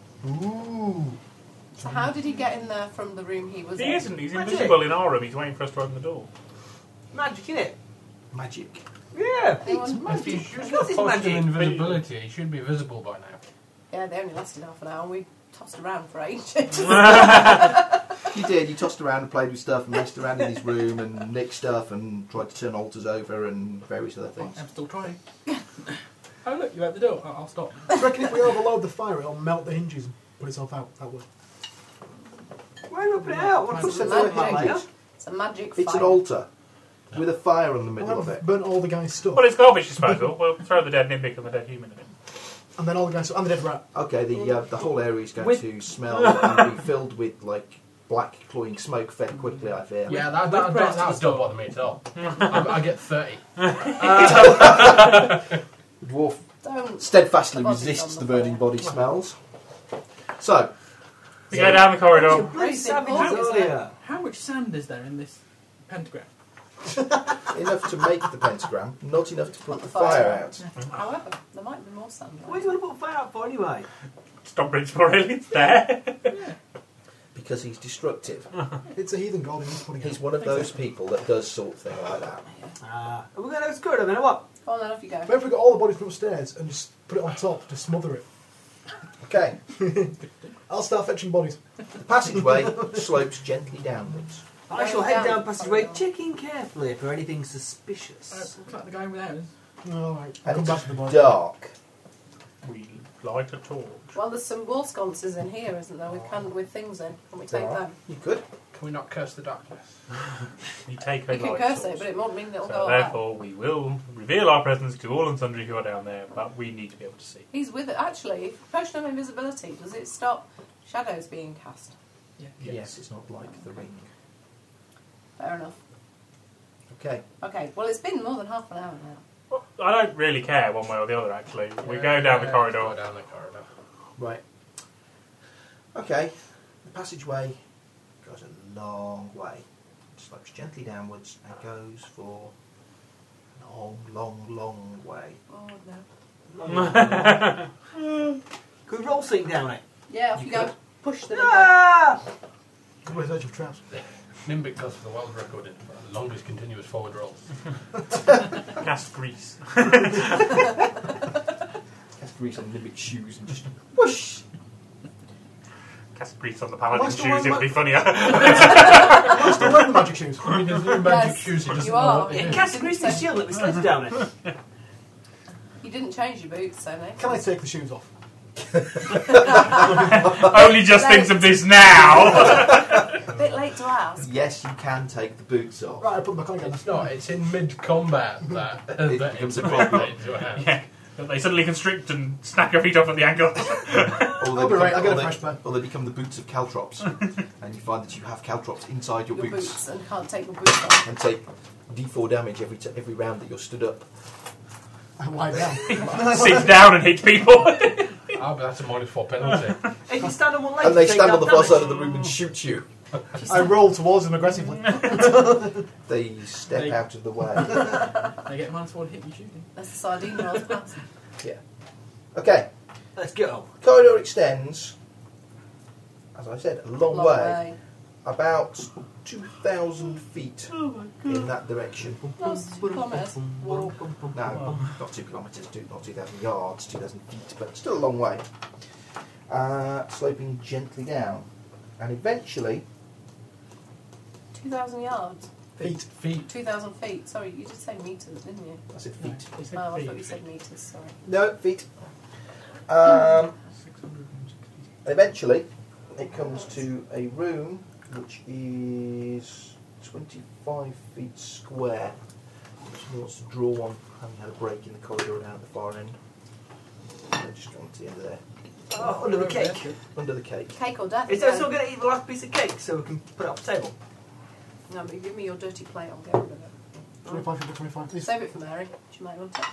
So how did he get in there from the room he was He in? isn't. He's Magic. invisible in our room. He's waiting for us to open the door. Magic, innit? Magic. Yeah. Anyone? If you Of use course the it's potion of magic. invisibility, it should be visible by now. Yeah, they only lasted half an hour and we tossed around for ages. You did. You tossed around and played with stuff and messed around in his room and nicked stuff and tried to turn altars over and various other things. I'm still trying. oh look, you opened the door. I- I'll stop. Do you reckon if we overload the fire, it'll melt the hinges and put itself out? That would. Why are you opening it out? What Mine's push a them out magic. later? it's a magic fire. It's an altar with a fire on the middle Well, of it. burn all the guys' stuff. Well, it's garbage disposal. we'll throw the dead nimbic and the dead human in it. and then all the guys' and the dead rat. Okay, the uh, the whole area is going With- to smell and be filled with like black cloying smoke fed quickly. I fear. Yeah, that, that, that, that don't bother me at all. I, I get 30. The dwarf Don't. steadfastly The body's resists on the the burning floor. body smells. So We go down the You're corridor. bloody Raising savages horses, earlier. How much sand is there in this pentagram? enough to make the pentagram, not enough to put the fire fire out. However, there might be more sand. there. Why do you want to put fire out for anyway? Stop Bridge for really. It's there. Because he's destructive. It's a heathen god. and He's putting He's it. one of those people that does sort of thing like that. Ah, are we going to score them then or what? Go on then, off you go. What if we got all the bodies from upstairs and just put it on top to smother it? Okay, I'll start fetching bodies. the passageway slopes gently downwards. I shall head down passageway, passageway, checking carefully for anything suspicious. Uh, looks like the guy without us. No, right. And I'll come it's back to the boy. dark. We light a torch. Well, there's some wool sconces in here, isn't there? We can with things in. Can we take Right. them? You could. Can we not curse the darkness? You take a You can light curse source. it, but it won't mean that it'll So go away. therefore, we will reveal our presence to all and sundry who are down there, but we need to be able to see. He's with it. Actually, potion of invisibility does it stop shadows being cast? Yes. it's not like the ring. Mm. Fair enough. Okay. Okay. Well, it's been more than half an hour now. Well, I don't really care one way or the other. Actually, we go down Yeah, the Go corridor. down the corridor. Right. Okay. The passageway goes a long way. It slopes gently downwards and goes for a long, long, long way. Oh no. Could we roll something down it? Yeah, off You you, go. could. Push the Ah! Good way, search of traps. Nimbic goes for the world record in the longest continuous forward roll. Cast grease. Cast grease on Nimbic's shoes and just whoosh! Cast grease on the paladin What's the shoes. one It'd be funnier. I'm still wearing the magic shoes. I mean, there's no magic Yes, shoes, he doesn't you know are. what they Yeah, do. It cast a greasy shield that we slid down it. You didn't change your boots, so no. Can I take the shoes off? Only just thinks of this now. A bit late to ask. Yes, you can take the boots off. Right, I put them back on again. It's not, it's in mid combat that, It that becomes it's a a problem. problem. yeah. yeah. But they suddenly constrict and snap your feet off at the ankle. Or they I'll be become- right, I'll get or a they- fresh pair. Or they become the boots of caltrops, and you find that you have caltrops inside your, Your boots. boots and can't take your boots off. and take d4 damage every t- every round that you're stood up. I lie down. Sit down and hit people. Oh, but that's a minus four penalty. If you stand on one leg, And they you take stand on that the far damage. side of the room and shoot you. I roll towards them aggressively. They step They- out of the way. They get minus one hit you shooting. That's the sardine rolls past. yeah. Okay. Let's go. Corridor extends, as I said, a long, Long way, way. about 2,000 feet in that direction. That's two kilometres. Walk. No, not two kilometres, two, not 2,000 yards, 2,000 feet, but still a long way. Uh, sloping gently down. And eventually, 2,000 yards. Feet. Feet. 2,000 feet. Sorry, you did say metres, didn't you? I said feet. They said Oh, I feet. thought you said metres, sorry. No, feet. Um, 660. Eventually, it comes to a room which is 25 feet square. She wants to draw one, having had a break in the corridor down at the far end. They're just going to the end of there, Oh, under the cake. under the cake. Cake or death? Is no. anyone still going to eat the last piece of cake so we can put it on the table? No, but give me your dirty plate, I'll get rid of it. 25 feet, 25 feet. Save it for Mary. She might want it.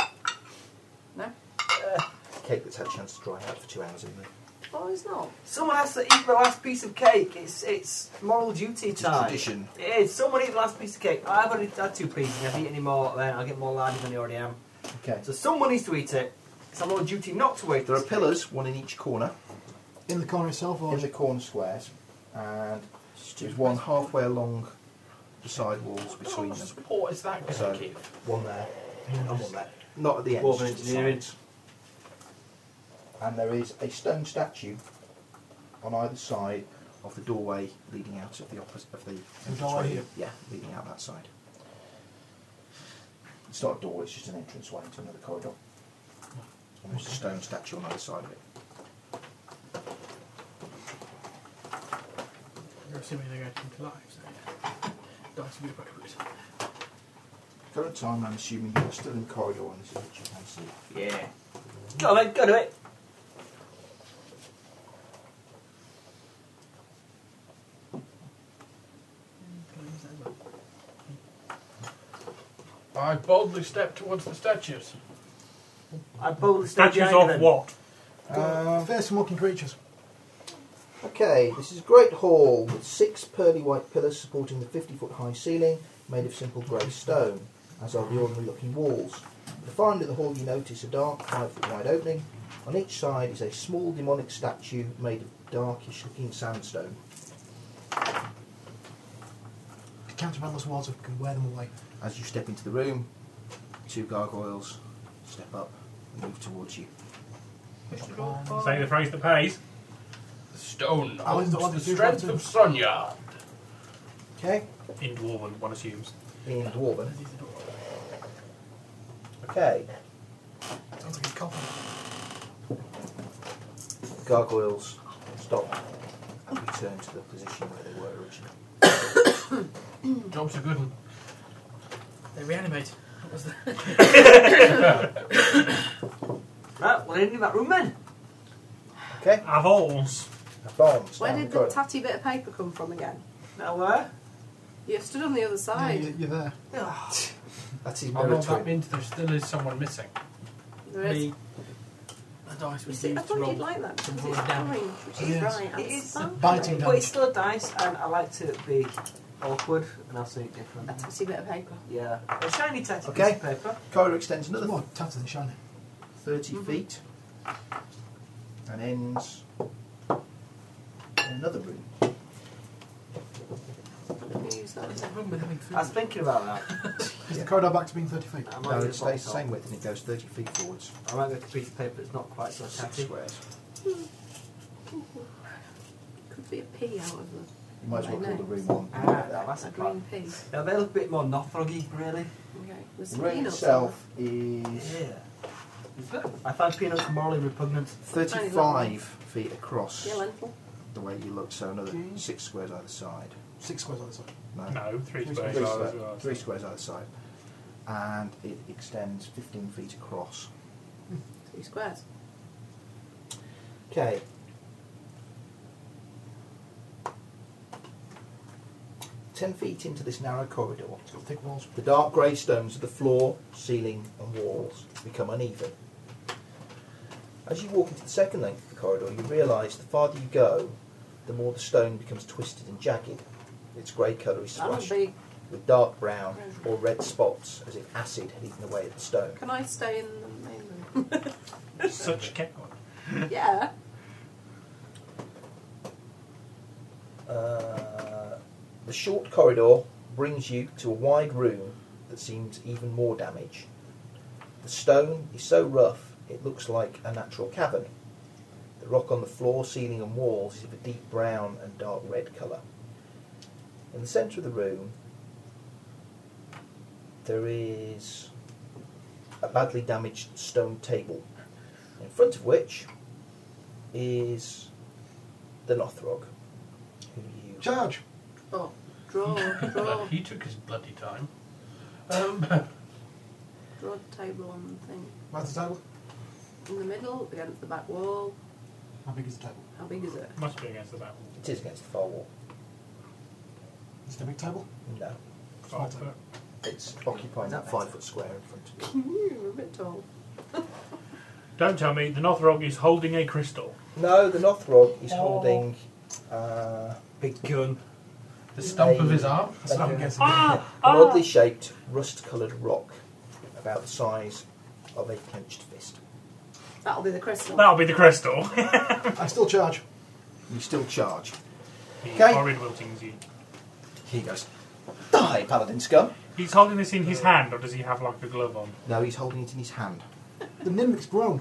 Cake that's had a chance to dry out for two hours in there. Oh, it's not. Someone has to eat the last piece of cake. It's it's moral duty It's time. tradition. It is. Someone eat the last piece of cake. I've already had two pieces. If I eat any more, then I'll get more larder than I already am. Okay. So someone needs to eat it. It's a moral duty not to wait. There are pillars, one in each corner, In the corner itself, or in the corner squares, and there's one halfway along the side walls between them. What is that going So- to give? One there and one there. Not at the end. Dwarven just at the engineering. sides. And there is a stone statue on either side of the doorway leading out of the opposite of the. entrance doorway way. here? Yeah, leading out that side. It's not a door; it's just an entrance way to another corridor. And there's a stone statue on either side of it. You're assuming they're going to come to life, so yeah. Dice will be appropriate. Current time, I'm assuming you're still in corridor, and this is what you can see. Yeah. Go on, mate. Go do it. Can I use that as well? I boldly step towards the statues. I boldly stand Statues behind you of then. what? Um, There's some walking creatures. Okay, this is a great hall with six pearly white pillars supporting the 50 foot high ceiling made of simple grey stone, as are the ordinary looking walls. At the far end of the hall, you notice a dark, five foot wide opening. On each side is a small demonic statue made of darkish looking sandstone. The counterbalance walls if we can wear them away. As you step into the room, two gargoyles step up and move towards you. Say the phrase that pays. Stone. Oh, holds is that what the they do, strength Captain? of Sonya. Okay, In Dwarven, one assumes. Being dwarven. Okay. Sounds like a copper. Gargoyles stop and return to the position where they were originally. Job's a good one. They reanimate. What was that? Right, well, in that room then. Okay. Avols. Bombs. Where down did the the corridor. tatty bit of paper come from again? Now uh, where? You stood on the other side. Yeah, you- you're there. That's his Although mirror that twin. means there still is someone missing. There is- Me. The dice You was see, I used to thought roll. you'd like that because roll it's it down. orange, which Oh, is yes. bright. It is and biting But it's damage. still a dice, and I like to be awkward and I'll see it different. A tatty bit of paper. Yeah. A shiny tatty Okay. piece of paper. Corridor extends There's another more tattered than shiny. 30 Mm-hmm. feet and ends in another room. I'm going to use that. What's the problem with having food? I was thinking about that. Is the corridor back to being 30 feet? I might No, get it a stays the bottle. same width and it goes 30 feet forwards. I might get a piece of paper that's not quite so Six tatty. squares. Could be a pea out of the You might as well call Right, the nice. room one. Ah, that's a a green plan. pea. Now they look a bit more nothroggy, really. Okay. There's The some room peanuts itself Yeah. is I find peanuts morally repugnant. Tiny 35 feet on across there. Yeah, lentil. the way you look, so another Okay. six squares either side. Six squares on the side. No, No, three Three squares. three, are square- as well, three so- squares either side. And it extends 15 feet across. Three squares. Okay. Ten feet into this narrow corridor, It's got thick walls. the dark grey stones of the floor, ceiling, and walls become uneven. As you walk into the second length of the corridor, you realise the farther you go, the more the stone becomes twisted and jagged. Its grey colour is That'll splashed be. with dark brown or red spots, as if acid had eaten away at the stone. Can I stay in the main Such a kept one. room? yeah. Uh, the short corridor brings you to a wide room that seems even more damaged. The stone is so rough it looks like a natural cavern. The rock on the floor, ceiling, and walls is of a deep brown and dark red colour. In the centre of the room, there is a badly damaged stone table, in front of which is the Nothrog, who you Charge! Oh, draw, draw, he took his bloody time. Um, draw the table on the thing. Where's the table? In the middle, against the back wall. How big is the table? How big is it? Must be against the back wall. It is against the far wall. Is it a big table? No. Small Five table. foot. It's occupying that five foot square in front of you. Hmm, a bit tall. Don't tell me the Nothrog is holding a crystal. No, the Northrog is holding uh, Big gun. the stump of his arm. a, an guessing. Ah! oddly shaped, rust coloured rock about the size of a clenched fist. That'll be the crystal. That'll be the crystal. I still charge. You still charge. The Okay. Horrid Wiltings you. Here he goes. Die, paladin scum. He's holding this in his hand, or does he have like a glove on? No, he's holding it in his hand. The nimbic's grown.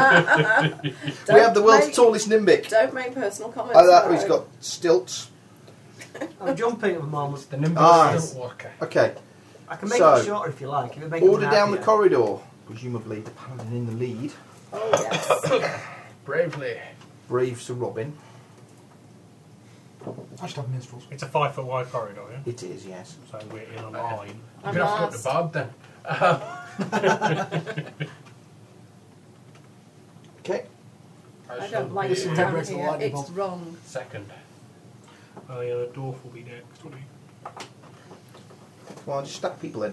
Don't we have the world's make- tallest nimbic. Don't make personal comments. Oh, that, he's though. got stilts. I'm jumping at the moment. The nimble Ah. stilt walker. Okay, I can make So, it shorter if you like. If it makes order it down the happier. corridor. Presumably, the paladin in the lead. Oh, yes. Bravely. Brave Sir Robin. I should have minstrels. It's a five foot wide corridor, yeah? It is, yes. So we're in a line. You're I'm gonna have lost. to go to Bob then. Okay. I shall don't like be it Listen, down Deborah's the here. lightning It's bolt. wrong. Second. Oh, yeah, the dwarf will be next, will he? Come on, just stack people in.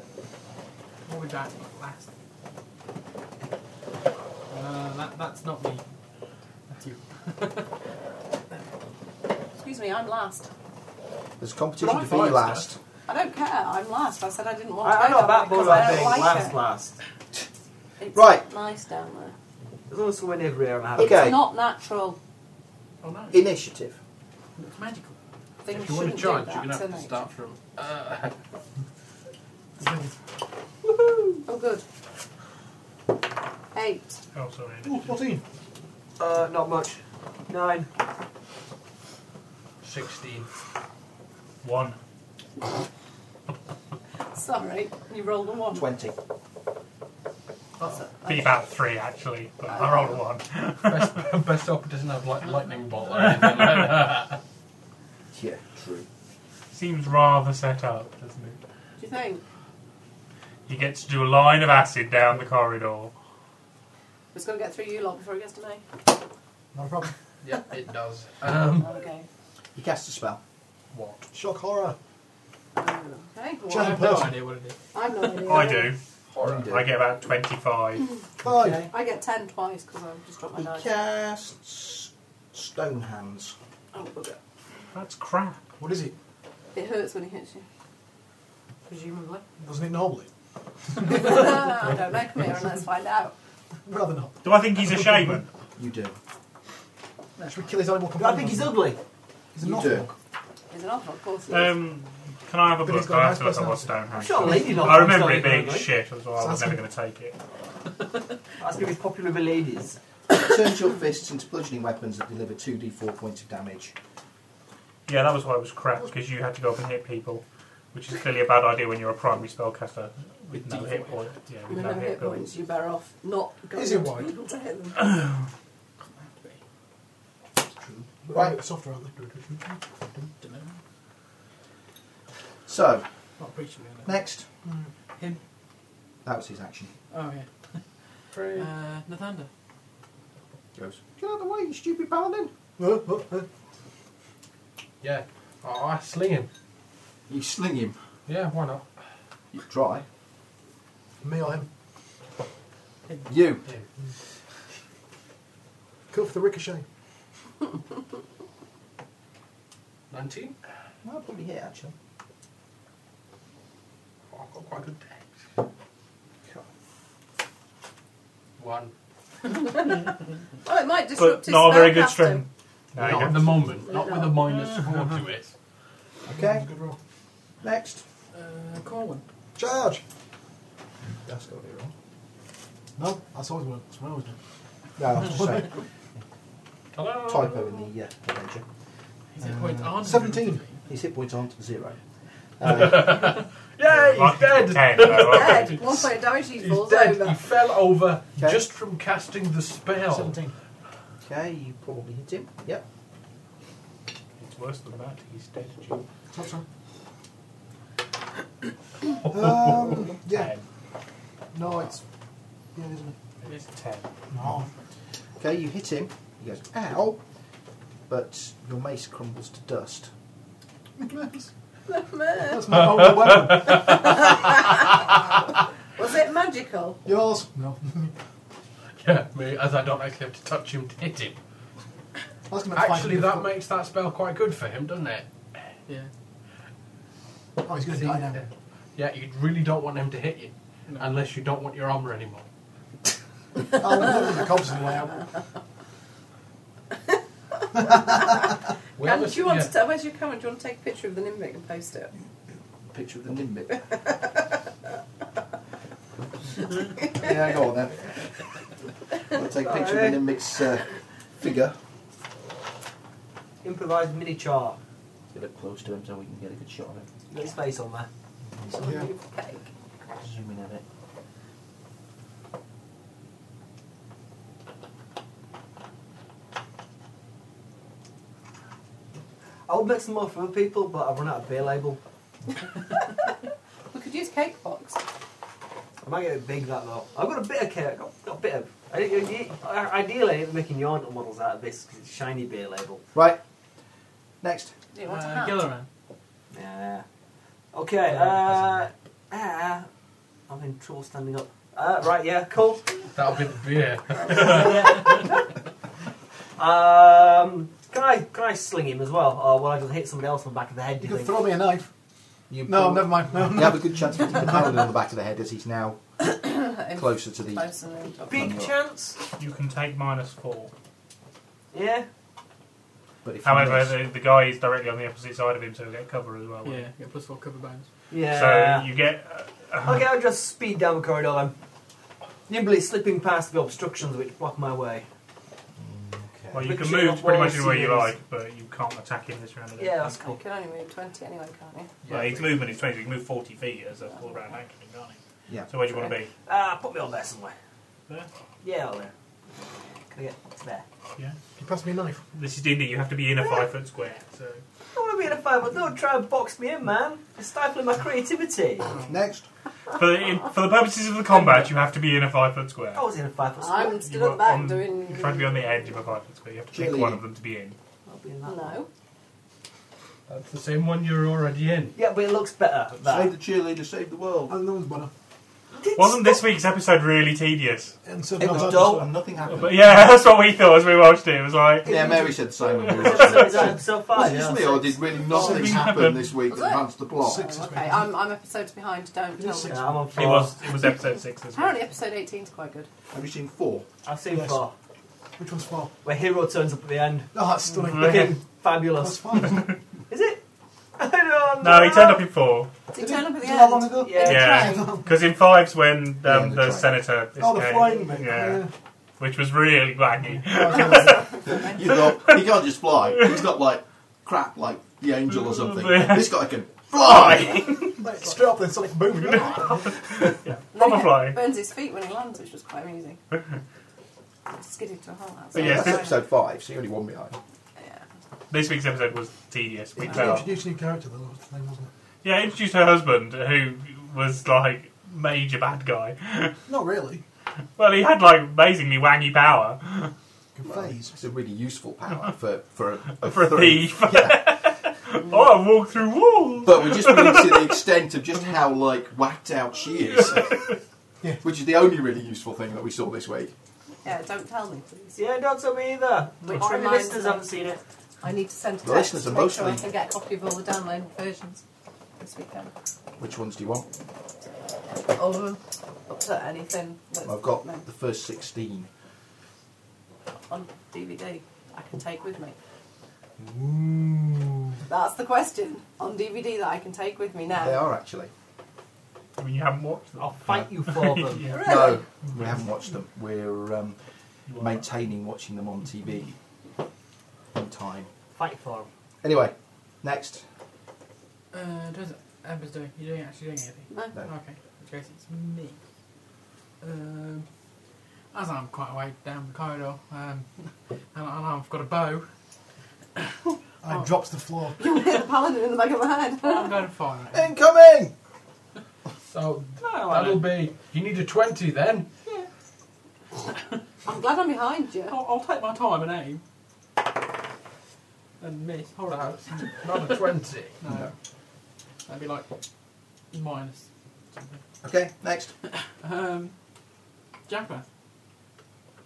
What was that last? Uh, that, that's not me. That's you. Excuse me, I'm last. There's competition Right, to be fine, last. I don't care. I'm last. I said I didn't want to. I, I'm go not that that way bored because I about don't being like last it. last. It's Right. nice down there. There's always someone over here and I have Okay. It's not natural. Oh no, it's Initiative. magical. Things If you want shouldn't to charge, do that you're going to have to nature. start from. Uh, Oh, good. Eight. Oh, sorry. Ooh, 14. Uh, not much. Nine. 16. One. Sorry, you rolled a one. 20. What's it? Be about three, actually, but I rolled a one. Best, best op doesn't have like lightning bolt or anything like that. Yeah, true. Seems rather set up, doesn't it? Do you think? You get to do a line of acid down the corridor. It's going to get through you lot before it gets to me. Not a problem. Yeah, it does. Um, Okay. He casts a spell. what? Shock horror. Okay. Jump. I Well, have no idea what it is. I've no idea. I do. Horror. I get about 25. Five. Okay. I get ten twice because I just dropped my He dice. casts stone hands. Oh, bugger. That's crap. What is it? It hurts when it hits you. Presumably. Doesn't it normally? I don't know. Come here and let's find out. Rather not. Do I think he's a shaman? You do. Should we kill his animal companion? I think he's ugly. He's an You awful do. dog. Is it awful? Of course it is. Um, can I have a But he's book? got a I nice have to look at what personality. Stonehenge Sure, is. Lady Lord I remember Stonehenge, it being right? shit, as well. I was Sounds never good. going to take it. That's going to be popular with the ladies. Turns your fists into bludgeoning weapons that deliver 2d4 points of damage. Yeah, that was why it was crap, because you had to go up and hit people, which is clearly a bad idea when you're a primary spellcaster with no hit point. Yeah, with With no no hit hit points. points, you're better off not going Is it to wide? people to hit them. Right. They're Softer, aren't they? Don't know. So, Not preaching me on next. that. Him. That was his action. Oh yeah. Uh, Nathanda. Goes. Get out of the way, you stupid paladin. Oh, oh, oh. Yeah. Oh, I sling him. You sling him. Yeah, why not? You try. Me or him. You. Cut for the ricochet. 19? I'll probably hit, actually. Oh, I've got quite a good deck. One. Oh, it might disrupt But his not a very good spellcasting. string. not There you at go. the moment. Not with a No. minus four to it. Okay, Good roll. next. Uh, Corwin. Charge! That's got to be wrong. No, that's always what that's what I always do. No, I was just saying. Hello? typo in the uh, ledger. Is it point on? Seventeen. His hit points aren't zero. Yay, he's Lucky to dead! get ten, though, aren't Dead. One point of damage, he He's falls dead. He over. fell over Okay. just from casting the spell. Seventeen. Okay, you probably hit him. Yep. we? It's worse than that. He's dead. Jim. Top time. um, yeah. Ten. No, it's. Yeah, it isn't. It's ten. No. Okay, you hit him. He goes, ow! But your mace crumbles to dust. That's my only weapon. Was it magical? Yours? No. Yeah, me, as I don't actually have to touch him to hit him. That's gonna fight Actually, him. that makes that spell quite good for him, doesn't it? Yeah. Oh, he's gonna See, die now. yeah. Yeah, you really don't want him to hit you. No. Unless you don't want your armour anymore. I'll Oh. put the cops in the way out. We And always- do you want yeah. to tell, where's your camera? Do you want to take a picture of the Nimbic and post it? Picture of the nimbic. yeah, go on then. I'll take a picture of the nimbic's uh, figure. Improvised mini chart. Get up close to him so we can get a good shot of him. Get his face on there. Shall we Yeah. move the cake? Zoom in a bit. I would make some more for other people, but I've run out of beer label. We could use cake box. I might get it big that though. I've got a bit of cake. I've got, got a bit of. I, I, I, ideally, I'm making yarn models out of this 'cause it's shiny beer label. Right. Next. Do you want a Uh, hat? Gilleran. Yeah. Okay. Uh, uh, I'm in trouble standing up. Uh, right. Yeah. Cool. That'll be the beer. Um, can I can I sling him as well, or will I just hit somebody else on the back of the head? Do You you could think? throw me a knife. You No, pull- never mind. No, You have a good chance of hitting the paladin on the back of the head as he's now closer to the. Close and then- Big chance. You can take minus four. Yeah. But if you However, miss- the, the guy is directly on the opposite side of him, so he'll get cover as well. won't he? Yeah, get plus four cover bonus. Yeah. So you get. uh, Okay, I'll just speed down the corridor then. Nimbly slipping past the obstructions which block my way. Okay. Well, you can move pretty much anywhere you like, but you can't attack him this round. again. Yeah, that's cool. You can only move 20 anyway, can't you? Well, his movement is 20, so you can move 40 feet as a full round action, can't he? Yeah. So where do you want to be? Ah, put me on there somewhere. There? Yeah, on there. Can I get there? Yeah. You pass me a knife. This is D&D, you have to be in a five foot square. So I want to be in a fight, but don't try and box me in, man. It's stifling my creativity. Next. for, in, for the purposes of the combat, you have to be in a five foot square. I was in a fight for school. Oh, I'm You still are at back on- doing. You're trying to be on the edge of a five foot square. You have to pick Cheerleading. one of them to be in. I'll be in that. No. That's the same one you're already in. Yeah, but it looks better. at Save That. the cheerleader, save the world. And Oh, no one's bother. Wasn't this week's episode really tedious? And so It not was hard dull to- and nothing happened. But yeah, that's what we thought as we watched it. It was like, yeah, Mary said the same when we So, watched so, it. is that episode Was five? it Yeah. just me, or did really nothing Something happen happened. this week Was that it? enhanced the plot? Six Oh, is okay, I'm, I'm episodes behind, don't tell me. Six. Yeah, I'm on four. it was, it was episode six as well. Apparently, episode 18 is quite good. Have you seen four? I've seen Yes. four. Which one's four? Where Hero turns up at the end. Oh, that's stunning. Mhm. Okay. Looking That's fabulous. fine. Is it? I don't know. No, he turned up in four. Did he turn up at the Did that long end? ago? Yeah. Yeah. Train. Because in five's when um, Yeah, in the the, train. senator escaped. Oh, the flying man. Yeah. Yeah. Which was really wacky. You thought, he can't just fly. He's not like crap, like the angel or something. Yeah. This guy can fly! Like, straight up then Sonic Boom. you know? Proper flying. burns his feet when he lands, which was quite amusing. Skidded to a halt. that's But all. yes, That's episode five, so you're only one behind. Yeah. This week's episode was tedious. We They fell off. introduced a new character, though, was the thing, wasn't it? Yeah, introduced her husband, who was like major bad guy. Not really. Well, he had like amazingly wangy power Good Well, phase. Um, It's a really useful power for, for a, a for a three. thief. oh, I walk through walls. But we're just really to the extent of just how like whacked out she is. Yeah. Which is the only really useful thing that we saw this week. Yeah, don't tell me, please. Yeah, don't tell me either. Which Or any reminds listeners me- haven't seen it. I need to send a The text listeners to are make sure I mostly- can get a copy of all the downloaded versions this weekend. Which ones do you want? Or up to anything that's I've got meant the first sixteen. on DVD I can take with me. That's the question. On DVD that I can take with me now. They are actually. I mean, you haven't watched them. I'll fight you for them. Really? No, we haven't watched them. We're um, maintaining watching them on TV in time. Fight for them. Anyway, next. Uh, does it? Amber's doing. You're doing actually doing anything. No. No. Okay, Jason, it's me. Um, as I'm quite away down the corridor, um, and, and I've got a bow, I dropped to the floor. You'll hit the paladin in the back of the head. I'm going to fire at him. Incoming! So Oh, I that'll be. You need a 20 then. I'm glad I'm behind you. I'll, I'll take my time and aim. And miss. Hold on. That's not a 20. No. That'd be like minus something. Okay, next. Um, Jackman.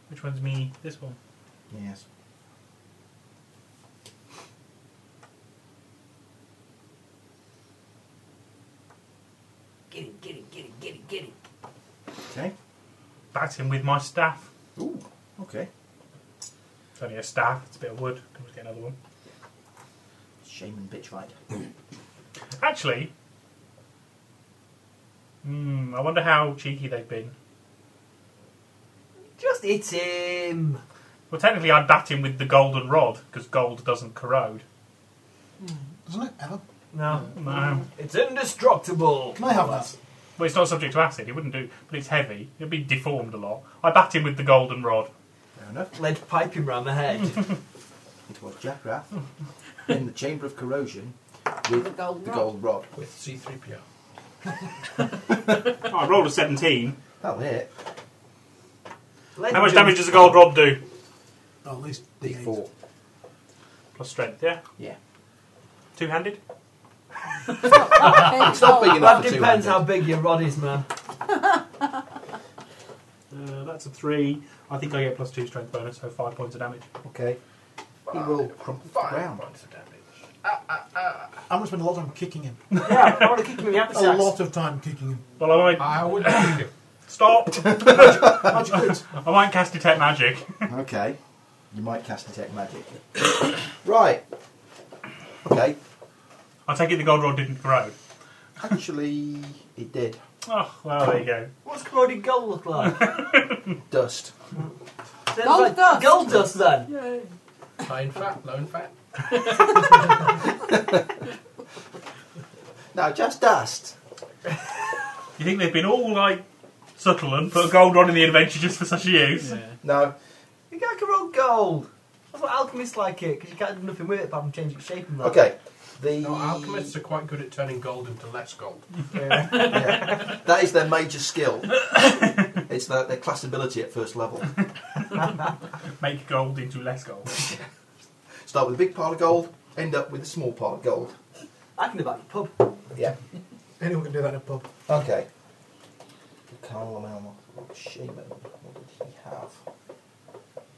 Which one's me? This one. Yes. Get it, get it, get it, get it, get it. Okay. Bats him with my staff. Ooh. Okay. It's only a staff. It's a bit of wood. Can we get another one? Shaman bitch right. Actually, hmm, I wonder how cheeky they've been. Just hit him. Well, technically, I'd bat him with the golden rod because gold doesn't corrode. Doesn't it? Ever? No. No. It's indestructible. Can I have that? um, Well, it's not subject to acid. It wouldn't do, but it's heavy. It'd be deformed a lot. I bat him with the golden rod. Fair enough. Lead pipe him round the head. It was Jack Rath in the Chamber of Corrosion The with golden the rod. gold rod. With C3PO. Oh, I rolled a 17. That'll hit. Lead How much jump- damage does a gold rod do? Oh, at least D4. Plus strength, yeah. Yeah. Two handed? Not It's not big That enough for two depends how big your rod is, man. Uh, that's a three. I think I get plus two strength bonus, so five points of damage. Okay. He will crumple to the Five ground. points of damage. I'm going to spend a lot of time kicking him. Yeah, I want to kick him in the A appetites. lot of time kicking him. Well, I Ah. might. I would have hit him. Stop! Magic boots. I might cast Detect Magic. Okay. You might cast Detect Magic. right. Okay. I take it the gold rod didn't corrode. Actually, it did. Oh, well, there you go. What's corroded gold look like? Dust. Then Gold right, dust. Gold dust then. Yay. High in fat, low in fat. No, just dust. You think they've been all like subtle and put gold on in the adventure just for such a use? No. You got to roll gold. That's what alchemists like it, because you can't do nothing with it apart from change its shape and that. Okay. The No, alchemists are quite good at turning gold into less gold. Yeah. yeah. that is their major skill. it's their, their class ability at first level. Make gold into less gold. Start with a big pile of gold, end up with a small pile of gold. I can do that in the pub. Yeah. Anyone can do that in a pub. Okay. Carl Melmoth, what shaman? What did he have?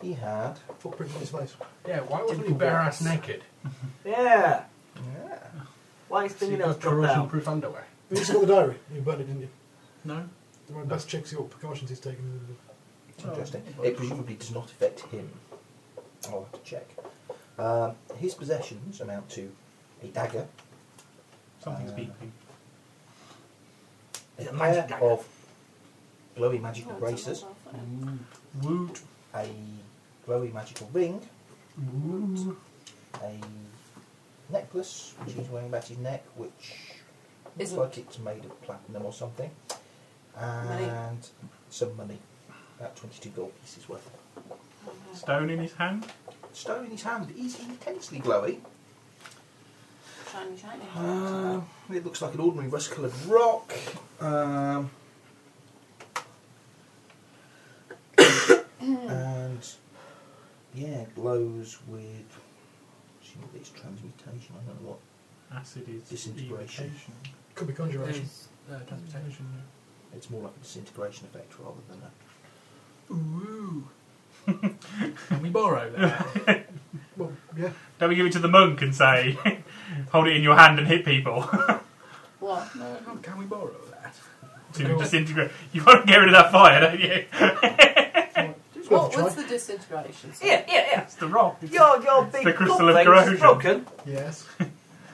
He had. Footprint in his face. Yeah, why wasn't he bare ass naked? Yeah. Yeah. Why is fingernails dropped Corrosion out? proof underwear. You still got the diary. You burned it, didn't you? No? The one best checks your precautions he's taken. Interesting. It presumably does not affect him. I'll have to check. Um, his possessions amount to a dagger, Something's Uh, beeping. a Yeah, pair magic dagger. of glowy Oh, magical bracers, Woot. a glowy magical ring, Woot. a necklace which he's wearing about his neck, which looks Isn't- like it's made of platinum or something, and some money, about 22 gold pieces worth. Stone in his hand. Stone in his hand is intensely glowy. Shiny, shiny. Um, it looks like an ordinary rust-coloured rock. Um, and yeah, it glows with. See what it's transmutation. I don't know what. Acid is Disintegration. evocation. Could be conjuration. Is, uh, transportation. It's more like a disintegration effect rather than a. Ooh. Can we borrow that? Well, yeah. Don't we give it to the monk and say, hold it in your hand and hit people What? no, no, can we borrow that? to disintegrate? You want to get rid of that fire, don't you? It's worth What a try. was the disintegration? Yeah, yeah, It's the rock. yeah. Your, your big the crystal of cup thing corrosion. is broken. Yes.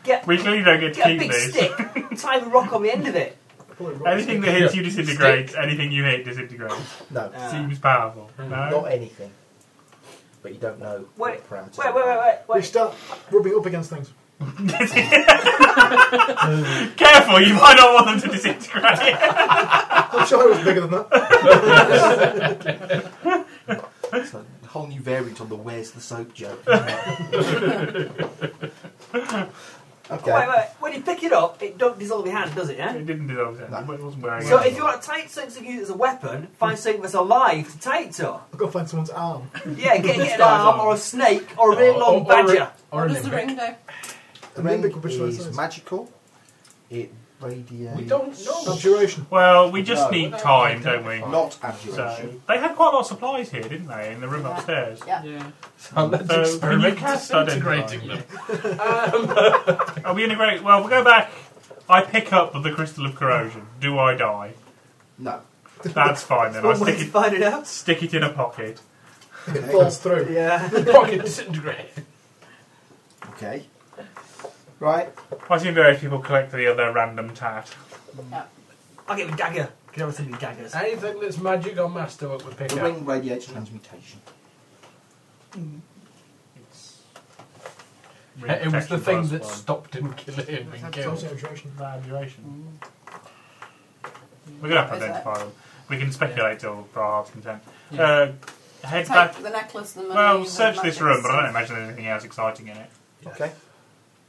Get, We clearly don't get to get a keep big these. stick, tie the rock on the end of it. Probably right. Anything that hits you disintegrates. Anything you hit disintegrates. No, Uh, Seems powerful. No? not anything. But you don't know Wait, what parameters. Wait, wait, wait, wait. We wait. start rubbing up against things. Careful, you might not want them to disintegrate. I'm sure it was bigger than that. It's like a whole new variant on the "Where's the soap?" joke. okay. Wait, wait. When you pick it up, it don't dissolve your hand, does it? Yeah. It didn't dissolve then. No. It wasn't wearing So it. if you want to tie it to something to use as a weapon, find something that's alive to tie it to. I've got to find someone's arm. Yeah, get, get an Stars arm on. or a snake or a really long Or- Oh, or- or a- badger. Or, What an does the ring impic. do? The Maybe ring could be is size. magical. It radiates. We don't know. Abjuration. Well, we just No. need time, don't we? Not abjuration. So they had quite a lot of supplies here, didn't they, in the room upstairs? Yeah. Yeah. So let's So experiment you cast disintegrating them. Are we in a great? Well, we go back. I pick up the crystal of corrosion. Do I die? No. That's fine then. I One way stick to it, find it out. stick it in a pocket. It falls through. Yeah. Pocket disintegrate. Okay. Right. I see various people collect the other random tat. yeah. I'll get a dagger. Can I have something with daggers? Anything that's magic or masterwork we pick The up. ring radiates transmutation. It's Uh, It was the protection thing plus that one. stopped him killing him being It's killed. also abjuration. That abjuration. We're gonna have to Is that- identify them. We can speculate till for our heart's content. Yeah. Uh, head back. Take the necklace, the money. Well, the search magic this room, but I don't stuff. imagine there's anything else exciting in it. Okay.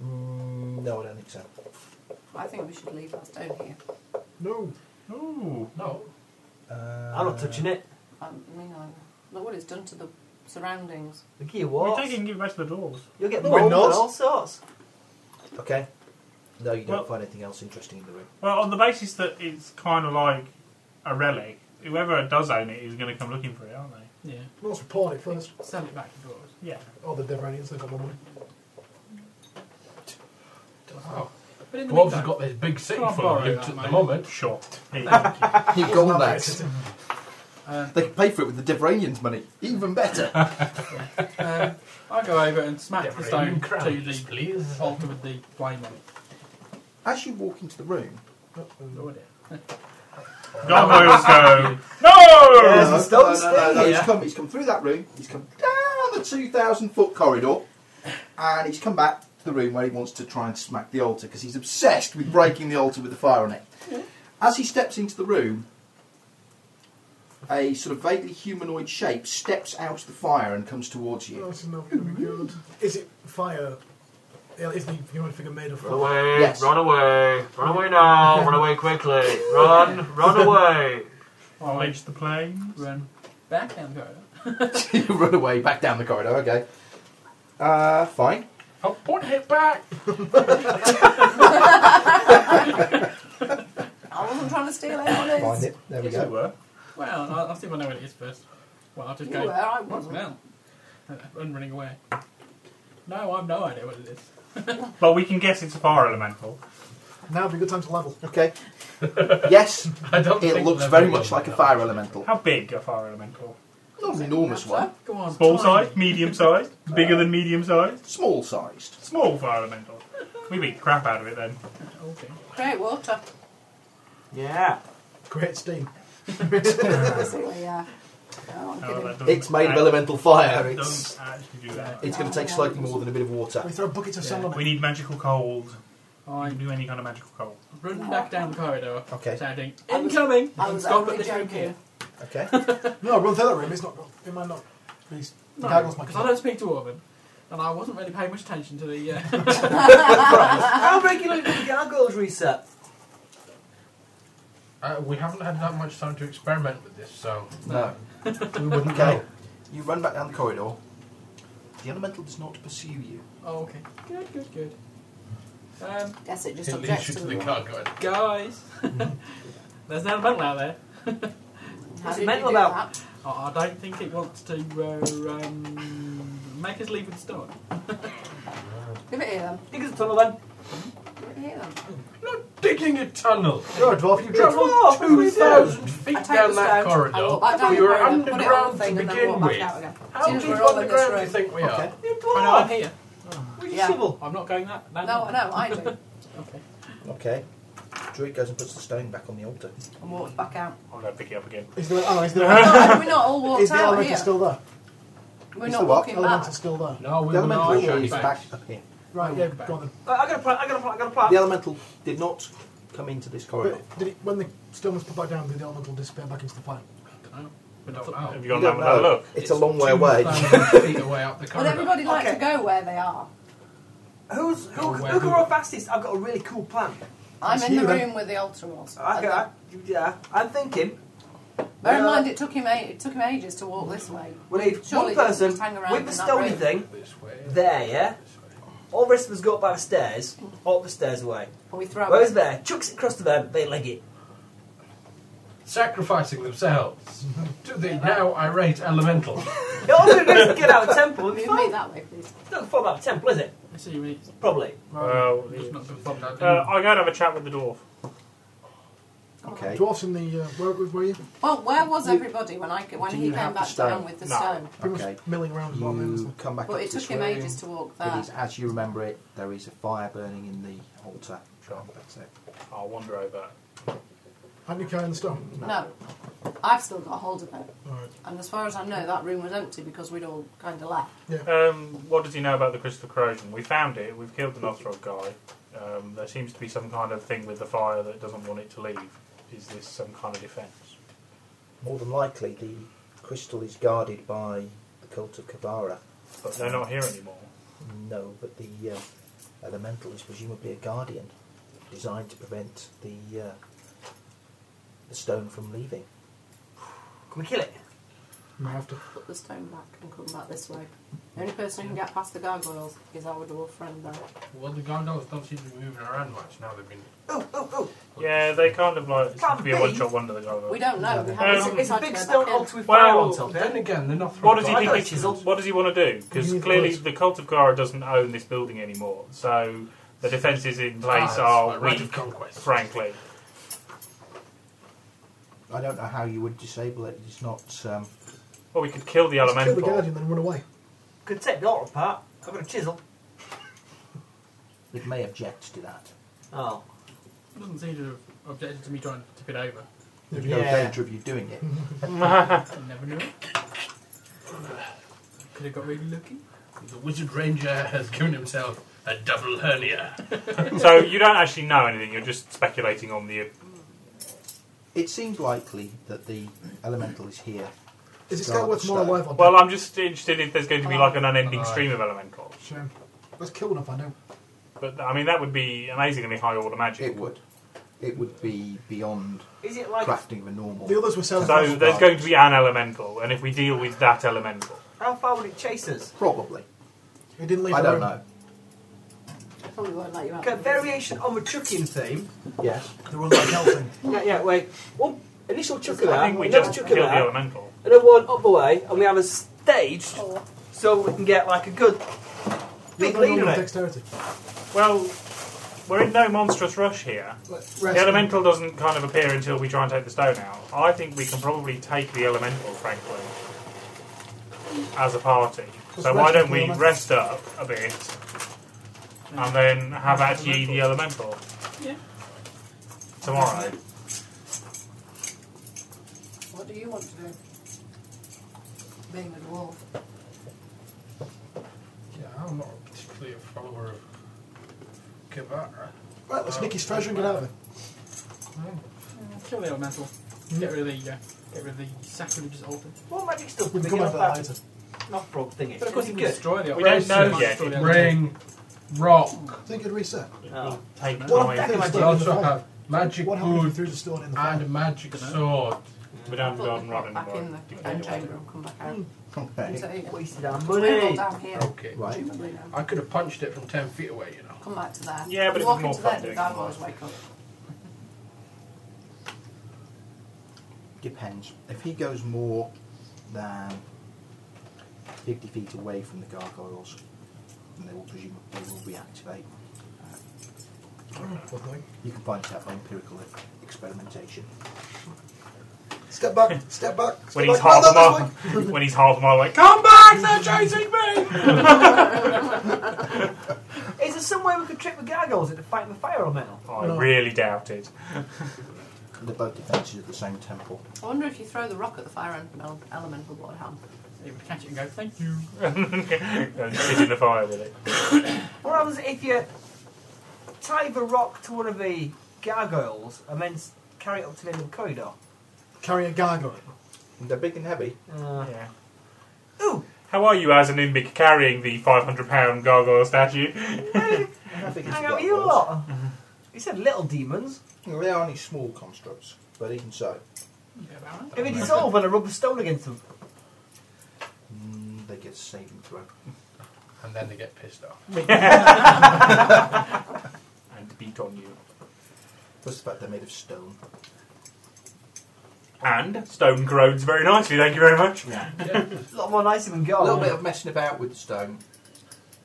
Mm, no, I don't think so. I think we should leave that stone here. No. Ooh, No. Uh, I'm not touching it. Um, I mean, I- look what it's done to the surroundings. The gear we're walls. taking you back to the doors. You'll get No, we're mold and not. all sorts. Okay. No, you don't Well- find anything else interesting in the room. Well, on the basis that it's kind of like a relic, whoever does own it is going to come looking for it, aren't they? Yeah. Well, let's pawn it first. Sell it back to drawers. Yeah. Oh, the Devranians, they've got more money. Oh. Wow. But in the Dwarves meantime, have got this big city Can I full of borrow loot that, at the mate? moment. Sure. Hey, You've got It's that. uh, in- um, They can pay for it with the Devranians' money. Even better. um, I go over and smack Get the rid of stone to them crowns, the please. altar with the flame on it. As you walk into the room, Um, Lord, yeah. Gargoyles go. No! no, Yes, the stone's no, no, no, still no, He's here. come. He's come through that room. He's come down the two thousand foot corridor, and he's come back to the room where he wants to try and smack the altar because he's obsessed with breaking the altar with the fire on it. As he steps into the room, a sort of vaguely humanoid shape steps out of the fire and comes towards you. This is not going to be good. Is it fire? Yeah, Is the human figure made of fire? away, Yes. run away, run away now, run away quickly, run, run away. Pledge the plane. Run back down the corridor. you run away back down the corridor. Okay. Uh, fine. I'll point it Oh, back. I wasn't trying to steal Find anyone's. it. There we Yes, you go. were. Well, I'll, I'll see if I know what it is first. Well, I'll just You go. were, I What's wasn't. now? And running away. No, I've no idea what it is. But we can guess it's a fire elemental. Now would be a good time to level. Okay. yes, I don't it think looks they're very real. much like a fire elemental. How big a fire elemental? Not an enormous one. Go on. Small tiny. size, medium sized, bigger than medium sized, Small sized. small fire elemental. We beat the crap out of it then. Okay. Great water. Yeah. Great steam. Basically, yeah. No, I'm No, kidding. Oh, that doesn't It's made of act- elemental that fire. It's doesn't actually do that. it's going to take slightly more than a bit of water. We throw buckets of sand on We it. need magical cold. I I do any kind of magical cold. run back down the corridor, Okay. shouting, I was- "Incoming!" I and was stop only at this room joking. here. Okay. No, run through that room. It's not. It might not. be- The No, gargoyles might because I come. don't speak dwarven, and I wasn't really paying much attention to the. Uh, How regular did the gargoyles reset? Uh, we haven't had that much time to experiment with this, so No. we wouldn't Okay. You run back down the corridor. The elemental does not pursue you. oh, okay. Good, good, good. Um, Guess it just It leads objects you to to the the gargoyle. guys, there's an elemental out there. How What's did it meant you do about? that? I, I don't think it wants to uh, um, make us leave with stone. Give it here then. Dig us a tunnel then. Give it here then. Not digging a tunnel. uh, You're a dwarf. You drink. Dwarf, what do Two we do? thousand I feet take down the that stone, I corridor. walk back down We the were corridor, put it on underground the thing, to and then begin walk back with. out again. How Soon as deep we're all in this underground do you room. think we are? Okay. You I know I'm dwarf. here. Where's your Yeah. shovel? I'm not going that. that No, no, I do. Okay. Okay. Druid goes and puts the stone back on the altar. And walked back out. I'll go Oh, pick it up again. Is there? Oh, is No, there? we're not all walked Is the out elemental here. still there? We're Is not the what? walking Elemental back. still there. No, we The were not. elemental Show is back. back up here. Right. Yeah. Go on then. I I got a plan. I got a plan. I got a plan. The elemental did not come into this corridor. But did it, when the stone was put back down, did the elemental disappear back into the fire? don't know. But don't I thought- Have you You gone don't down with that know. look? It's, a long way away. 2,000 feet away up the Would corridor. everybody like Okay. to go where they are? Who's who? Oh, Who where can who- run fastest? I've got a really cool plan. I'm It's in you the then. room where the altar was. Okay, I, yeah. I'm thinking. Bear in uh, mind, it took him a- it took him ages to walk this way. We need one Surely they just person hang around with in the that stony room. thing This way. there, yeah? This way. All the rest of us go up by the stairs, or up the stairs away. But we throw Whoever's it. there, chucks it across to them, they leg it. Sacrificing themselves to the now irate elemental. All they're doing is get out of temple and Move it's me fine. that way, please. It's not far out of temple, is it? I see you mean it's Probably. Well, just not good fun. uh, I'll go and have a chat with the dwarf. okay. Dwarfs in the uh, where where were you? Well, where was everybody when I when Do he you came have the back stone? down with the No. stone? Pretty much Okay. milling around as well. then, isn't You it? come back But up it took this him room. ages to walk It there. is as you remember it. There is a fire burning in the altar. That's it. I'll wander over. Hadn't you carrying the stone? No, I've still got hold of it. All right. And as far as I know, that room was empty because we'd all kind of left. Um, what does he know about the crystal corrosion? We found it. We've killed the Nosrog guy. Um, there seems to be some kind of thing with the fire that doesn't want it to leave. Is this some kind of defence? More than likely, the crystal is guarded by the cult of Kabara. But they're not here anymore. No, but the uh, elemental is presumably a guardian, designed to prevent the uh, the stone from leaving. Can we kill it? Might have to. Put the stone back and come back this way. The only person who can get past the gargoyles is our dwarf friend there. Well, the gondolas don't seem to be moving around much now. They've been. Oh, oh, oh. Yeah, they kind of like it seems to be a Can't be. one-shot wonder. The guy. We don't know. We It's a- haven't It's a decided big to go stone back in. altar with fire Well, on top. Then Yeah? again, they're not. What does he I got think? a chisel. What does he want to do? Because You need clearly words. the cult of Gara doesn't own this building anymore, so the defences in place Ah, are it's my right of weak. conquest. Frankly, I don't know how you would disable it. It's not. Um, well, we could kill the Just kill the elemental. guardian then run away. Could take the altar apart. I've got a chisel. it may object to that. Oh. It doesn't seem to have objected to me trying to tip it over. There'd be no Yeah. danger of you doing it. I never knew. Could have got really lucky. The Wizard Ranger has given himself a double hernia. so you don't actually know anything. You're just speculating on the. It seems likely that the elemental is here. Is it Guard still what's the more stone. alive or Well, dead? I'm just interested if there's going to be like an unending stream of elementals. Shame. Let's kill one if I know. But I mean, that would be amazingly high order magic. It would. It would be beyond Is it like- crafting of a normal. The others were So sounds like- there's going to be an elemental, and if we deal with that elemental, How far would it chase us? Probably. It didn't leave I the don't room. know. Probably won't let you out. Okay, variation on the chucking theme. Yes. The one like helping. Yeah, yeah, wait. One initial chuck of I that, think we another just chuck kill of the that, elemental. another one up the way, and we have a staged so we can get like a good You're big going lead on on with it. dexterity. Well, we're in no monstrous rush here. The elemental doesn't kind of appear until we try and take the stone out. I think we can probably take the elemental, frankly, as a party. So Just why rest don't the we elemental. rest up a bit and then have actually the elemental Yeah. tomorrow? What do you want to do? Being a dwarf. Yeah, I'm not particularly a follower of Kavara. Right, let's nick his treasure and get out of it. Kill the elemental. Get rid of the, uh, get rid of the sacrilegious altar. What magic stuff We would can they come get back off to that that later. knock frog thingy? But Of course, it's we good. destroy the We don't altar. know Might yet. destroy It the altar. Ring rock. I think it'd reset. Oh. Take Well, time. that- We Magic also sword. have magic What happened if you wood threw the stone in the fire? and magic sword. We don't have Put to go and the pot run back in the anymore. game chamber and come back out. Hmm. Okay. So, yeah. Wasted our We're all money. down here. Okay. Right. Probably now. I could have punched it from 10 feet away, you know. Come back to there. Yeah, but it you was walk more into fun there, the doing guard it. will always wake up. Depends. If he goes more than 50 feet away from the gargoyles, then they will presumably will reactivate. Uh, Oh, Nothing. you can find it out by empirical e- experimentation. Step back, step back. Step When back. he's half a No, no, this way. mile, when he's half a mile, like come back, they're chasing me. Is there some way we could trick the gargoyles into fighting the fire elemental? I really doubt it. They're both defences of the same temple. I wonder if you throw the rock at the fire elemental, elemental what would happen. They would catch it and go, thank you. and sit in the fire with it. What happens if you tie the rock to one of the gargoyles and then s- carry it up to the end of the corridor? Carry a gargoyle. And they're big and heavy. Uh, Yeah. ooh, How are you as an imbic carrying the 500 pound gargoyle statue? How big is hang the out with you gargoyles? lot. You said little demons. Well, they are only small constructs, but even so, Yeah, about right. If they dissolve when I rub a stone against them. mm, they get a saving throw. And then they get pissed off. and beat on you. Plus the fact they're made of stone. And stone groans very nicely, thank you very much. Yeah. A lot more nicer than A gold. little bit of messing about with the stone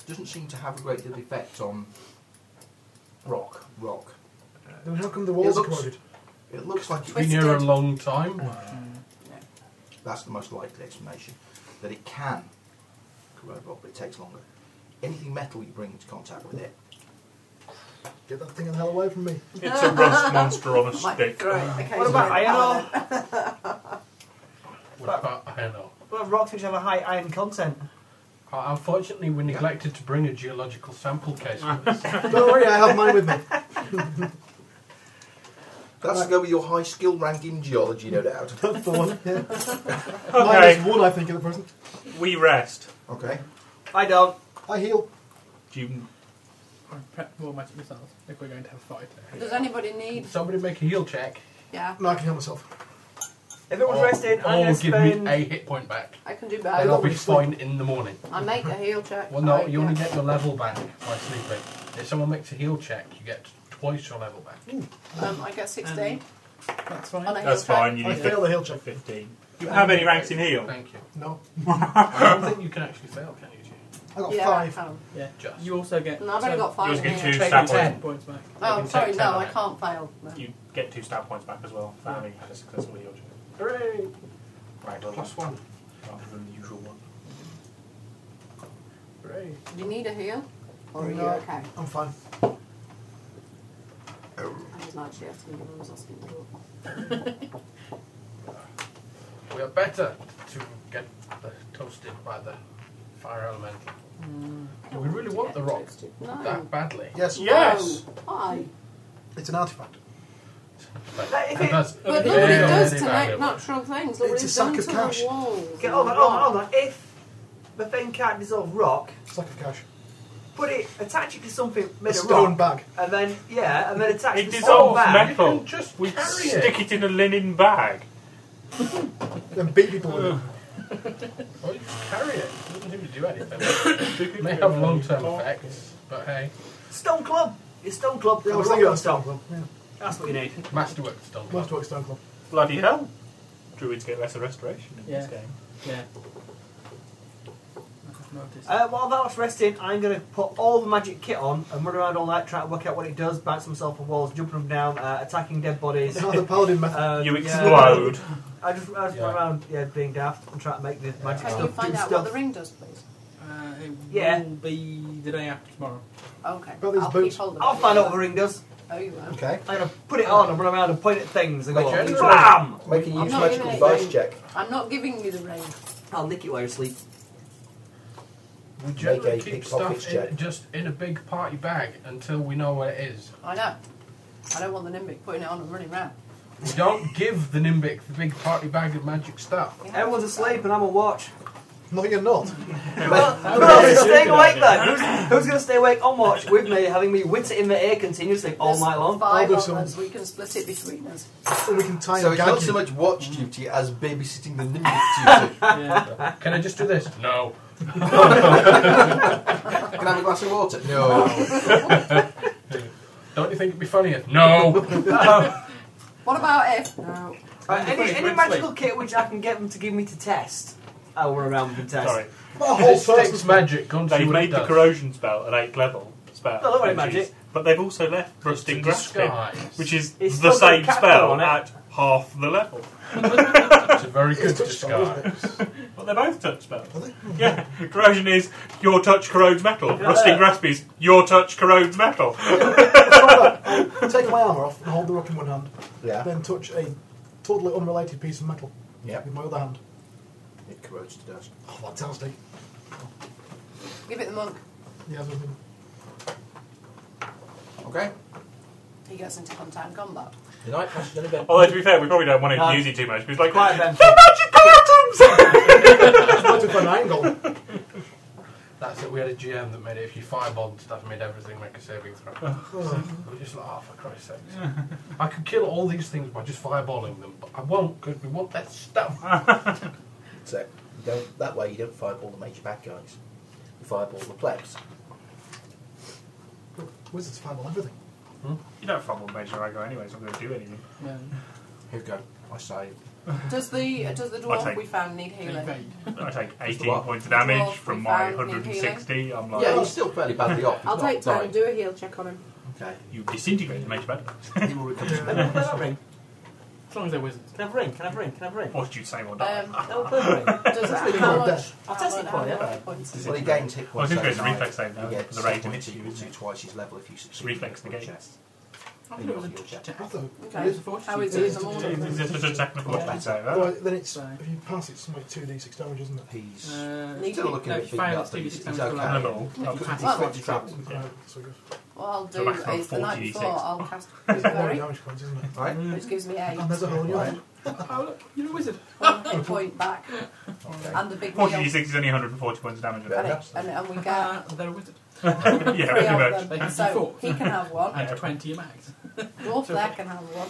doesn't seem to have a great deal of effect on rock. Rock. Then how come the walls It are looks- corroded? It looks like Been it, here a long time. that's the most likely explanation that it can corrode rock, but it takes longer. Anything metal you bring into contact with it, Get that thing the hell away from me. It's a rust monster on a Might stick. throw it occasionally What about at the iron fire ore? elemental. What about iron ore? What about rocks which have a high iron content? Uh, Unfortunately, we neglected to bring a geological sample case with us. Don't worry, I have mine with me. that's to go with your high skill rank in geology, no doubt. That's the one. Yeah. Mine Okay. is one, I think, at the present. We rest. Okay. I don't. I heal. Do you, I prep more magic missiles if we're going to have a fight. Does anybody need? Somebody make a heal check. Yeah, No, I can heal myself. If it was resting, I'm or going to oh, give me spend. a hit point back. I can do Then I'll better. be fine in the morning. I make the heal check. Well, no, I you only guess. get your level back by sleeping. If someone makes a heal check, you get twice your level back. Um, I get sixteen. That's fine. on a heal that's check. fine, you I need fail the heal check. 15. Do you have any ranks in heal? Thank you. No. I don't think you can actually fail, can you? Jay? I got Yeah, I five. can. Yeah. Just. You also get. No, I've only so got You five. also get in two here. stat Ten. points. points back. You Oh, can sorry, take no, ten I on it. can't fail. No. You get two stat points back as well for having had a successful heal check. Hooray! Right, well, Plus one. Rather than the usual one. Hooray. Do you need a heal? Or are you No. okay? I'm fine. I need not actually asking him, I was asking the door. We are better to get the toasted by the fire elemental. Mm. Do we really want the rock No. that badly? Yes. No, why? It's an artifact. That's But look what it does to na- natural things. Look what It's it's a sack done of to cash. the walls. Okay, hold on, hold on, hold on. If the thing can't dissolve rock, It's like a cash. put it, attach it to something made A of stone rock, bag. and then yeah, and then attach It the stone dissolves back. metal. Just We carry stick it in a linen bag. Then beat people with it. Well, Oh, you just carry it. It doesn't seem to do anything. it may have long-term effects, but hey, Stone club. It's stone club. Yeah, I Have was a rock thinking on of stone. Stone Club. Yeah. That's what you need. masterwork stone. Must work Stone Club. Bloody hell. Druids get lesser restoration in Yeah. this game. Yeah. I just noticed. Uh, while that's resting, I'm going to put all the magic kit on and run around all night trying to work out what it does, bounce myself on walls, jumping them down, uh, attacking dead bodies. Another paladin method. Um, You yeah. explode. I just, I just Yeah. run around yeah, being daft and trying to make the magic Can you stuff find do out stuff. what the ring does, please? Uh, it Yeah. will be the day after tomorrow. Okay. Got these I'll boots. keep hold of I'll it. find out what the ring does. Oh, you will. Okay. I'm going to put it on and run around and point at things and go, Like, yeah. BAM! Make a I'm use not magical giving it device you. check. I'm not giving you the ring. I'll nick it while you're asleep. We generally a keep pickpocket stuff check. in, just in a big party bag until we know where it is. I know. I don't want the nimbic putting it on and running round. We don't give the Nimbic the big party bag of magic stuff. Everyone's asleep and I'm a watch. No, you're not. Well, Who else is staying awake then? Who's, who's going to stay awake on watch with me, having me whitter in the air continuously all There's night long? Five I'll do of some. us. We can split it between us. Or we can tie So a it's gag not so in. much watch duty as babysitting the nimbic duty. Can I just do this? No. Can I have a glass of water? No. Don't you think it'd be funnier? No. What about if? No. Right, any Quick, any quick magical kit which I can get them to give me to test, I'll run around with and test. Sorry. Not a whole This takes person's magic. magic. Go and see They've what made it the does. corrosion spell at 8th level spell. No, Oh, that which ain't is- magic. but they've also left But it's a Rusting Grasp in, disguise. which is It's the still got same Capco spell on it. at half the level. It's a very good It's touch spell, disguise. But they're both touch spells. Yeah. Corrosion is your touch corrodes metal. Rusting Grasp is your touch corrodes metal. Um, Take my armour off and hold the rock in one hand. yeah. Then touch a totally unrelated piece of metal Yep. with my other hand. It corrodes to dust. Oh, fantastic. Give it the monk. Yeah, that's what I mean. Okay. He gets into full-time combat. The night passes uneventfully. Although, to be fair, we probably don't want him No. to use it too much. Because, like, Quite the eventful. magic items! It's not to an angle. That's it. We had a GM that made it. If you fireballed stuff, it made everything make a saving throw. we were just like, oh, for Christ's sake. I could kill all these things by just fireballing them, but I won't because we want that stuff. So you don't, that way you don't fireball the major bad guys. You fireball the plebs. Wizards fireball everything. you don't fumble Major Rago anyway, so I'm going to do anything. No. Here we go. I say. Does the uh, does the dwarf take- we found need healing? Evade. I take 18 what? points of damage Well, from we my found new 160. I'm like, Yeah, he's still fairly badly off. He's I'll not take ten. dying. Do a heal check on him. Okay. you disintegrate the Major Bad. He will recover his Can I memory. play that ring? As long as they're wizards. Can I have a ring? Can I have a ring? Can I have a ring? What did you say or die? Um, Can I have a ring? does That's that, really how good, much? that. I'll test it for you. points? is Well, it? he gains hit Well, I points. think it's a every night. reflex save now. He For gets the rage to points hit if you. you to twice his level if you succeed. Reflex negates. I thought it was a check. I thought Okay. How is it in the It's morning? just an attack and a Much fortitude save, Well, huh? then it's Sorry. if you pass it, it's something like two d six damage, isn't it? He's Uh, Need still to- looking no, a if bit you fail, nuts, it's but he's, 2d6 he's damage And a okay. level. If you He's pass Well, it, got to it's fine. travel. Right, so good. What I'll So do maximum is the night 40d6. before I'll cast It's got more Fury, damage points, isn't it? Right? which gives me eight And there's a hole in your head. Oh, look, you're a wizard. one hit point back, Okay. and the big heal, 40d6 is only 140 points of damage. and, isn't it, and, and we Uh, get they're a wizard. it? yeah, three pretty much. of They them. have So four. he can have one. And 20 your max. Dwarf there can have one.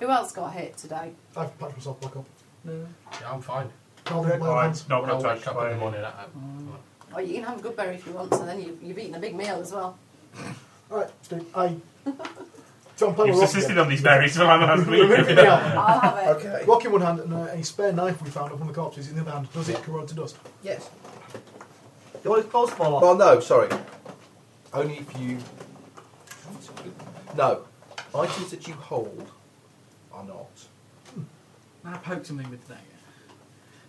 Who else got hit today? I've patched myself back up. No. Yeah, I'm fine. Hold it, Well, my I'm hands. not When I going to wake touch up in the by morning, uh, I- I'm- Oh, you can have a good berry if you want, so then you've, you've eaten a big meal as well. All right, dude. I. So I'm playing You've with insisted rock. on these berries for I'm again. Remove me out. I'll have it. Okay. Rock in one hand and uh, a spare knife we found up on the corpses in the other hand. Does it corrode to dust? Yes. You want his clothes to fall off? Well, no, sorry. Only if you. No. Items that you hold are not. I poked something with the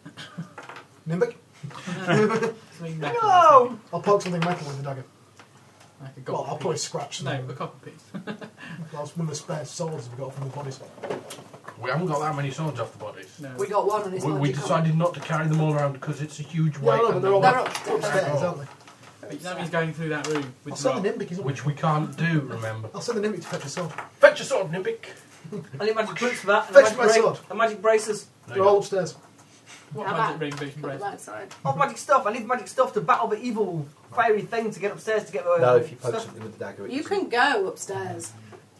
dagger. Nimbic? Something metal. No! I'll poke something metal with the dagger. Like a Well, gold I'll piece. probably scratch No, them. a copper piece. That's one of the spare swords we got from the body swap. We haven't got that many swords off the bodies. No. We got one and it's We, we magical. decided not to carry them all around because it's a huge Yeah, weight. no, but and they're all then- upstairs, aren't they? That means going through that room I'll with the send the rock. Nimbic, isn't Which we can't do, remember. I'll send the Nimbic to fetch a sword. Fetch a sword, Nimbic. I need magic boots for that. And a magic Fetch my bra- sword. And magic braces. No, They're you all upstairs. What How magic about- ring beacon Put them bracelet? outside. Oh, magic stuff. I need magic stuff to battle the evil fiery thing to get upstairs to get the No, if you poke stuff. something with the dagger, it You doesn't- can go upstairs.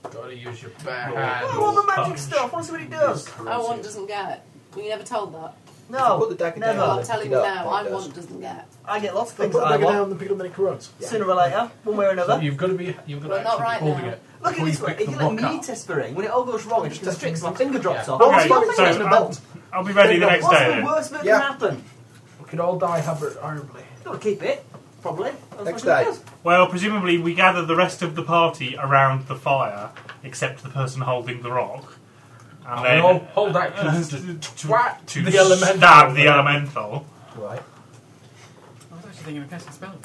don't. Gotta use your bare No. hand. Oh, I want the magic stuff. I want to see what he does. I want doesn't get. Were you never told that? No, Put the dagger never. down. Well, Oh, I'm telling it you up, now, it I does. want doesn't get. I get lots of They things put the I dagger want. down and pick up many corrodes. Sooner or later, one way or So another. you've got to be. You've got to Well, actually not be right holding now. it. Look at before this you one. pick If you the let rock me up. whispering, when it all goes wrong, it just constricts. My finger drops Yeah. off. Okay, Oh, What's your so- fingers in a belt? I'll be ready the next What's day the then. worst that Yeah. can happen? We could all die hor- horribly. Gotta keep it, probably. That's Next what it day. is. Well, presumably we gather the rest of the party around the fire, except the person holding the rock. And And then we all hold actions to twat to the elemental. stab the elemental. Right. I was actually thinking of casting a spell.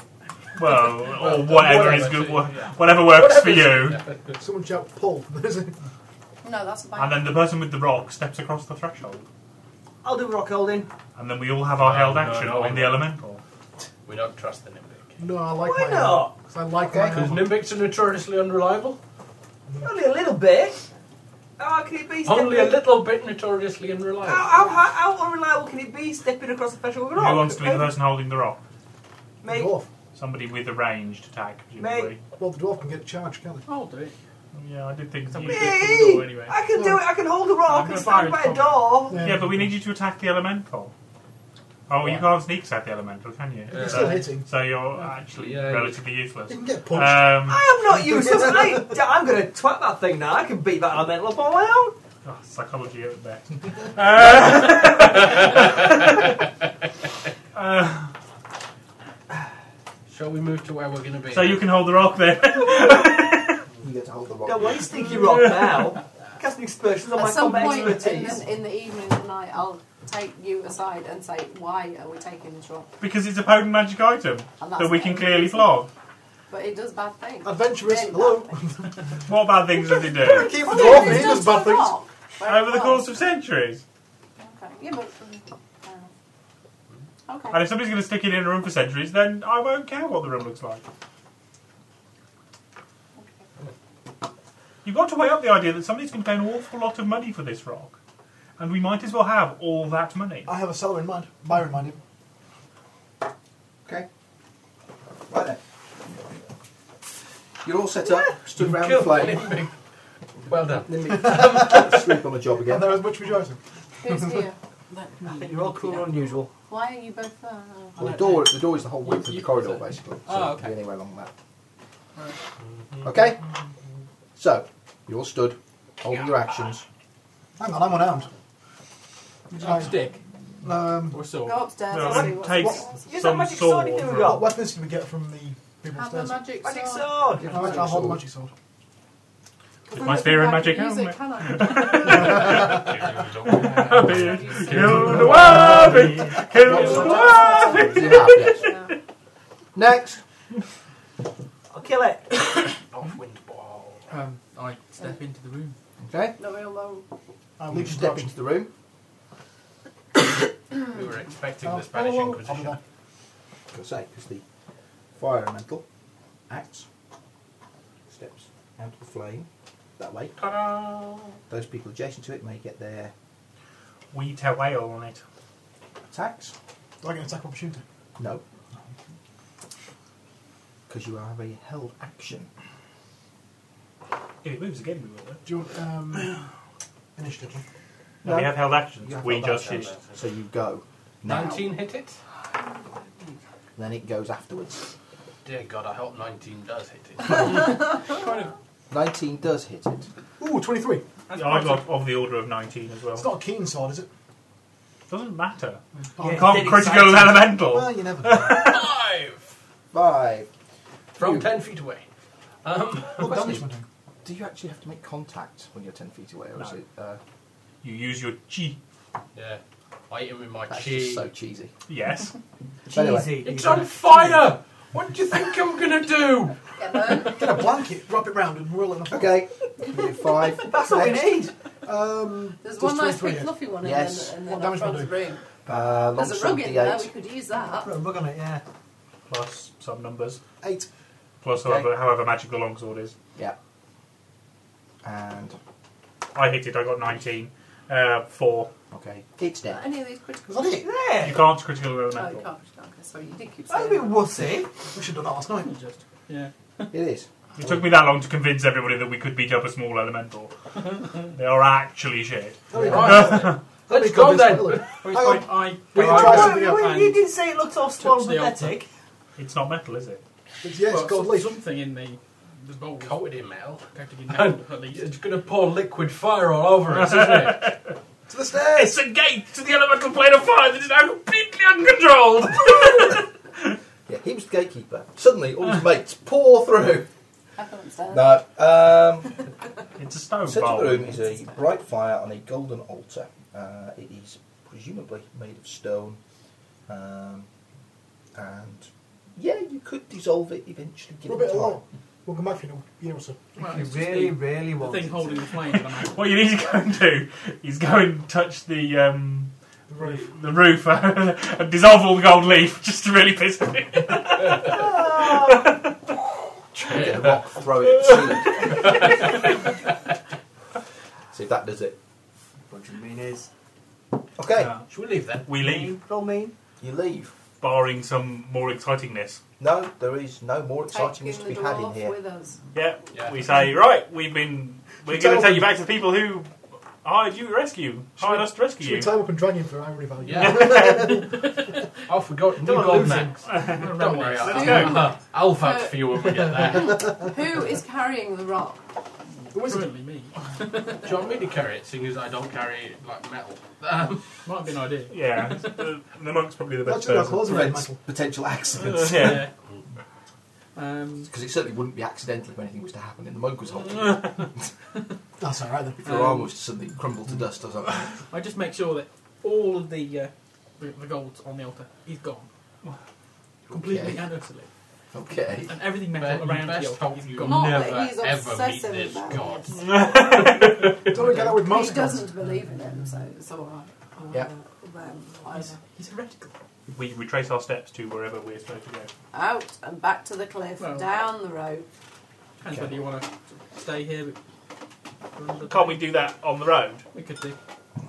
Well, or Well, whatever is whatever, good, so, wha- yeah. whatever works for you. Yeah. Someone shout Paul. No, that's a bad. And then the person with the rock steps across the threshold, I'll do rock holding. and then we all have our No, held no, action no, on the no. elemental. We don't trust the Nimbic. no, I like Why my not? Because I like Okay, my uh, Because armor. Nimbics are notoriously unreliable. Only a little bit. How can it be? stepping- Only a little bit notoriously How, unreliable. how, how, how unreliable can it be stepping across a threshold with a rock? Who wants to be the Maybe- person holding the rock? maybe- Dwarf. Somebody with a ranged attack, presumably. Well, the dwarf can get charged, can't I'll do it. Yeah, I did think. Somebody- you- Me! Anyway. I can do it. I can hold the I'm rock gonna and fire stand by his a door. they? Yeah, but we need you to attack the elemental. Oh, you can't sneak attack the elemental, can you? Yeah. Still hitting. So you're actually Yeah, relatively You useless. can get punched. Um, I am not useless. I, I'm going to twat that thing now. I can beat that elemental up on my own. oh, psychology at best. Shall we move to where we're going to be? So you can hold the rock there. You get to hold the rock. Don't want stinky rock now. Casting aspersions on At my some combat point in expertise. the, in the evening tonight, I'll take you aside and say, "Why are we taking this rock?" because it's a potent magic item And that's that we the can only clearly reason. flog. But it does bad things. Adventurous, Really bad hello. things. What bad things does it do? Keep the Oh, dwarf no, in, it's done there's bad to the things. rock, where it Over the was. course of centuries. Okay. Yeah, but. um, uh, okay. And if somebody's going to stick it in a room for centuries, then I won't care what the room looks like. You've got to weigh up the idea that somebody's going to pay an awful lot of money for this rock. And we might as well have all that money. I have a cellar in mind. Byron mind him. Okay. Right then. You're all set up, stood round the Kill the flame. Nimbic. Well done. Sleep on the job And again. there is much rejoicing. Who's here? I think you're all cruel and unusual. Why are you both there? Oh, Well, the door, the door is the whole width of the corridor, basically. So Oh, it can be okay. anywhere along that. Okay. So you're all stood, holding your actions. Hang on, I'm unarmed. Like stick Um, or sword. Go upstairs. Well, and see then what's- take Use that some magic sword you sword think we from- got. what weapons can we get from the people Have a upstairs? magic, Magic sword. sword. If I'll, magic I'll hold the sword- magic sword. Because my when I spear come back, and I magic can use helmet. it, can I? Kill the wabbit! Kill What the sort of wabbit! Do you have? Yes. Yeah. Next. I'll kill it. Off wind ball. Um, I step into the room. Okay. No, we'll know. I'll You leave step step in. into the room. We were expecting Oh, the Spanish oh, oh, Inquisition. oh, I say, because the fire elemental acts, steps out of the flame that way. Ta-da! Those people adjacent to it may get their We tell whale on it. attacks. Do I get an attack opportunity? No. Because you have a held action. If it moves again, we will. though. Do you want um, initiative? No, we have held actions. You have we held just action. hit. So you go. Now, 19 hit it? Then it goes afterwards. Dear God, I hope 19 does hit it. 19 does hit it. Ooh, 23. I got of the order of 19 as It's well. not a keen sword, is it? Doesn't matter. Oh, Can't Dead critical and excited. elemental. Well, you never know. Five! 5. From You. 10 feet away. Um, What damage am I doing? Do you actually have to make contact when you're 10 feet away, or is No. it. Uh, You use your chi. yeah, I hit him with my that's chi. just so cheesy. Yes. Anyway. Cheesy. It's on fire! What do you think I'm gonna do? Yeah, Whatever. Get a blanket, wrap it round, and whirl it in a fire. Okay. Five. That's what we Next. need. Um, There's does one nice 23 big fluffy one in Yes. the, in the What damage will front it do? room. Uh, long There's a rug sum in there, we D8. could use that. Put a rug on it, yeah. plus some numbers, Eight. plus Okay. however, however magic the longsword is. Yeah. And I hit it. I got 19. Uh, four. okay, it's Are dead. Any of these critical? Is that it? You There. can't critical Oh, you can't. elemental. Okay, sorry, you did keep That's saying a bit wussy. We should have done that last night. Just yeah. It is. It took me that long to convince everybody that we could beat up a small elemental. they are actually shit. Right. Let's go then. At which Hang on. point I go We can out try and- something else. Well, and- you did say it looked all small and Touch the altar. pathetic. It's not metal, is it? It's, yeah, it's well, gold some- leaf. something in the the bowl. was Coated in metal. practically And nailed, at least. it's going to pour liquid fire all over us, isn't it? To the stairs! a gate to the elemental plane of fire that is now completely uncontrolled. Yeah, he was the gatekeeper. Suddenly, all his mates pour through. that. I thought it was No. Um, it's a stone Centre of bowl. the room is a bright fire on a golden altar. Uh, it is presumably made of stone, um, and yeah, you could dissolve it eventually. Give Rub it it time. along. We'll come back in a year or so. Well, You it's just really, the, really the want thing it. holding the flame. at the moment. What you need to go and do is go and touch the um, The roof. the roof and dissolve all the gold leaf just to really piss me. Get a rock, throw it. at the ceiling. See if that does it. What do you mean is? Okay, Yeah. Should we Uh, leave then? We leave, Roll mean. you leave. barring some more excitingness. No, there is no more that. exciting news Taking to the be had in dwarf here. with us. Yeah, Yeah. we say right. We've been. We're Should going we to take tell- you back to the people who hired you to rescue, hired we- us to rescue Should we you. tie him up and drag him for ivory value? Yeah. Off we go. New Don't gold lose him. next. Remember Don't worry. this. I'll, go. I'll, I'll Uh, fax for you when we get there. Do Who is carrying the rock? The wizard. Currently me. you want me to carry it, seeing as I don't carry like metal? Um, Might be an idea. Yeah, the, the monk's probably the best Actually, our person. claws are red Prevents metal. potential accidents. Yeah. Um, Because it certainly wouldn't be accidental if anything was to happen and the monk was holding it. That's alright then. If your arm was to suddenly crumble to dust or something. I just make sure that all of the uh, the, the gold on the altar is gone. Completely Okay. and utterly. Okay. And everything but metal you around the best altar hope is you gone. Not never that he's ever meet obsessive this about god. this. Don't we get that with he most gods? doesn't believe in him, so it's all right. Uh, Yeah. Then He's, either he's heretical. We retrace our steps to wherever we're supposed to go. out and back to the cliff, Well- down the road. Depends Okay. whether you want to stay here. But Can't we do that on the road? We could do. I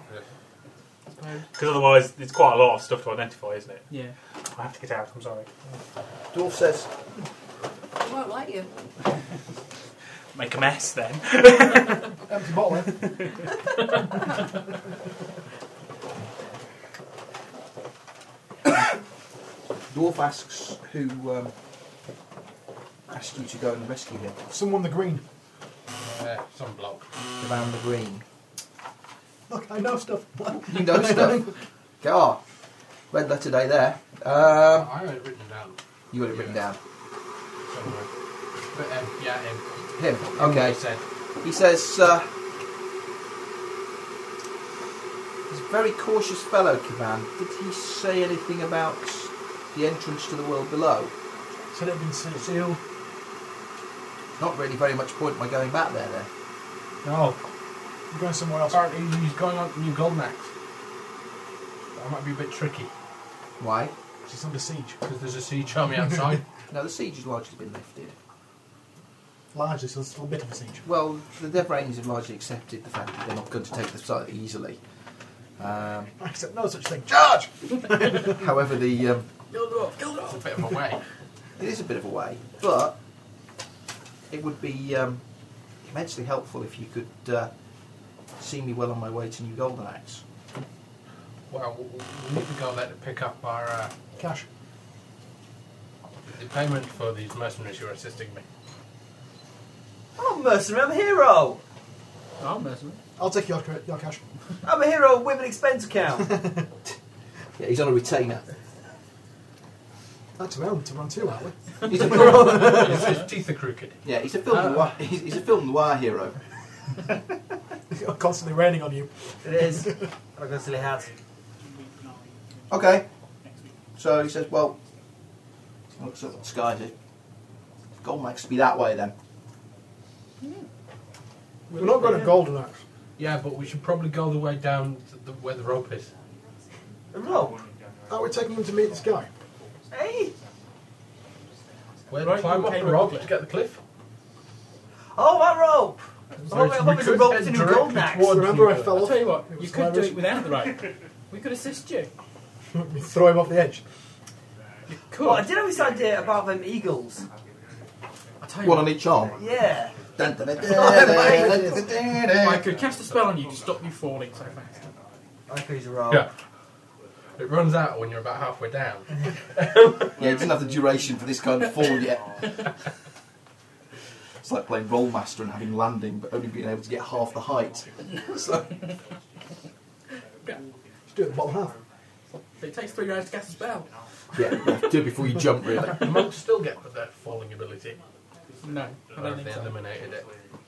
suppose. Because otherwise, it's quite a lot of stuff to identify, isn't it? Yeah. I have to get out. I'm sorry. Dwarf says, He won't let you. Make a mess then. Empty bottle, eh? Dwarf asks who um, asked you to go and rescue him. Someone the green. Uh, some bloke. The man in the green. Look, I know stuff. You know stuff. God. Red letter day there. Um, I had it written down you got it written down. somewhere. But um, yeah, him. Him. He Okay. said, He says, uh, he's a very cautious fellow, Kavan. Did he say anything about the entrance to the world below? Said it'd been sealed. Not really very much point my going back there then. no. You're going somewhere else. Apparently he's going on to New Golden Axe. That might be a bit tricky Why? She's under siege. because there's a siege army outside. No, the siege has largely been lifted. Largely, so it's a little bit of a siege. Well, the Devranians have largely accepted the fact that they're not going to take the site easily. Um, I said no such thing. Charge! however, the um, it's a bit of a way. it is a bit of a way, but it would be um, immensely helpful if you could uh, see me well on my way to New Golden Axe. Well, we- we need to go there to pick up our uh, Cash. the payment for these mercenaries who are assisting me. I'm a mercenary. I'm a hero. Oh, I'm mercenary. I'll take your, cre- your cash. I'm a hero. of Women expense account. Yeah, he's on a retainer. That's around to run two, aren't we? He's a film, his, his teeth are crooked. yeah, he's a film noir. He's, he's a film noir hero. You're constantly raining on you. it is. I've got a silly hat. Okay. So he says, well, looks up at the sky. says, Gold axe be that way then. We're not going to golden axe. Yeah, but we should probably go the way down to the, where the rope is. A rope? Oh, we're taking him to meet this guy. Hey! Where Right, climb you up came the up rope with to get the cliff. Oh, that rope! Oh, There's- wait, I we thought it was a could rope head to directly gold axe. towards Remember, you. I fell I'll off. tell you what, It you was could do hilarious. it without the rope. We could assist you. Throw him off the edge. Well, I did have this idea about them eagles. One on each arm. Yeah. Dun, dun, dun, dun, Oh, dun, my dun, dun, dun. I could cast a spell on you to stop you falling so fast. I could use a rope. Yeah. It runs out when you're about halfway down. Yeah, it doesn't have the duration for this kind of fall yet. it's like playing Rollmaster and having landing, but only being able to get half the height. so, Just do it bottom half. It takes three rounds to cast a spell. yeah, you have to do it before you jump, really. The monks still get their falling ability. No, I Or don't have think they so. eliminated it.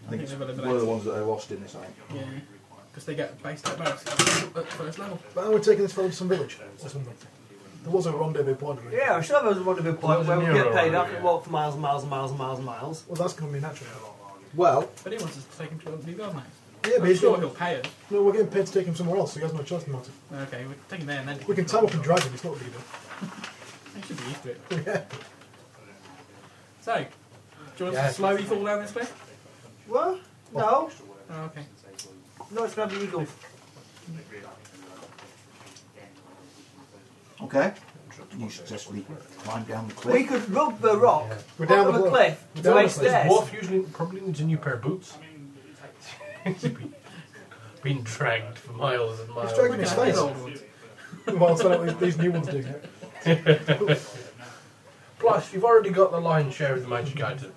I think it's one of the ones that I lost in this, I think. Yeah, because they get base step bonus at first level. But we're taking this fellow to some village or something. There was a rendezvous point. wasn't there? Yeah, I'm sure there was a wonderful point was where a we neuro get paid rope, off and yeah. walk for miles and miles and miles and miles and miles. Well, that's going to be natural. Well, But he wants us to take him to New Gold Mines. Yeah, but I'm he's sure got, he'll pay us. no, we're getting paid to take him somewhere else, so he has no choice in the matter. Okay, we can take him there and then. We can tie him up and drag him, it's not legal. He should be used to it. yeah. So, do you want us Yeah. to slowly fall down this cliff? What? No. Oh, okay. No, it's going to be eagle. okay. You successfully climb down the We cliff. could rub the rock Yeah. We're down onto the the block. cliff We're to down make the This cliff. stairs. dwarf usually probably needs a new pair of boots. Been dragged for miles and miles. He's dragging his Those face. old ones. Well, so that these new ones doing it. Plus, you've already got the lion's share of the magic items.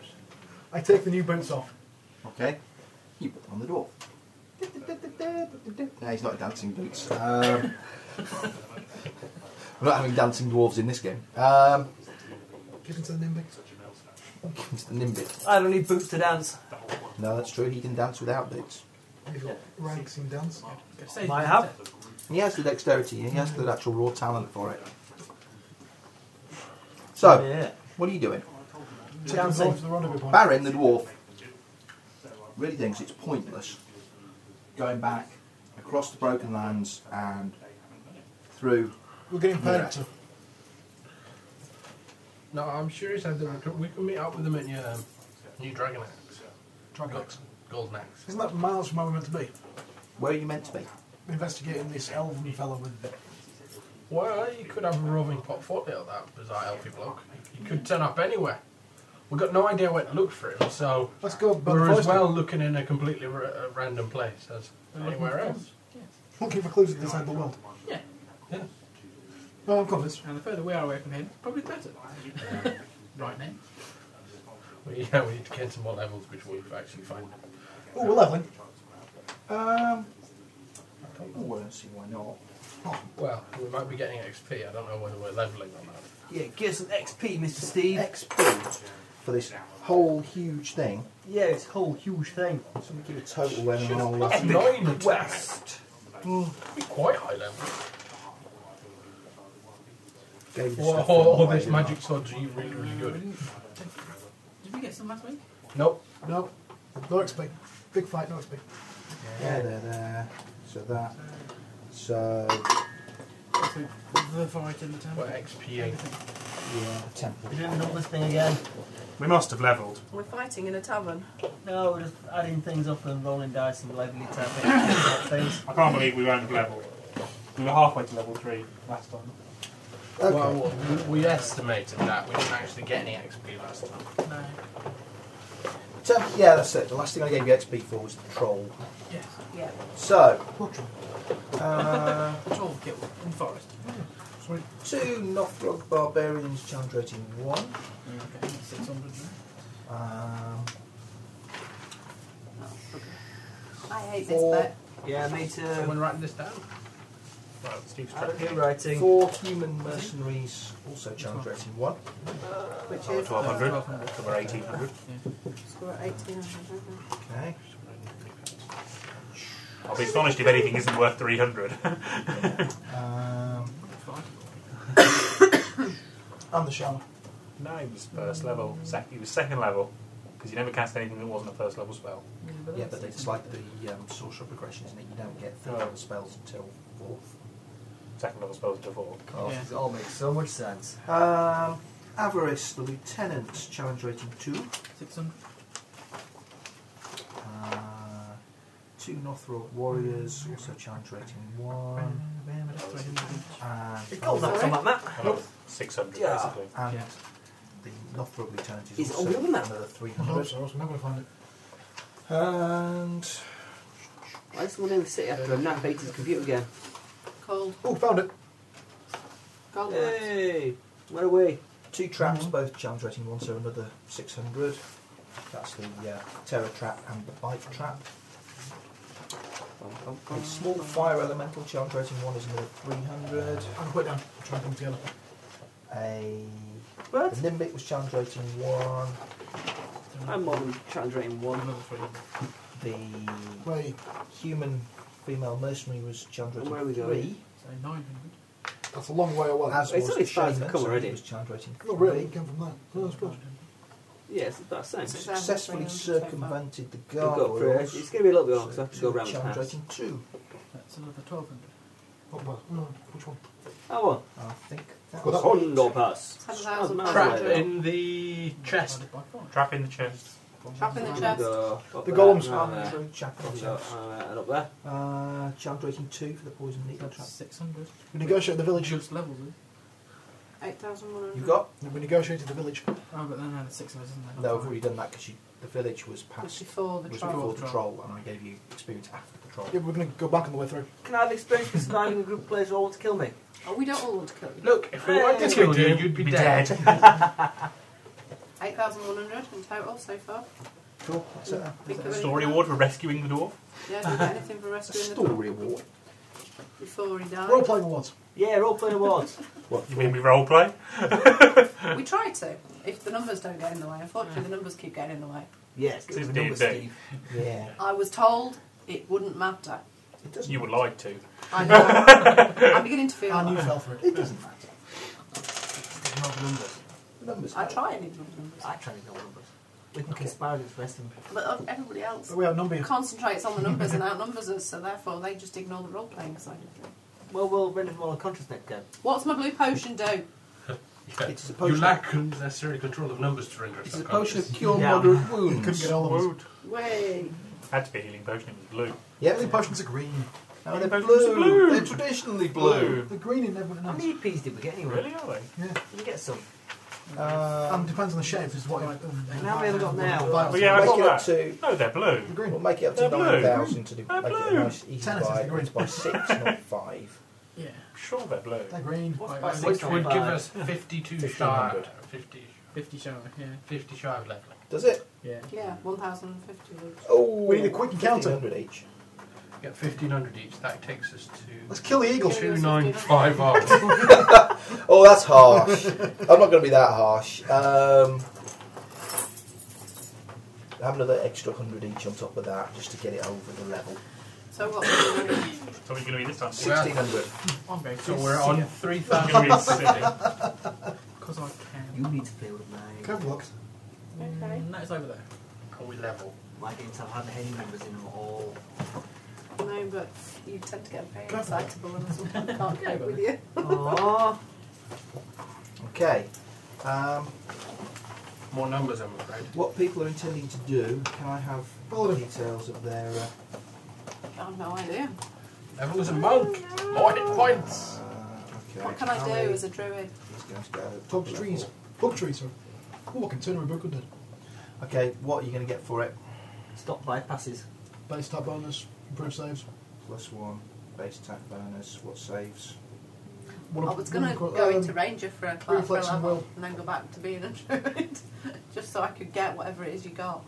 I take the new boots off. Okay. You put on the dwarf. No, he's not dancing boots. Um, we're not having dancing dwarves in this game. Um, Give him to the Nimbic. it's the Nimbic. I don't need boots to dance. No, that's true. He can dance without boots. He's got ranks in dance. Could save Might you have. He has the dexterity. He has the natural raw talent for it. So, Yeah. what are you doing? Take him off to the rendezvous point. Baron the dwarf really thinks it's pointless going back across the broken lands and through. We're getting paid to. No, I'm serious. I don't, we can meet up with them at your um, new dragon axe. Dragon Gold, Axe. golden axe. Isn't that miles from where we're meant to be? Where are you meant to be? Investigating this elven fellow with the. Well, you could have a roving portfolio, that bizarre healthy bloke. You could turn up anywhere. We've got no idea where to look for him, so Let's go by we're the as forest. well looking in a completely ra- uh, random place as anywhere else. We'll give a clue to this end of the world. Yeah. Yeah. Well, I'm convinced. And the further we are away from him, probably the better. right now. We, yeah, we need to get some more levels before we actually find him. Oh, we're leveling. Um, I don't know. see why not. Well, we might be getting XP. I don't know whether we're leveling or not. Yeah, give us some XP, Mr. Steve. XP for this whole huge thing. yeah, it's a whole huge thing. Somebody give a total then and I'll. That's uh, nine attacks. West. Be quite high level. gave this Or, stuff or, or away, this didn't I? magic sword's really, really good. Did we get some last week? Nope. No. No XP. Big fight, no XP. Yeah, there, there. So that. So, Also, the fight in the town. What XP? Oh, ain't- yeah, the temple. We're doing all this thing again. We must have levelled. We're fighting in a tavern. No, we're just adding things up and rolling dice and leveling it up. and things. I can't believe we won't have levelled. We were halfway to level three last time. Okay. Well, Oh, we, we estimated that. We didn't actually get any XP last time. No. Temple, yeah, that's it. The last thing I gave you XP for was the troll. Yes. Yeah. So, Watch him. uh, It's all killed in the forest. Sweet. two Nothrog barbarians challenge rating one. Okay, 600. Um, I hate this four, bit. Yeah, me too. Uh, Someone writing this down? I don't do writing. four human mercenaries also challenge rating one. Which is. Uh, 1200. 1200. Some are 1800. Score 1800. Okay. I'll be astonished if anything isn't worth 300. Um, Fine. and the shaman. Nine was first level. Sec- it was second level because you never cast anything that wasn't a first level spell. Yeah, but it's like the um, sorcerer progression, isn't it? You don't get third level spells until fourth. Second level spells until fourth. Oh, It all makes so much sense. Um, Avarice, the lieutenant, challenge rating 2. 600. Uh, two Northrop warriors, also challenge rating 1. And It goes up on that map. Another 600 Yeah. basically. And the Northrop lieutenant is Is it also all over that? another I 300. hope so, I was never going to find it. And. Why is someone in the city after him? Nat baked his computer again. Cold. Oh, found it. Cold. Hey! Where are we? Two traps, both challenge rating 1, so another 600. That's the uh, terror trap and the bite trap. A small fire elemental challenge rating 1 is another 300. I'll put it down. Try and come together. A the Nimbic was challenge rating 1. I'm more than translating one. The Wait. human female mercenary was challenge rating Where are we 3. going? So 900. That's a long way away. As It's was only the five shaman, come so already. he was challenge rating Oh, Not really, it 3. came from that. No, that's good. Yes, that's the same. Successfully circumvented the We've got three. gargoyles. It's going to be a little bit long because I have to So go round the challenge house. rating 2. That's another 1200. Not bad. No, which one? That one. I think that was Hondo pass. Ten thousand Oh, Miles pounds. Trap in the chest. Divided by four. Trap in the chest. Trap in the chest. Go up The there, golem's and up fine. there. Three chapel And up- chance. uh, and up there. Uh, challenge rating 2 for the poison needle trap. 600. We negotiated the village. Just levels, eh? Eight thousand one You hundred. got? We negotiated the village. Oh, but then I had six levels, isn't there? No, we've already done that because the village was Which past. before the was trial. before the troll, and I gave you experience after the troll. Yeah, we're going to go back on the way through. Can I have experience for surviving a group of players who all want to kill me? Oh, we don't all want to kill you. Look, if we wanted to Hey. kill you, you'd be, dead. Eight thousand one hundred in total so far. Cool. That's it. then. Think of anything Story else. award for rescuing the dwarf. Yeah, did you get anything for rescuing the dog Story award. before he died? We're all playing once. Yeah, role playing awards. What? You mean we roleplay? We try to, if the numbers don't get in the way. Unfortunately, the numbers keep getting in the way. yes, It's give us a D&D. number, Steve. Yeah. I was told it wouldn't matter. It doesn't You would like to. I know. I'm beginning to feel And you that. fell for it. It doesn't matter. Not numbers. The numbers. I matter. try and ignore the numbers. I try to know numbers. We can conspire against the rest of them. But uh, everybody else But we have number here. concentrates on the numbers and outnumbers us, so therefore they just ignore the role playing side of things. Well, we'll render them all unconscious next game. What's my blue potion do? Yeah. It's a You potion. lack necessary control of numbers to render It's us a potion unconscious. of cure Yeah. moderate Couldn't wounds. get all of us. Way. Had to be a healing potion. It was blue. Yeah, The they're, potions are green. no, they're potions blue. are blue. They're traditionally blue. The green in everyone How else. many EPs did we get anyway? Really are they? Did we get some? Uh, And depends on the shape, is what. Um, How many have we got now? Well, yeah, I Make got it up that. to- No, they're blue. The green. We'll make it up to They're blue. 9,000 to do, They're make it a blue. nice easy Tennis is buy. the green. It's by 6, not 5. Yeah. I'm sure they're blue. They're green. What's Like, by which six Which on would give five? us 52 shy. 50, 50 shower, yeah. 50 shy of leveling. Does it? Yeah. Yeah, 1,050 words. Oh, We need a quick encounter. 1,500 each. Get 1500 each. That takes us Let's to kill the eagle. Kill- 2950. Oh, that's harsh. I'm not going to be that harsh. Um, have another extra 100 each on top of that just to get it over the level. So what? are we doing? So we're going to be this time. Well- 1600. I'm going so we're on We're going to be 3000. silly. Because I can. You need to play with mine. Cove blocks. Okay. Mm, That's over there. Are we level? Why didn't I have any numbers in them at all? No, but you tend to get very excitable and sometimes I can't cope with you. Aww. Okay. Um, More numbers, I'm afraid. what people are intending to do, can I have all the details of their. Uh, I've no idea. Level is a monk. More hit points. uh, okay. What can I do as a druid? He's going to go Talk to trees. Hug trees. Sorry. Oh, I can turn my book under. Okay, what are you going to get for it? Stop bypasses. Base type bonus. Improve saves. Plus one, base attack bonus, what saves? One I of- was going to one of- go um, into ranger for a class for a reflex and level will. and then go back to being a druid, just so I could get whatever it is you got.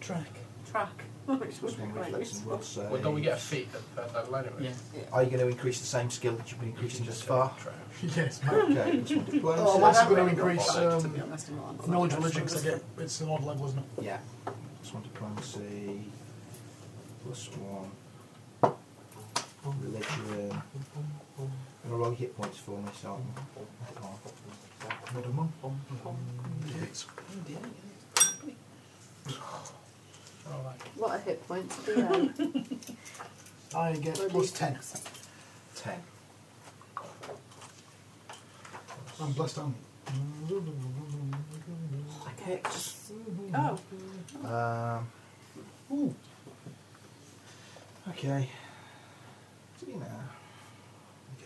Track. Track, which Plus would be one quite reflex and will useful. saves. Well, don't we get a feat at that level anyway? Uh, Yeah. Are you going to increase the same skill that you've been You can increasing thus just far? try. Yes. mate. Okay, plus one diplomacy. Oh, I'm also going really to increase bothered, To be um, honest, I'm not- I'm not knowledge sure. religion because I get it's an odd level, isn't it? Yeah. Plus one diplomacy. Plus one. religion. I'm gonna roll hit points for me, so another one. What a hit point to be at. I get plus 10. 10. I'm blessed on. Okay. Oh. Um, ooh. Okay. See now.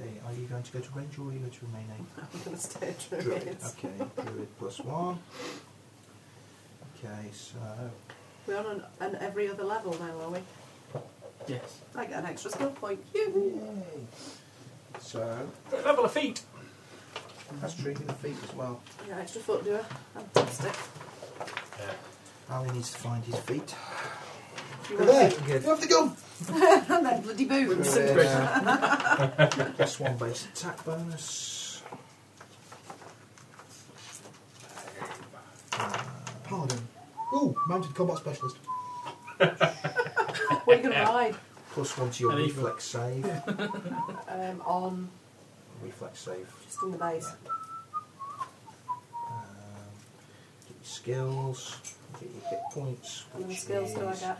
Okay, are you going to go to range or are you going to remain a? I'm going to stay at druid. Druid. Okay, druid plus one. Okay, so We're on an, an every other level now, are we? yes. I get an extra skill point. Yay! So Level of feet. that's true with the feet as well. I get an extra foot, do I? Fantastic. Ali needs to find his feet. You They're want there. to- You have to go. and then bloody boots. They're there now. Plus one base attack bonus. Paladin. Ooh, mounted combat specialist. Where are you going to ride? Plus one to your An evil. reflex save. Um, on reflex save. just in the base. Um, get your skills. Get your hit points. How many which skills do I is- get?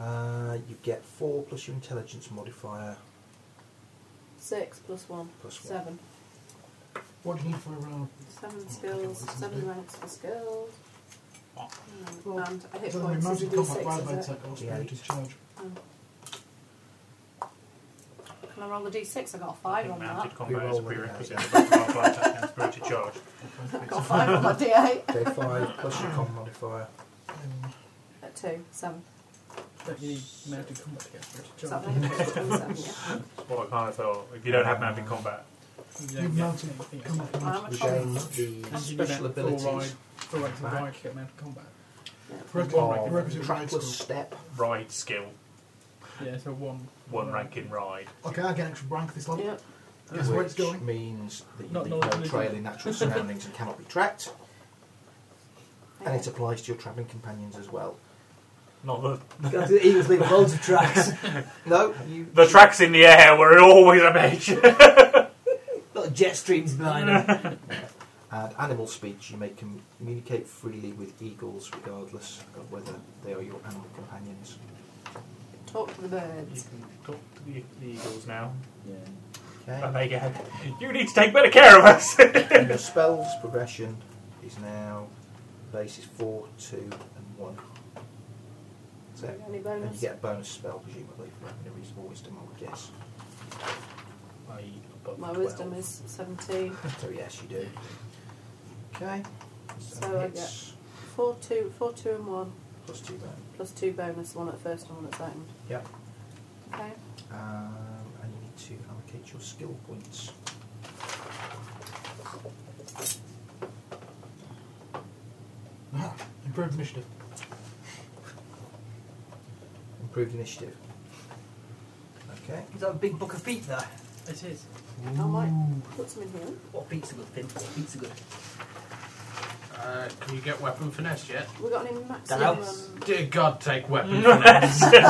Uh, you get four plus your intelligence modifier. Six plus one. Plus one. Seven. What do you need for uh, a round? Seven skills. Seven ranks for skills. Hmm, Well, and a hit so point is a mounted combat d6, rather is it? attack or spirit is charge. Can I roll a d6? I got a five on that. Mounted combat is a Reroll prerequisite for combat attack and spirited charge. I got a five on my d8. Day five plus your con modifier. At Uh, two. Seven. Don't you need mounted combat to get through to Seven. hit points, and seven, yeah. That's what I kind of thought. If you don't have mounted combat, You You've don't get mounted anything extra. combat How much on Gain the Because you do that special full abilities. ride, full legs of Back. ride to get mounted combat. of Requisite ride trackless skill. step. ride skill, Yeah, so one. one rank in ride. Okay, I get extra rank this level. Yep. Guess where it's which going? means that you Not leave no no religion. trail in natural surroundings and cannot be tracked. And it Okay. applies to your travelling companions as well. Not the The eagles leave loads of tracks. No, you. the tracks in the air were always a bitch. Little jet streams behind them. And animal speech, you may com- communicate freely with eagles regardless of whether they are your animal companions. Talk to the you birds. can talk to the, the eagles now. And Okay. they go, you need to take better care of us. And your spells progression is now base is 4, 2, and 1. So, Any and you bonus? get a bonus spell, presumably, for having a reasonable wisdom, I would guess. I- above My 12. wisdom is 17. So, yes, you do. Okay. So I hits. Four, two, four, two, and one. Plus 2 bone. Plus two bonus, one at first and one at second. Yep. Okay. Um, and you need to allocate your skill points. Ah, Improved initiative. Improved initiative. Okay. Is that a big book of feet there? It is. I might put some in here. What feet's are good, Finn? What feet's are good? Uh, can you get weapon finesse yet? We got any maximum? That Um, helps. Dear God, take weapon finesse. can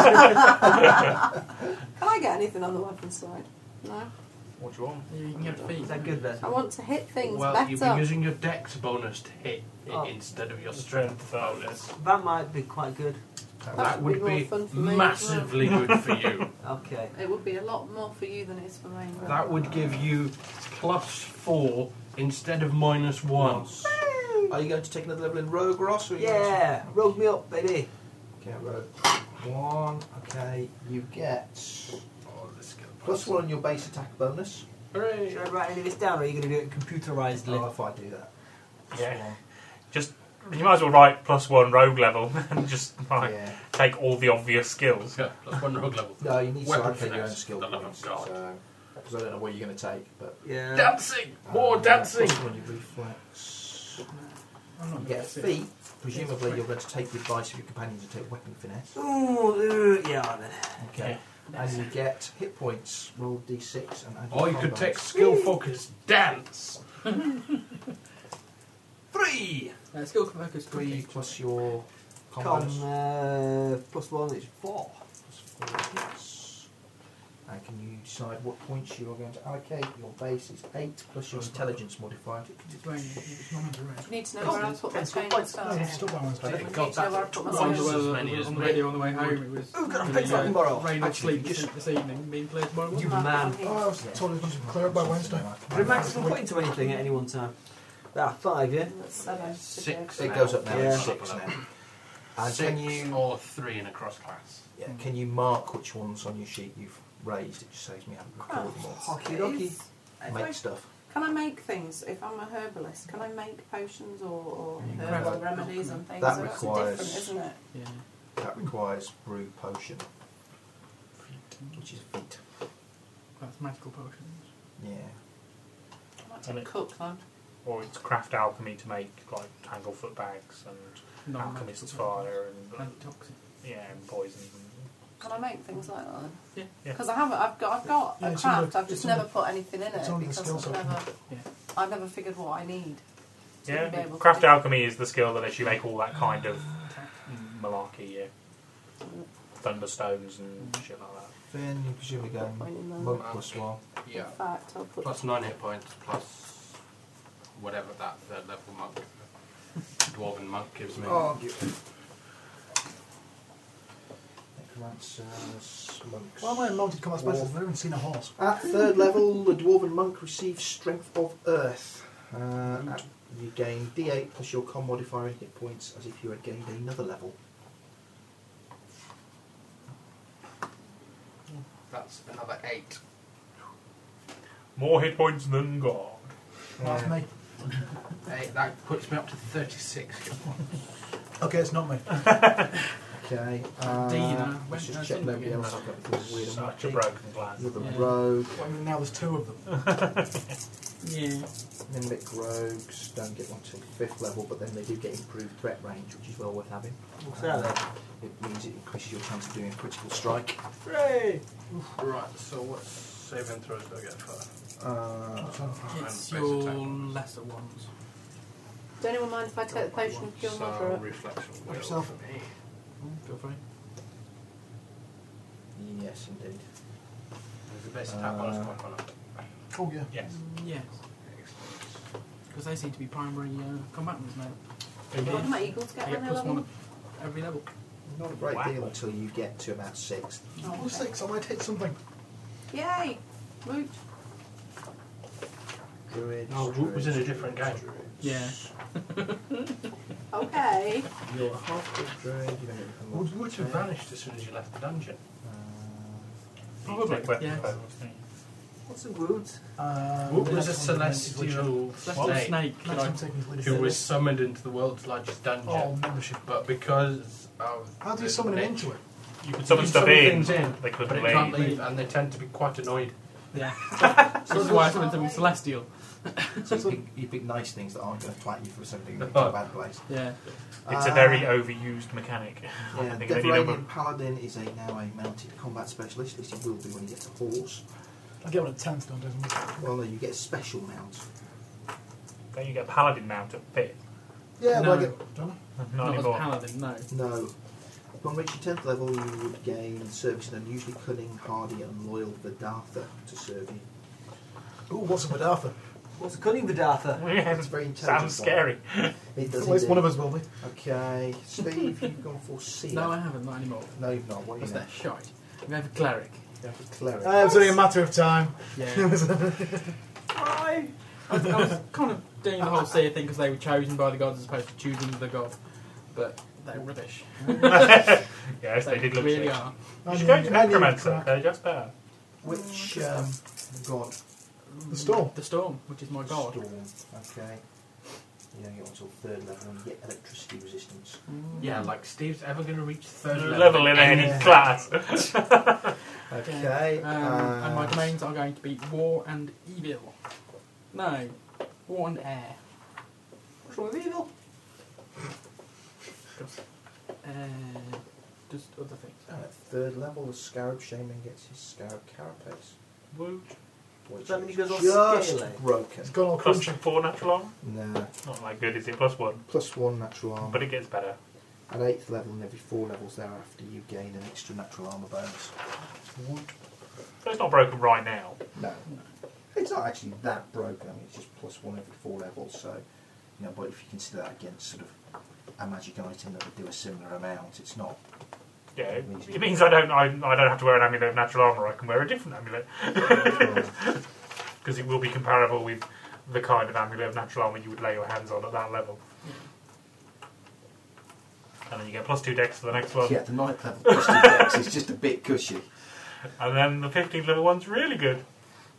I get anything on the weapon side? No. What do you want? You can get feet. Is that good, Ben? I want to hit things well, better. you'll be using your dex bonus to hit it Oh. instead of your strength bonus. That might be quite good. that, That would, would be more be fun for me. as well. massively good for you. Okay. It would be a lot more for you than it is for me. but- That would give you plus four instead of minus one. Are you going to take another level in Rogue Ross? Or are you going to- Yeah, roll me up, baby. Okay, Rogue. One. Okay, you get Oh, this skill plus one on your base attack bonus. Hooray! Should I write any of this down, or are you going to do it computerizedly? Oh, if I do that. Plus Yeah. one. Just you might as well write plus one rogue level and just like Yeah. take all the obvious skills. Yeah, plus one rogue level. No, you need Weapon to allocate your own finesse, skill the love points. Uh, of God. So, because I don't know what you're going to take, but Yeah. Dancing! More Uh, dancing! Plus one on your reflex. I'm not You gonna get a sit. feat. Presumably, you're going to take the advice of your companions and take weapon finesse. Ooh, uh, yeah, then. Okay. And you get hit points. Roll d6 and add. Or you your could combos. take skill focus dance. Three! Uh, skill focus three three. plus your Con combos. uh, plus one is four. Plus four hits. And can you decide what points you are going to allocate? Your base is 8 plus your intelligence modifier. It's raining. It's not under rain. Need to know where I put my chain and stuff. Yeah, still by one's I chain. think God, that's I twice wonder as whether many, on isn't the it? radio on the way home it was. Ooh, God, I'm gonna picking go up tomorrow. Rain or Actually, sleet this, this evening being cleared tomorrow. You man. Oh, I was told it was just clear up by Wednesday. But it maximum put into anything at any one time. Ah, five, yeah? Six. It goes up now. Yeah. It's six now. And can Six Uh, you or three in a cross class. yeah, can you mark which ones on your sheet you've raised? It just saves me having to Oh, record them all. Crap. Okie dokie. Make stuff. Can I make things? If I'm a herbalist, can I make potions or, or herbal Right. remedies and things? That So requires- That's different, isn't it? That requires brew potion, which is a feat. That's magical potions. Yeah. I might And take it- cook then. Or it's craft alchemy to make like tanglefoot bags and alchemist's fire and uh, Antitoxin. yeah, and poisons. Can I make things like that? Yeah. Because I haven't. I've got. I've got Yeah, a it's craft. under- I've just it's under- never put anything in it's it under the because skills I've section. never. I've never figured what I need. to Yeah, be able to craft do- alchemy is the skill that lets you make all that kind of malarkey, yeah. Mm. thunderstones and shit like that. Then you presumably go monk plus one. Yeah. fact, I'll put Plus nine hit points, plus whatever that third level monk, dwarven monk gives me. Oh, Necromancers, monks. Why am I a mounted combat Dwarf. specialist? I've never even seen a horse. At third level, the dwarven monk receives strength of earth. Uh, at- you gain D8 plus your con modifier and hit points as if you had gained another level. That's another eight. More hit points than God. That's me. Eight, that puts me up to 36 hit points. Okay, it's not me. Okay. Uh, D, you know, let's went just down check somewhere nobody again. else has got anything weird on Such that a thing. broken plan. You're the Yeah. rogue. Well, now there's two of them. yeah. Nimbic rogues don't get one to fifth level, but then they do get improved threat range, which is well worth having. What's that? Uh, it means it increases your chance of doing a critical strike. Hooray! Right, so what saving throws do I get for that? Uh, It's your lesser ones. Does anyone mind if I take the potion of cure So, moderate? reflection will Yourself. for me. Oh, Feel free. yes, indeed. The best attack bonus Uh, point on it. Oh, yeah. Yes. Yes. Because they seem to be primary uh, combatants now. Indeed. Why do my eagles get They on their plus level? one at every level. Not a great deal until you get to about six. Oh, Oh, six. I might hit something. Yay! Woot! Druids. No, Root Oh, was in a druids, different game. Yeah. Okay. You're a half druid. You don't get Would, would have vanished as soon as you left the dungeon. Probably. Yeah. What's a wood? Uh, Woot was next a one's the next one. celestial Celestial snake, snake. Next one's taking his lead. who was summoned into the world's largest dungeon. Oh, membership. But because of How do you the summon him nature- into it? You could you summon can stuff summon in, things in, they couldn't but it leave. can't leave, and they tend to be quite annoyed. Yeah. so that's why I summoned them celestial. uh, So you pick, you pick nice things that aren't going to twat you for something that's a bad place. Uh, Yeah. Ah. It's a very overused mechanic. Yeah, I think any number. Devranian Paladin is a now a mounted combat specialist. At least he will be when he gets a horse. I get one at 10th, don't I? Well, no, you get a special mount. Don't you get a paladin mount at pit? Yeah, No. well, I get, don't Not, Not as anymore. paladin, no. I? No. Upon reaching 10th level, you would gain service an unusually cunning, hardy, and loyal Vidartha to serve you. Ooh, what's a Vidartha? What's a cunning Vidartha? Yeah, It's very intelligent. Sounds scary. It does At least indeed. one of us will be. Okay, Steve, you've gone for seer. No, I haven't, not anymore. No, you've not. What are you What's now? that shite? I'm going for cleric. You're for cleric. Uh, it's only a matter of time. Yeah. Why? I, was- I was kind of doing the whole seer thing because they were chosen by the gods as opposed to choosing the god. But they're rubbish. yes, they did look really shit. are. You should I go need- to I need a Necromancer. crack. They're just there. Which um, god? The storm. The storm, which is my god. Storm. Okay. You don't get until third level and you get electricity resistance. Yeah, like Steve's ever going to reach third level, Level in any anything. class. Okay. Um, and my uh, domains are going to be war and evil. No, war and air. What's wrong with evil? Just, uh, just other things. and at third level, the Scarab Shaman gets his Scarab Carapace. Which That mean is he goes all just scaly? broken. It's gone all Plus crunchy. four natural armor. Nah. Not that good, is it? Plus one. Plus one natural armor. But it gets better. At eighth level and every four levels thereafter, you gain an extra natural armor bonus. But it's not broken right now. No, no. It's not actually that broken. I mean, it's just plus one every four levels. So, you know, but if you consider that against sort of a magic item that would do a similar amount, it's not. Yeah, it, it means I don't I, I don't have to wear an amulet of natural armour. I can wear a different amulet because it will be comparable with the kind of amulet of natural armour you would lay your hands on at that level. And then you get plus two decks for the next one. Yeah, the ninth level plus two decks is just a bit cushy. And then the 15th level one's really good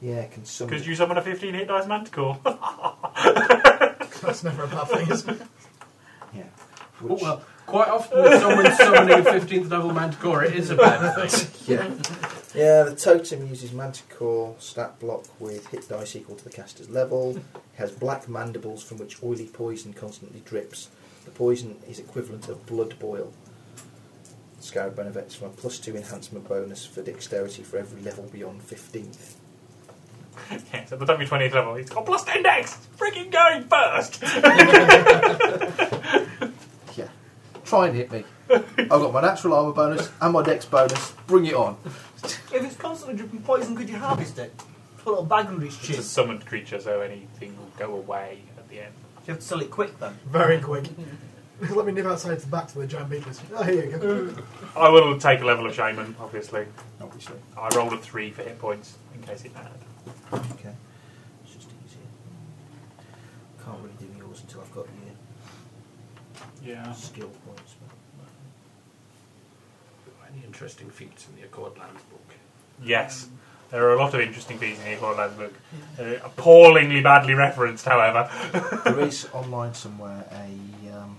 Yeah, it can summon. because you summon a 15 hit dice manticore. That's never a bad thing, is it? Yeah. Oh, well, quite often when someone's summoning a 15th level manticore, it is a bad thing. yeah. Yeah, the totem uses manticore stat block with hit dice equal to the caster's level. It has black mandibles from which oily poison constantly drips. The poison is equivalent of blood boil. Scarab benefits from a plus two enhancement bonus for dexterity for every level beyond 15th. yeah, so the W20th level, it's got plus 10 decks! It's freaking going first! Yeah. Try and hit me. I've got my natural armour bonus and my dex bonus. Bring it on. If it's constantly dripping poison, could you harvest it? Put a little bag under its chin. It's Do a summoned creature, so anything will go away at the end. you have to sell it quick then? Very quick. Let me nip outside to the back to the giant beetles. Oh, here you go. I will take a level of shaman, obviously. Obviously. I rolled a three for hit points in case it mattered. Okay. It's just easier. Can't really do yours until I've got your Yeah. skill points. but- Any interesting feats in the Accord Lands book? Yes. There are a lot of interesting things in the Equal book. They're Uh, appallingly badly referenced, however. there is online somewhere a. Um,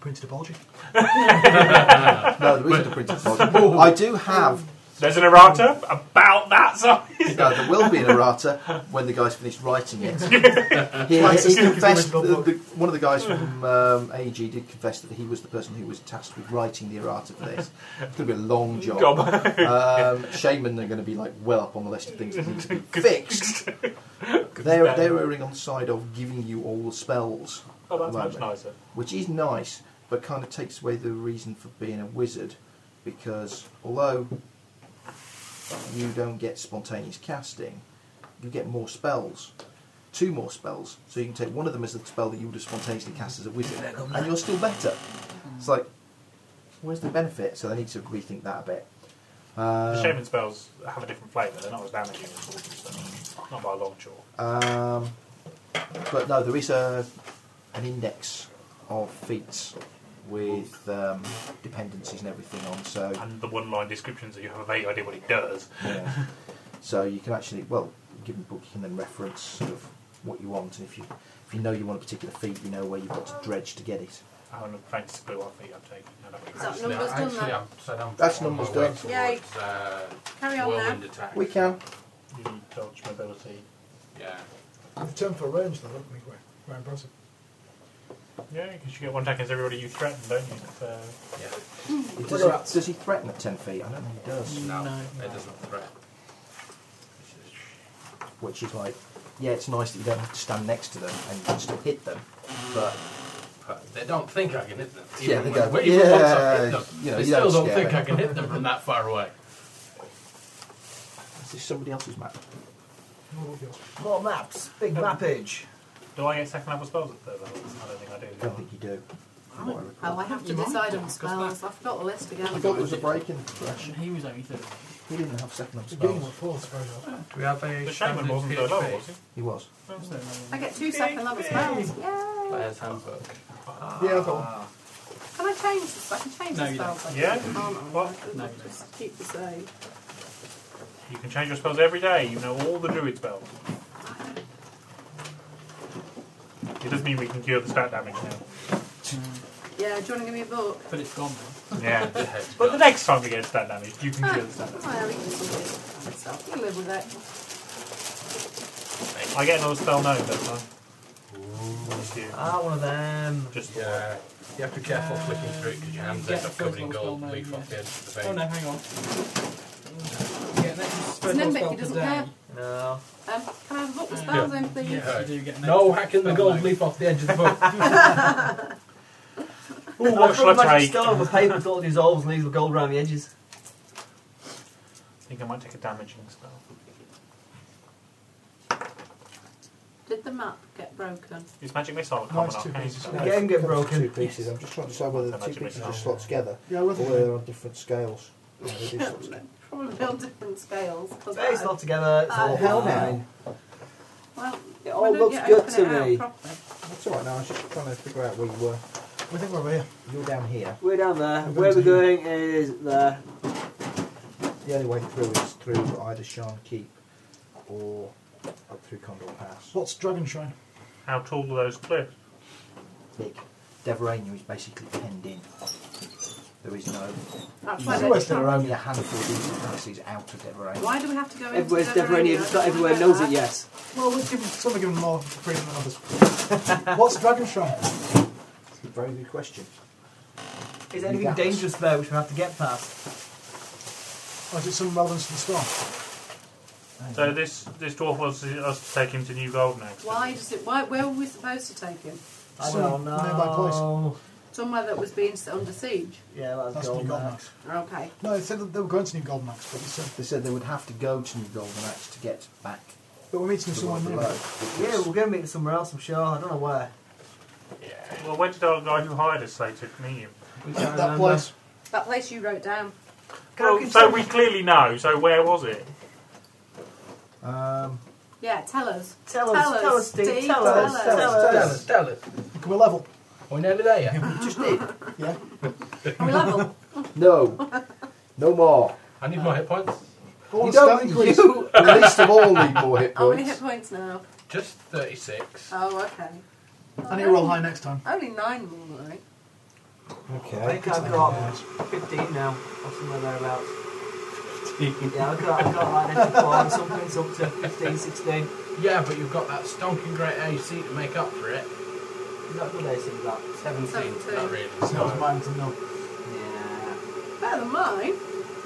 Printed apology. no, there isn't a printed model. I do have. There's an errata about that size. No, there will be an errata when the guy's finished writing it. He, he confessed. The, the, one of the guys from um, AG did confess that he was the person who was tasked with writing the errata for this. It's going to be a long job. Job. um, Shaman are going to be like well up on the list of things that need to be fixed. they're they're erring on the side of giving you all the spells. Oh, that's at the much moment. nicer. which is nice, but kind of takes away the reason for being a wizard, because although you don't get spontaneous casting, you get more spells, two more spells. So you can take one of them as the spell that you would have spontaneously cast as a wizard, and you're still better. It's like, where's the benefit? So they need to rethink that a bit. The Um, shaman spells have a different flavour. They're not as damaging as all stuff. Not by a long chalk. Um, but no, there is a an index of feats with um, dependencies and everything on. So And the one-line descriptions that you have a vague idea what it does. yeah. so you can actually, well, given the book, you can then reference sort of what you want, and if you if you know you want a particular feat, you know where you've got to dredge to get it. I haven't faint Oh, to clue what feet I'm taking. I don't know. Is that numbers actually, done then? I'm, so I'm That's on my numbers way done. towards, Yay. Uh, Carry on whirlwind now. attack. We can. You need dodge mobility. Yeah. We've turned for range, though, haven't we? Quite, quite impressive. Yeah, because you get one attack against everybody you threaten, don't you? So, Yeah. Does he, does he threaten at ten feet? I don't think he does. No, No. it doesn't threat. Which is like, yeah, it's nice that you don't have to stand next to them and you can still hit them, but But they don't think I can hit them. Yeah, even they go, when- even once I've hit "Yeah, them, you know, they you still don't don't scare think them." I can hit them from that far away. is this somebody else's map? More maps. Big mappage. do I get second level spells at third level? I don't think I do. I don't think you do. from what I recall. Oh, I have to decide on spells. I forgot the list I again. thought there was a break in the brush. He was only third. He didn't have second up The game spells. reports very well. Do we have a The shaman wasn't third level, was he? He was. I get two second level spells. Yay! Player's handbook. Yeah, I've got one. Can I change this? I can change No, the you spells. don't. I Yeah? think, can't I? What? I can No, you Just keep the same. You can change your spells every day. You know all the druid spells. It does mean we can cure the stat damage now. Yeah, do you want to give me a book? But it's gone Yeah. The head's but the gone. next time we get stat damage, you can Ah, cure the stat damage. well, you can sort it yourself. You live with it. I get another spell known, don't I? Thank you. Ah, one of them. Just Yeah. You have to be careful flicking through it because your hands get end up the covered first in one gold spell leaf known, off the edge of the Oh, vein. no, hang on. Yeah, that's It's Nimbic, he doesn't care. No. Um, can I have a book with spells in, please? Yes, you do get an No extra hacking the spell gold known. leaf off the edge of the book. Ooh, I what thought shall I magic take? skill over paper until it dissolves and these were gold around the edges. think I might take a damaging spell. Did the map get broken? Is magic missile a Mine's common two arcane pieces. spell? No, it's two pieces. I'm just trying to decide whether the two Magic pieces missile. just slot together Yeah, I or would think whether they're on different scales. Yeah, they do slot together. Probably on different scales. 'cause Hey, it's I- not together, Uh, it's I- all Hell fine. no. Well, It why all don't looks you good open to it out me. properly? That's alright now, I was just trying to figure out where you were. We think we're here. You're down here. We're down there. Where we're going is there. The only way through is through either Sharn Keep or up through Condor Pass. What's Dragon Shrine? How tall are those cliffs? Big. Deverania is basically penned in. There is no. That's why It's they almost can't- there are only a handful of decent passes out of Deverania. Why do we have to go into Everywhere's Deverania? Deverania, just not everywhere knows it yet. Well, we're giving, some are giving more freedom than others. What's Dragon Shrine? It's a very good question. Is there anything That- dangerous there which we have to get past? Or Oh, is it some relevance to the storm? So this this dwarf wants us to take him to New Gold next. Why does it? Why? Where were we supposed to take him? Some Nearby place. Somewhere that was being s- under siege. Yeah, that's, That's New Goldmax. Okay. No, they said that they were going to New Goldmax, but uh, they said, They said they would have to go to New Golden Axe to get back. but we're meeting somewhere one new. below. Yeah, we're going to meet somewhere else, I'm sure. I don't know where. Well, when did our guy who hired us say to meet him? That place. That place you wrote down. Well, so we clearly know. So where was it? Um, Yeah, tell us. Tell us, tell us, Steve, tell us, us. tell us, tell us. Tell it. Can we level? Are we nearly there yet? just did. Yeah. Are we level? No. No more. I need my hit points. You Oh, don't, stamina increase. you, least of all, need more hit How many points. hit points now? Just 36. Oh, okay. I need to roll high next time. Only nine more, though. Okay. I think I've got 15 now, or somewhere thereabouts. yeah, I've got, I've got like an extra four and something's up to 15, 16. Yeah, but you've got that stonking great AC to make up for it. Is that good AC, that? 17. Not really. It's not as mine to know. Better than mine.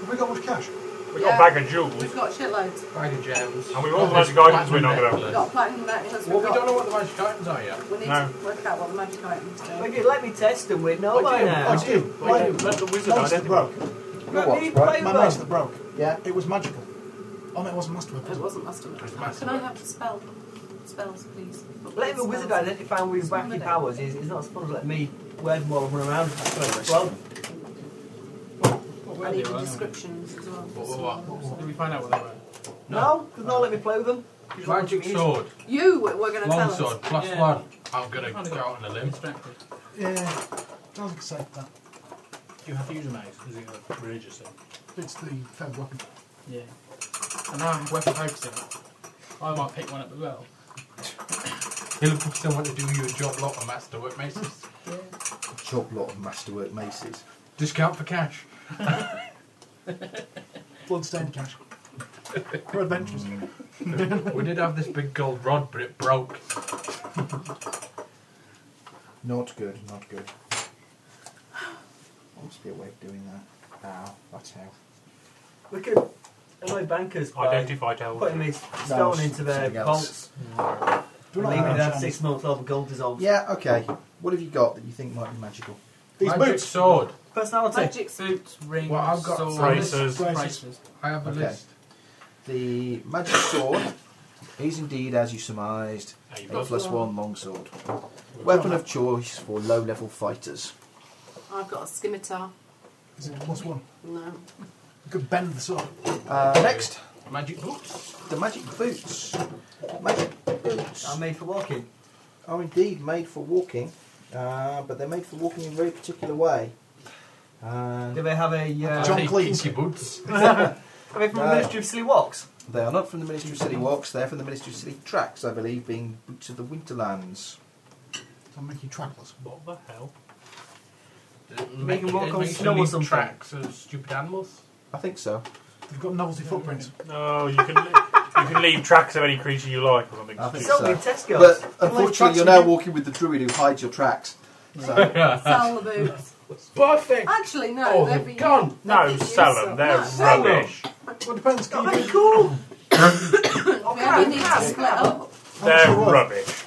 Have we got much cash? We got a bag of jewels. We've got shitloads. Bag of gems. And we've got the magic items we're not going We've to got platinum necklace. we've Well, we got- don't know what the magic items are yet. We need No. to work out what the magic items are. Well, you let me test them, we'd know I by do, now. Oh, I do. Why Why- do- Let the wizard Mace that broke. Let me play My with mace them. that broke. Yeah. It was magical. Oh no, it wasn't masterwork. was It wasn't masterwork. Can I have the spell? Spells, please. Let the wizard identify with his wacky powers. He's, he's not supposed to let me word more and run around. Well, I need the descriptions as well. Did we find out what they were? no, because no, let me play with them. Magic sword. You were going to tell Long us. sword, plus Yeah. one. I'm going to go out on a limb. Yeah. Don't accept that. Do you have to use a mace? Is it a religious thing? It's the third weapon. Yeah. And now I have weapon focusing. I might pick one up as well. He'll put someone to do you a job lot of masterwork maces. Chop lot of masterwork maces. Discount for cash. Bloodstained cash. We're adventurers. we did have this big gold rod, but it broke. Not good, not good. Must be a way of doing that. Ow, that's how. We could annoy bankers by Identified elves. putting this No, stone s- into their something vaults. else. And No, leave it no, there no. six months over gold dissolved. Yeah, okay. What have you got that you think might be magical? These Magic boots. sword. Personality. Magic suits, rings, Well, I've got swords, braces. braces. I have a Okay. list. The magic sword is indeed, as you surmised, Now you've a got plus one. one longsword. Weapon of choice for low level fighters. I've got a scimitar. Is it plus one? No. You could bend the sword. Uh, next, magic boots. the magic boots. Magic boots I'm made for walking. are indeed made for walking, uh, but they're made for walking in a very particular way. Uh, Do they have a? Uh, John Hey, Cleese. kinky boots. Are they from the No. Ministry of Silly Walks? They are not from the Ministry of City Walks, they're from the Ministry of City Tracks, I believe, being Boots of the Winterlands. I'll make you trackless. What the hell? Does it Make him walk it on makes snow any or something. tracks of stupid animals. I think so. They've got novelty footprints. No, Oh, you can you can leave tracks of any creature you like or something. I think Sell me so. Tesco's. Can But I have unfortunately, tracks you're now with you? walking with the druid who hides your tracks. So, Sell the boots. Perfect. Actually, no. Oh, they'd they're be gone. No, they'd be sell useful. them. They're No, sell them. rubbish. Well, it depends. Can you Very cool. We only need to split up. how much They're they're worth? rubbish.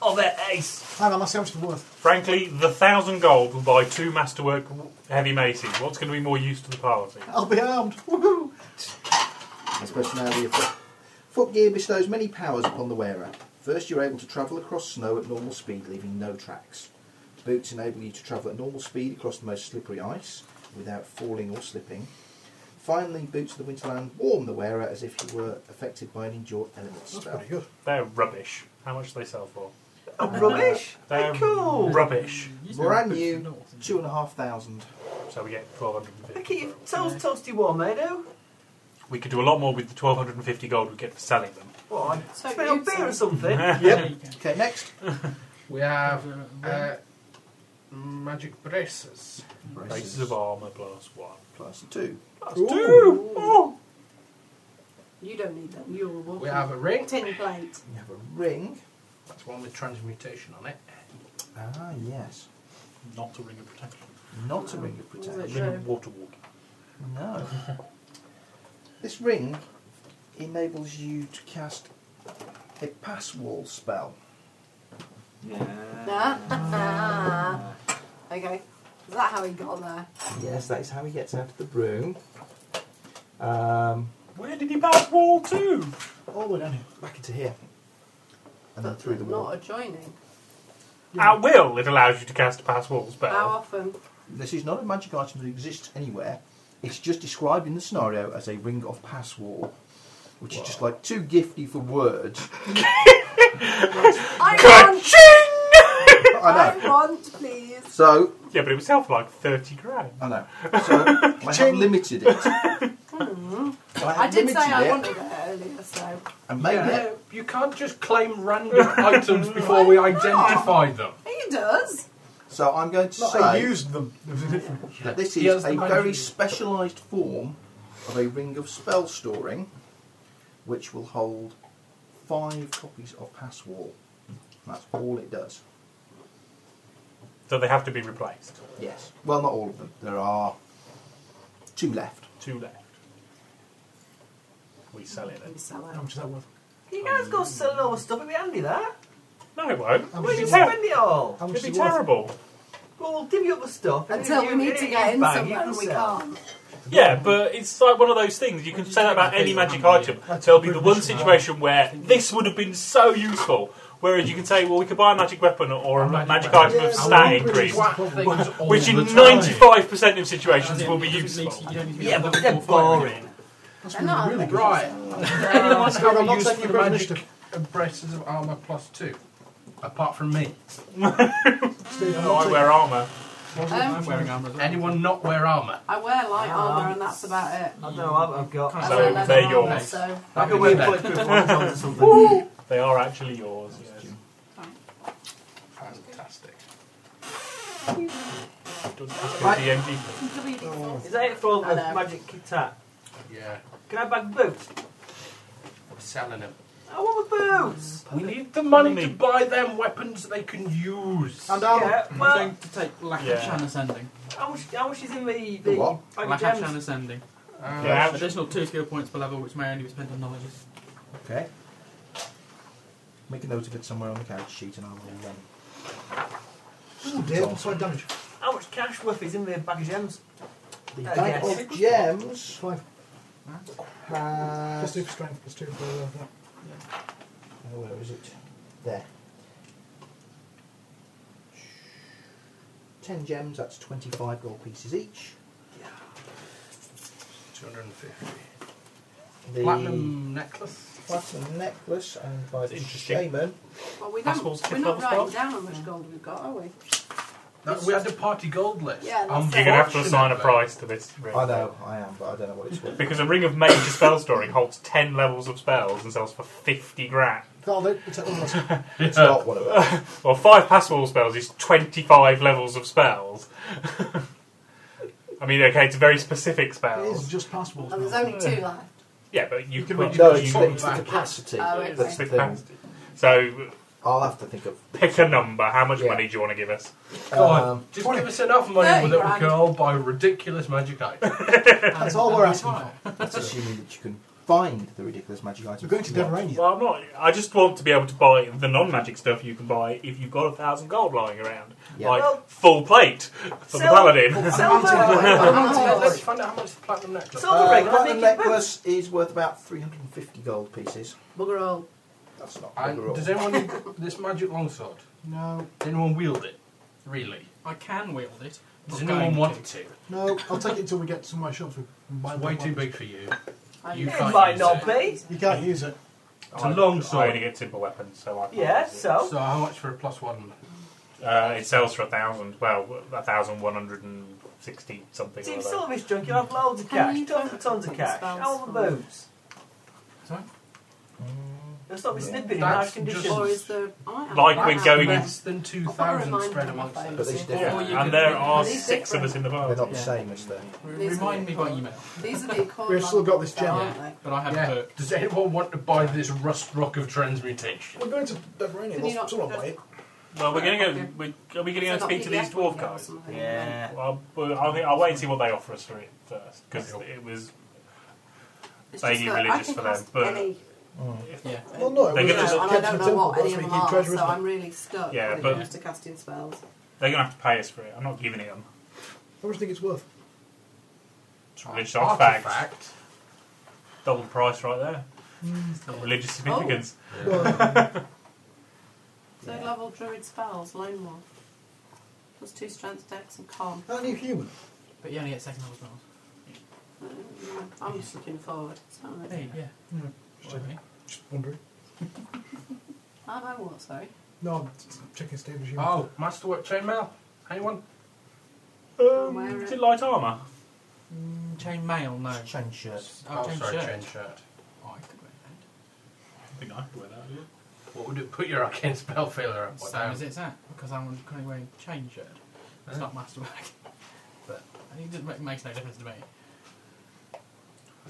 Oh, they're ace. Hang on, let's see how much they're worth. Frankly, the thousand gold will buy two masterwork heavy maces. What's going to be more use to the party? I'll be armed. Woohoo! Especially now that your foot, foot gear bestows many powers upon the wearer. First, you're able to travel across snow at normal speed, leaving no tracks. Boots enable you to travel at normal speed across the most slippery ice without falling or slipping. Finally, boots of the Winterland warm the wearer as if he were affected by an endure element That's spell. pretty good. They're rubbish. How much do they sell for? rubbish? They're Cool. Um, rubbish. Brand new, two and a half thousand. So we get 1250. Keep your toes toasty warm there, though. We could do a lot more with the 1250 gold we get for selling them. What? So Smell you- beer or something? yep. Okay, next. We have uh, magic braces. Races of armour plus one. Plus two. Plus Ooh. two! Oh. You don't need them. You're a walking We have a ring. Tin plate. We have a ring. That's one with transmutation on it. Ah, yes. Not a ring of protection. Not a ring of Was it protection. Ring of water walking. No. this ring enables you to cast a pass wall spell. Ah. okay. Is that how he got there? Yes, that is how he gets out of the room. Um, Where did he pass wall to? all the way Oh, down here, back into here, and then through the wall. Not adjoining. At will, it allows you to cast a pass wall How spell. often? This is not a magic item that exists anywhere. It's just described in the scenario as a ring of pass wall, which is just like too gifty for words. I want, I know. I want, please. So Yeah, but it was sell for like 30 grand. I know. So I have limited it. Hmm. I have I did say limited I it. wanted it earlier, so And made it Yeah, You can't just claim random items before we identify them. he does. So I'm going to Not say I used them. that this He is has the a magic. very specialised form of a ring of spell storing, which will hold five copies of Pass Wall. That's all it does. So they have to be replaced. Yes. Well, not all of them. There are two left. Two left. We sell it then. We sell How it. much is that worth? You guys go selling all the stuff, it'd be handy that. No, it won't. How It'd much be, You is ter- it spend it all. How much it'd be is it worth? terrible. Well, we'll give you up the stuff. and Until you- we need to you get in bang, you somewhere can and we sell. can't. Yeah, but it's like one of those things. You can say that about any magic item. That's There'll be the one pretty much situation where this would have been so useful. Whereas you can say, well, we could buy a magic weapon or a magic item of stat increase, which in 95% of situations will be useful. Yeah, but they're boring. They're not. really Really good. Right. Anyone Sorry, have a I'm not use taking for a the great magic initiative. braces of armour plus two? Apart from me. Steve, I'm No, not I wear armour. Um, wearing armour as well. Anyone not wear armour? I wear light armour and that's about it. I don't know, I've, I've got. I So wear leather they're armour, yours. So I could wear bulletproof ones or something. Woo! They are actually yours. yes. Fantastic. Doesn't have to Right. be DMG. Is that it for all the Hello. magic kit tat? Yeah, Can I bag boots? we're selling them. I want my boots! We need the money to Money. buy them weapons they can use. And I'll- Yeah, I'm well, going to take Lack Yeah. of Shan Ascending. how much, how much is in the, The the what? bag of Lack of Shan gems? Ascending. Uh, Yeah. Additional two skill points per level, which may only be spent on knowledge. Okay. Make a note of it somewhere on the character sheet, and I will. Um, Oh dear, that's why damage. How much cash worth is in the bag of gems? the Uh, bag yes. of gems Five. Plus has. two for strength, plus two for uh, that. Oh, where is it? There. Ten gems, that's 25 gold pieces each. 250. The Platinum necklace. platinum necklace and by the interesting. shaman. well, we Possible don't, we're not skip writing levels, down how much gold we've got, are we? No, we had the party gold list. Yeah, that's Um, it. You're going to have to assign a Unfortunately. price to this. ring. I know, I am, but I don't know what it's worth. Because a ring of major spell storing holds 10 levels of spells and sells for 50 grand. That'll do. It's that one last one. It's not one of those. Well, five passable spells is 25 levels of spells. I mean, okay, it's very specific It is spells. just passable. And there's only two left. Yeah, but you, You can well, reduce No, You it's, put the, it's the back. capacity. Oh, okay. That's the Big thing. capacity. So I'll have to think of. pick a number. How much Yeah. money do you want to give us? God, Um, just give us enough money Thirty that we grand. can all buy ridiculous magic items. That's all we're asking for. That's assuming that you can find the ridiculous magic items. We're going to Deverania. Well, I'm not. I just want to be able to buy the non-magic stuff you can buy if you've got a thousand gold lying around, Yeah. like Well- full plate for Silver- the paladin. Silver- Oh. Let's find out how much the platinum necklace. Uh, platinum necklace is worth about 350 gold pieces. Bugger all. That's not And bugger all. does anyone need this magic longsword? No. Does anyone wield it? Really? I can wield it. Does I'm not anyone going want to? No, I'll take it until we get to my shops. We can buy It's way too big for you. I You know. can't It might use not it. You can't use it. It's a long I sword. only get timber weapons, so I can't Yeah, use it. Oh. so? So how much for a plus one? Uh, it sells for a thousand. Well, a thousand one hundred and sixty something. See, or if other. Sylvie's drunk, you'll have loads of Can cash. you Tons and tons of put the cash. spells How are the on? boobs? Sorry? They'll stop me snipping in That's harsh conditions. just- Or is there- I Like we're That's going in- less than two thousand spread amongst them. But these Yeah, different. and there are six of us in the They're party. not the same as the. Remind me by email. These are the equivalent. We've still got this gem. Aren't But I have Yeah. her. Does anyone want to buy this rust rock of transmutation? We're going to Deverania. Can you We'll not- someone will buy it. Well, we're going to go. we are we going to go and speak to these dwarf guys? Yeah. Well, I'll, I'll, think- I'll wait and see what they offer us for it first, because it was It's just vaguely that I religious can for them. cast But any- Yeah. Well, no, They're we gonna just and I kept don't in know temple. what That's any of making them are, treasure, so isn't I'm really stuck Yeah, when but- it comes to casting spells. they're going to have to pay us for it. I'm not giving it them. it? How much do you think it's worth? It's a religious Oh, artifact. Artifact. Double the price right there. Mm. It's got Oh. religious significance. Third level druid spells, lone wolf. Plus two strength decks and calm. Aren't you human? But you only get second level spells. I'm just looking forward. It's not really- Hey, yeah. Just checking. Just wondering. I know what, sorry. No, I'm just checking Steve as human. Oh, masterwork chainmail. Anyone? Wear Um, is it. it light armour? Mm, chain mail, no. Chain shirts. Oh, chain sorry, shirt. chain shirt. Oh, I could wear that. I think I could wear that. yeah. What would it put your arcane spell failure up? What Same down? as it's at, because I'm currently wearing chain shirt. It's Yeah. not master bag. But I think it doesn't make- makes no difference to me.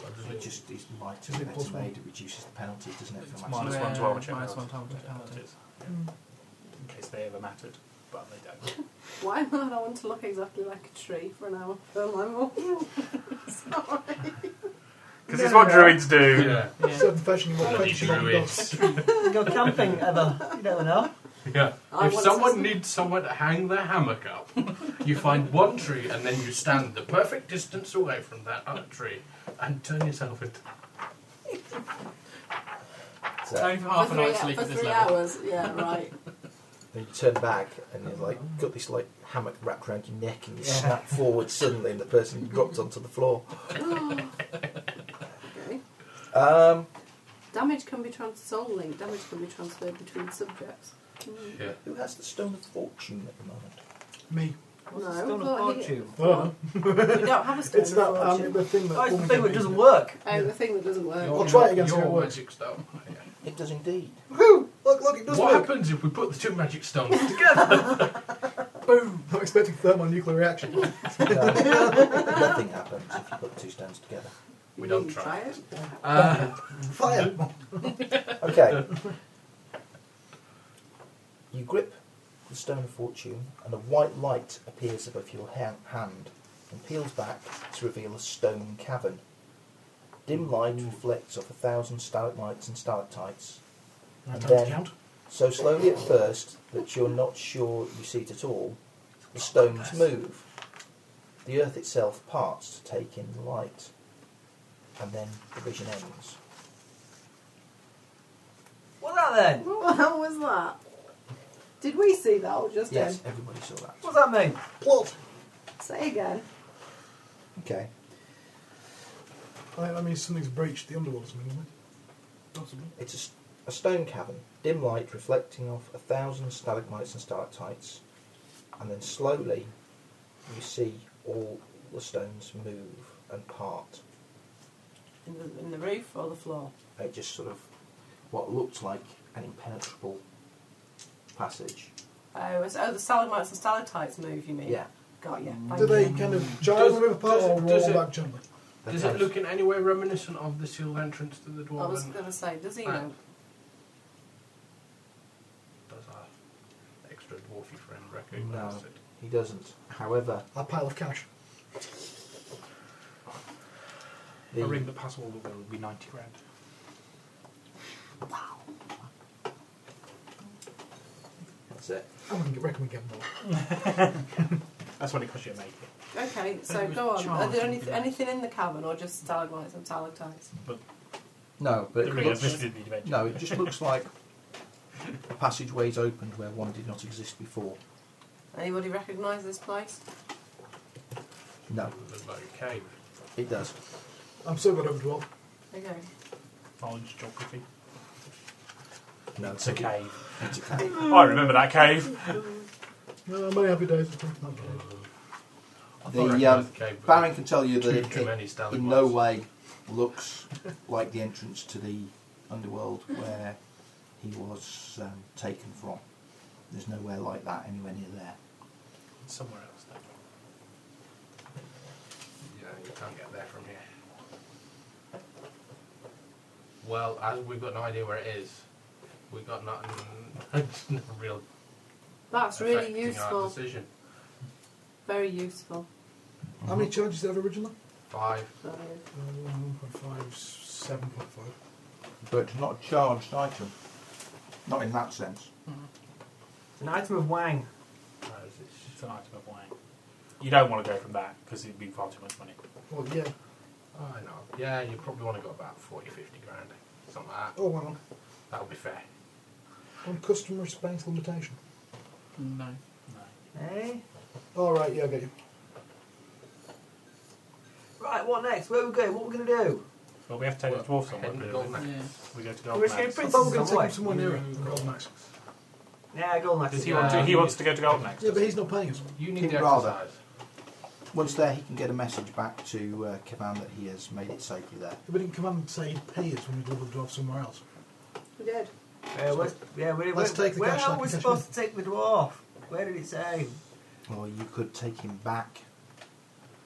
What does It it- just is lighter Is it and better possible? made. It reduces the penalties, doesn't it? It's for minus maximum- one to Yeah, armor check. minus one to penalties. armor check penalties. Mm. In case they ever mattered, but they don't. Why am I want to look exactly like a tree for an hour per level? sorry. Because it's what druids do. Yeah. Yeah. So professionally, what Bloody question have you got? druids. Go camping ever. You never know. Yeah. I if want someone to- needs someone to hang their hammock up, you find one tree and then you stand the perfect distance away from that other tree and turn yourself into. It's So, only for half for an three, hour's sleep for at this three level. hours, yeah, right. then you turn back and you've like got this like hammock wrapped around your neck and you snap forward suddenly and the person drops onto the floor. Okay. Um, Damage can be trans soul link. Damage can be transferred between subjects. Mm. Yeah. who has the stone of fortune at the moment? Me. No, It's still but not he- fortune. Oh. we don't have a stone It's that fortune. um, the thing that. Oh, it's the woman thing that can be. doesn't work. Oh, the thing that doesn't work. I'll try it again. Your Your words. magic stone. Yeah. It does indeed. Woohoo! Look, look, it does What work. happens if we put the two magic stones together? Boom! I'm expecting thermonuclear reaction. No, nothing happens if you put two stones together. You We don't didn't try Hmm, it. Uh, Fire! Okay. You grip the stone of fortune, and a white light appears above your ha- hand and peels back to reveal a stone cavern. Dim light reflects off a thousand stalagmites and stalactites, and then, so slowly at first that you're not sure you see it at all, the stones move. The earth itself parts to take in the light, and then the vision ends. Well, that then? What the hell was that? Did we see that or just Yes, him? everybody saw that. What's that mean? Plot! Say again. Okay. I, that means something's breached the underworld or something, isn't it? Possibly. It's a s- a, stone cavern, dim light reflecting off a thousand stalagmites and stalactites, and then slowly you see all the stones move and part. In the, in the roof or the floor? It just sort of what looks like an impenetrable passage. Oh, it's- oh, the stalagmites and stalactites move, you mean? Yeah. Got you. Thank Do they you. kind of jive the river apart does it- or does roll it- back gently? That Does it has- look in any way reminiscent of the sealed entrance to the I was dwarven? going to say, does he Right. know? Does our extra dwarfy friend recognise No. it? He doesn't. However, A pile of cash. A ring that passes all the way would be 90 grand. That's it. I wouldn't recommend getting more. That's what it costs you to make it. Okay, It so was go on. Are charged there any, with that. anything in the cavern or just stalagmites and stalactites? No, but The it ring looks, of visited the adventure. no, it just looks like a passageway's opened where one did not exist before. Anybody recognise this place? No, Looks like a cave. it does. I'm so glad I'm 12. Okay. Knowledge geography. No, It's a cave. It's a cave. I remember that cave. No, Uh, many happy days. I The um, recognised the cave, but Baron can tell you that too- it, too many it in stalagmites. no way looks like the entrance to the underworld where he was um, taken from. There's nowhere like that anywhere near there. It's somewhere else, though. Yeah, you can't get there from here. Well, as we've got no idea where it is, we've got not no real That's really affecting Our useful. decision. Very useful. How many charges did I have originally? Five. So, Um, 1.5, 7.5. But it's not a charged item. Not in that sense. It's an item of Wang. It's an item of wine. You don't want to go from that because it'd be far too much money. Well, yeah. Oh, I know. Yeah, you probably want to go about 40, 50 grand. Something like that. Oh, hang on. That would be fair. On customer space limitation. No. Eh? All right, yeah, I get you. Right, what next? Where are we going? What are we going to do? But we have to take the dwarf somewhere. Heading to don't we? Golden Axe. We go to We're escaping I Golden Prince. thought we were going to Away. take him somewhere nearer. God, nice. Yeah, go on, Lexi. Does he Yeah. want to? He you- wants to go to Golden Axe. Yeah, but he's not paying us. You need He'd the rather. exercise. Once there, he can get a message back to uh, Kavan that he has made it safely there. If we didn't come and say he'd pay us when we deliver the dwarf somewhere else. we did. Yeah, where's- yeah, where, Let's where, take the where cash are like we a cash supposed to take the dwarf? Where did it say? Or you could take him back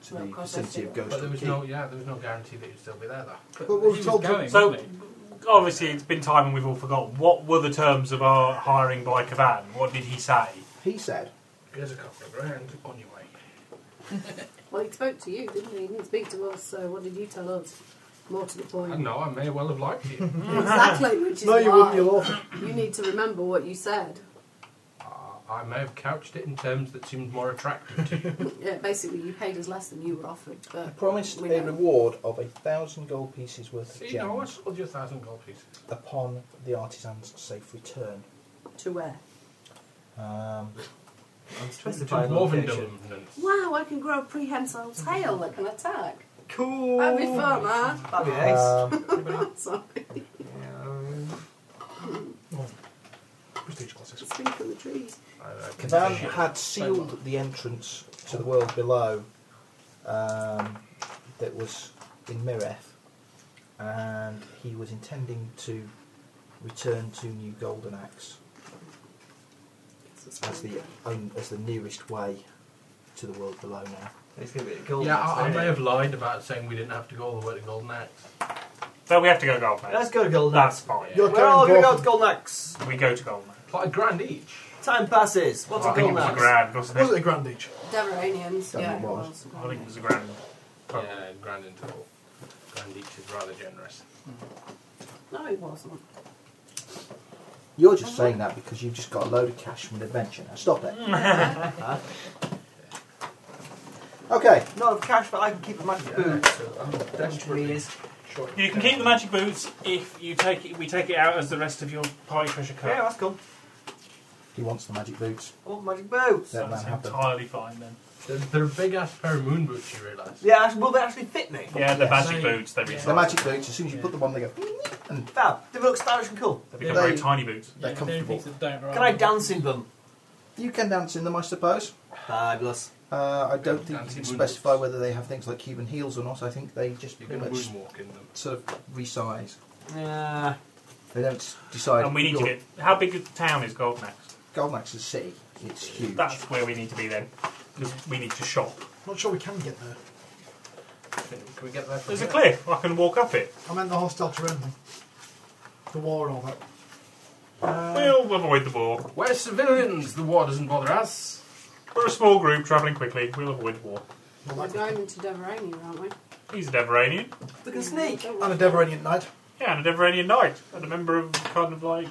to Well, the of course, vicinity of that's Ghost it. But there of was Key. no, yeah, there was no guarantee that you'd still be there, though. But we were He was told to- going, So, wasn't he? obviously, it's been time and we've all forgotten. What were the terms of our hiring by Kavan? What did he say? He said, Here's a couple of grand on your way. Well, he spoke to you, didn't he? He didn't speak to us, so what did you tell us? More to the I point. don't know, I may well have liked you. exactly, which is No, you why wouldn't, you're awful. you need to remember what you said. uh, I may have couched it in terms that seemed more attractive to you. Yeah, basically, you paid us less than you were offered. I But promised we a know. reward of a thousand gold pieces worth of you know, I gems sold you a thousand gold pieces. upon the artisan's safe return. To where? Um, Specify location. Wow, I can grow a prehensile tail that can attack. Cool. That'd be fun, huh? That'd be nice. Uh, um, Sorry, Prestige classes. just think of the trees. Kavan had sealed the entrance to the world below um, that was in Mireth, and he was intending to return to New Golden Axe as the own- as the nearest way to the world below now. It's going to be a golden yeah, axe, I, I isn't may it? have lied about saying we didn't have to go all the way to Golden Axe. So we have to go to Golden Axe. Let's go to Golden That's Axe. fine. You're We're all carrying going to go dwarf. to Golden Axe. We go to Golden Axe. Like a grand each. Time passes. What's I a think it Golden was a Axe? grand, wasn't Was it it? a grand each? Deveranians, That yeah. it was. it I think it was a grand. Yeah, grand in total. Grand each is rather generous. No, it wasn't. You're just saying that because you've just got a load of cash from an adventure. Now stop it. Okay, Not of cash, but I can keep a magic boot. Desperately is. You can keep the magic boots if you take it. We take it out as the rest of your party treasure Yeah, card. that's cool. he wants the magic boots. I want magic boots. Let That's that happen. entirely fine then. They're, they're a big ass pair of moon boots, you realise. Yeah, actually, will they actually fit me? Yeah, the Yes. magic boots. They resize. The magic boots. As soon as you put them on, they go. Fab. They look stylish and cool. They become very They- tiny boots. They're Yeah, comfortable. things that don't Can I arrive. dance in them? You can dance in them, I suppose. Fabulous. Uh, I don't think you Dancing can moon specify boots. whether they have things like Cuban heels or not. I think they just You pretty can much moonwalk in them. sort of resize. Yeah. They don't s- decide. And we need to your- get. How big a town is Golden Axe? Golden Axe is a city. It's huge. That's where we need to be then, because we need to shop. Not sure we can get there. Can we get there? from There's a here? cliff. I can walk up it. I meant the hostile terrain thing. The war and all that. We'll avoid the war. We're civilians. The war doesn't bother us. We're a small group travelling quickly. We'll avoid the war. We're going into Deverania, aren't we? He's a Deveranian. We can sneak. I'm a Deveranian knight. Yeah, and a Deveranian knight. And a member of kind of like.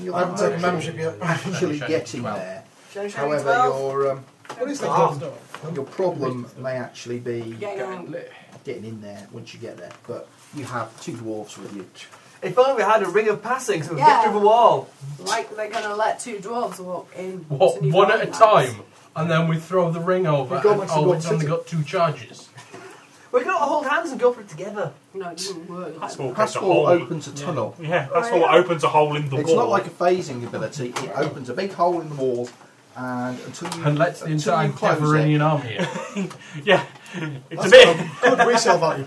You haven't taken membership yet. Actually getting there. Shiny, shiny However, 12. your um, What is the ah, club? your problem may actually be Getting on. getting in there once you get there. But you have two dwarfs with you. If only we had a ring of passing so we Yeah. get through the wall. Like they're gonna let two dwarves walk in. What, to New one at a York, time? And then we throw the ring over. We go and, back to oh, one it's only sitting. got two charges. We gotta hold hands and go for it together. No, it wouldn't work. Passwall That's gets a all hole. opens a tunnel. Yeah, that's all opens a hole in the It's wall. not like a phasing ability. It opens a big hole in the wall, and until you And lets the until you entire close it- Deveranian army in. Yeah, it's a bit. Good resale value.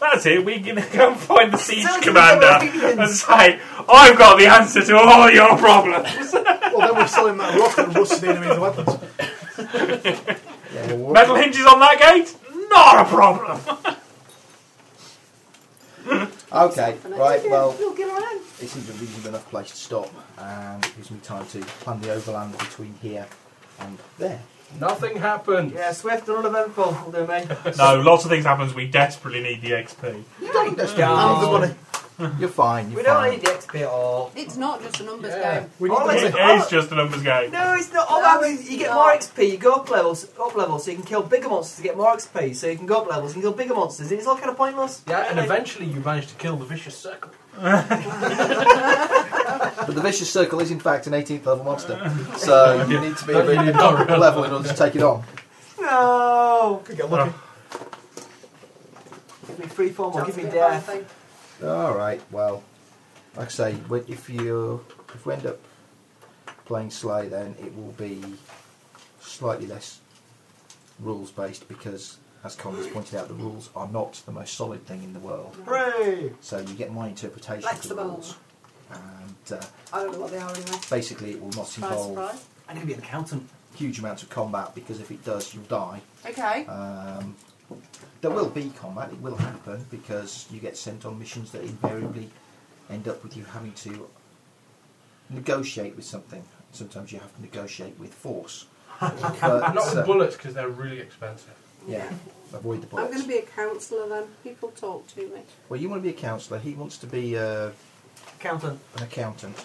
That's it. We're gonna go and find the siege Tell them commander the Romanians. and say, "I've got the answer to all your problems." Well, then we're selling that rock and rusted enemies' weapons. Metal hinges on that gate, not a problem. Okay, right. Well, We'll get around. This is a reasonable enough place to stop, and it gives me time to plan the overland between here and there. Nothing happened. Yeah, swift and uneventful. Will do, mate. No, lots of things happens. We desperately need the XP. Don't. You're fine. You're We don't fine. need the XP at all. It's not just a numbers game. We All it's- It is just a numbers game. No, it's not. All that means you get more XP, you go up levels, up levels, so you can kill bigger monsters to get more XP, so you can go up levels and kill bigger monsters. It's all kind of pointless. Yeah, and eventually you manage to kill the vicious circle. But the vicious circle is in fact an 18th level monster, so you need to be a really top level in order to take it on. No! Could get lucky. Give me free form or give me Just get death. around, All right. Well, like I say, we- if you if we end up playing Slay, then it will be slightly less rules based because, as Connor's pointed out, the rules are not the most solid thing in the world. Hooray! So you get my interpretation of the Flexible. rules, and uh, I don't know what they are anyway. basically it will not Surprise, involve surprise. I need to be an accountant. huge amounts of combat because if it does, you'll die. Okay. Uh, Um, there will be combat, it will happen because you get sent on missions that invariably end up with you having to negotiate with something. Sometimes you have to negotiate with force. But, Not uh, with bullets because they're really expensive. yeah, avoid the I'm going bullets. to be a counsellor then. People talk to me. Well, you want to be a counsellor, he wants to be uh, Accountant. an accountant.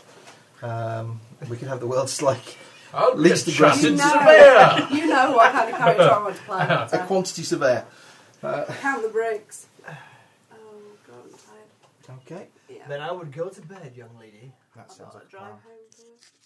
Um, we could have the world's like Oh, least get shafted aggressive No. surveyor. You know what kind of character I want to play. a don't quantity surveyor. I? Count the bricks. Oh god, I'm tired. Okay, Yeah. Then I would go to bed, young lady. that I've sounds got like to a plan. drive home.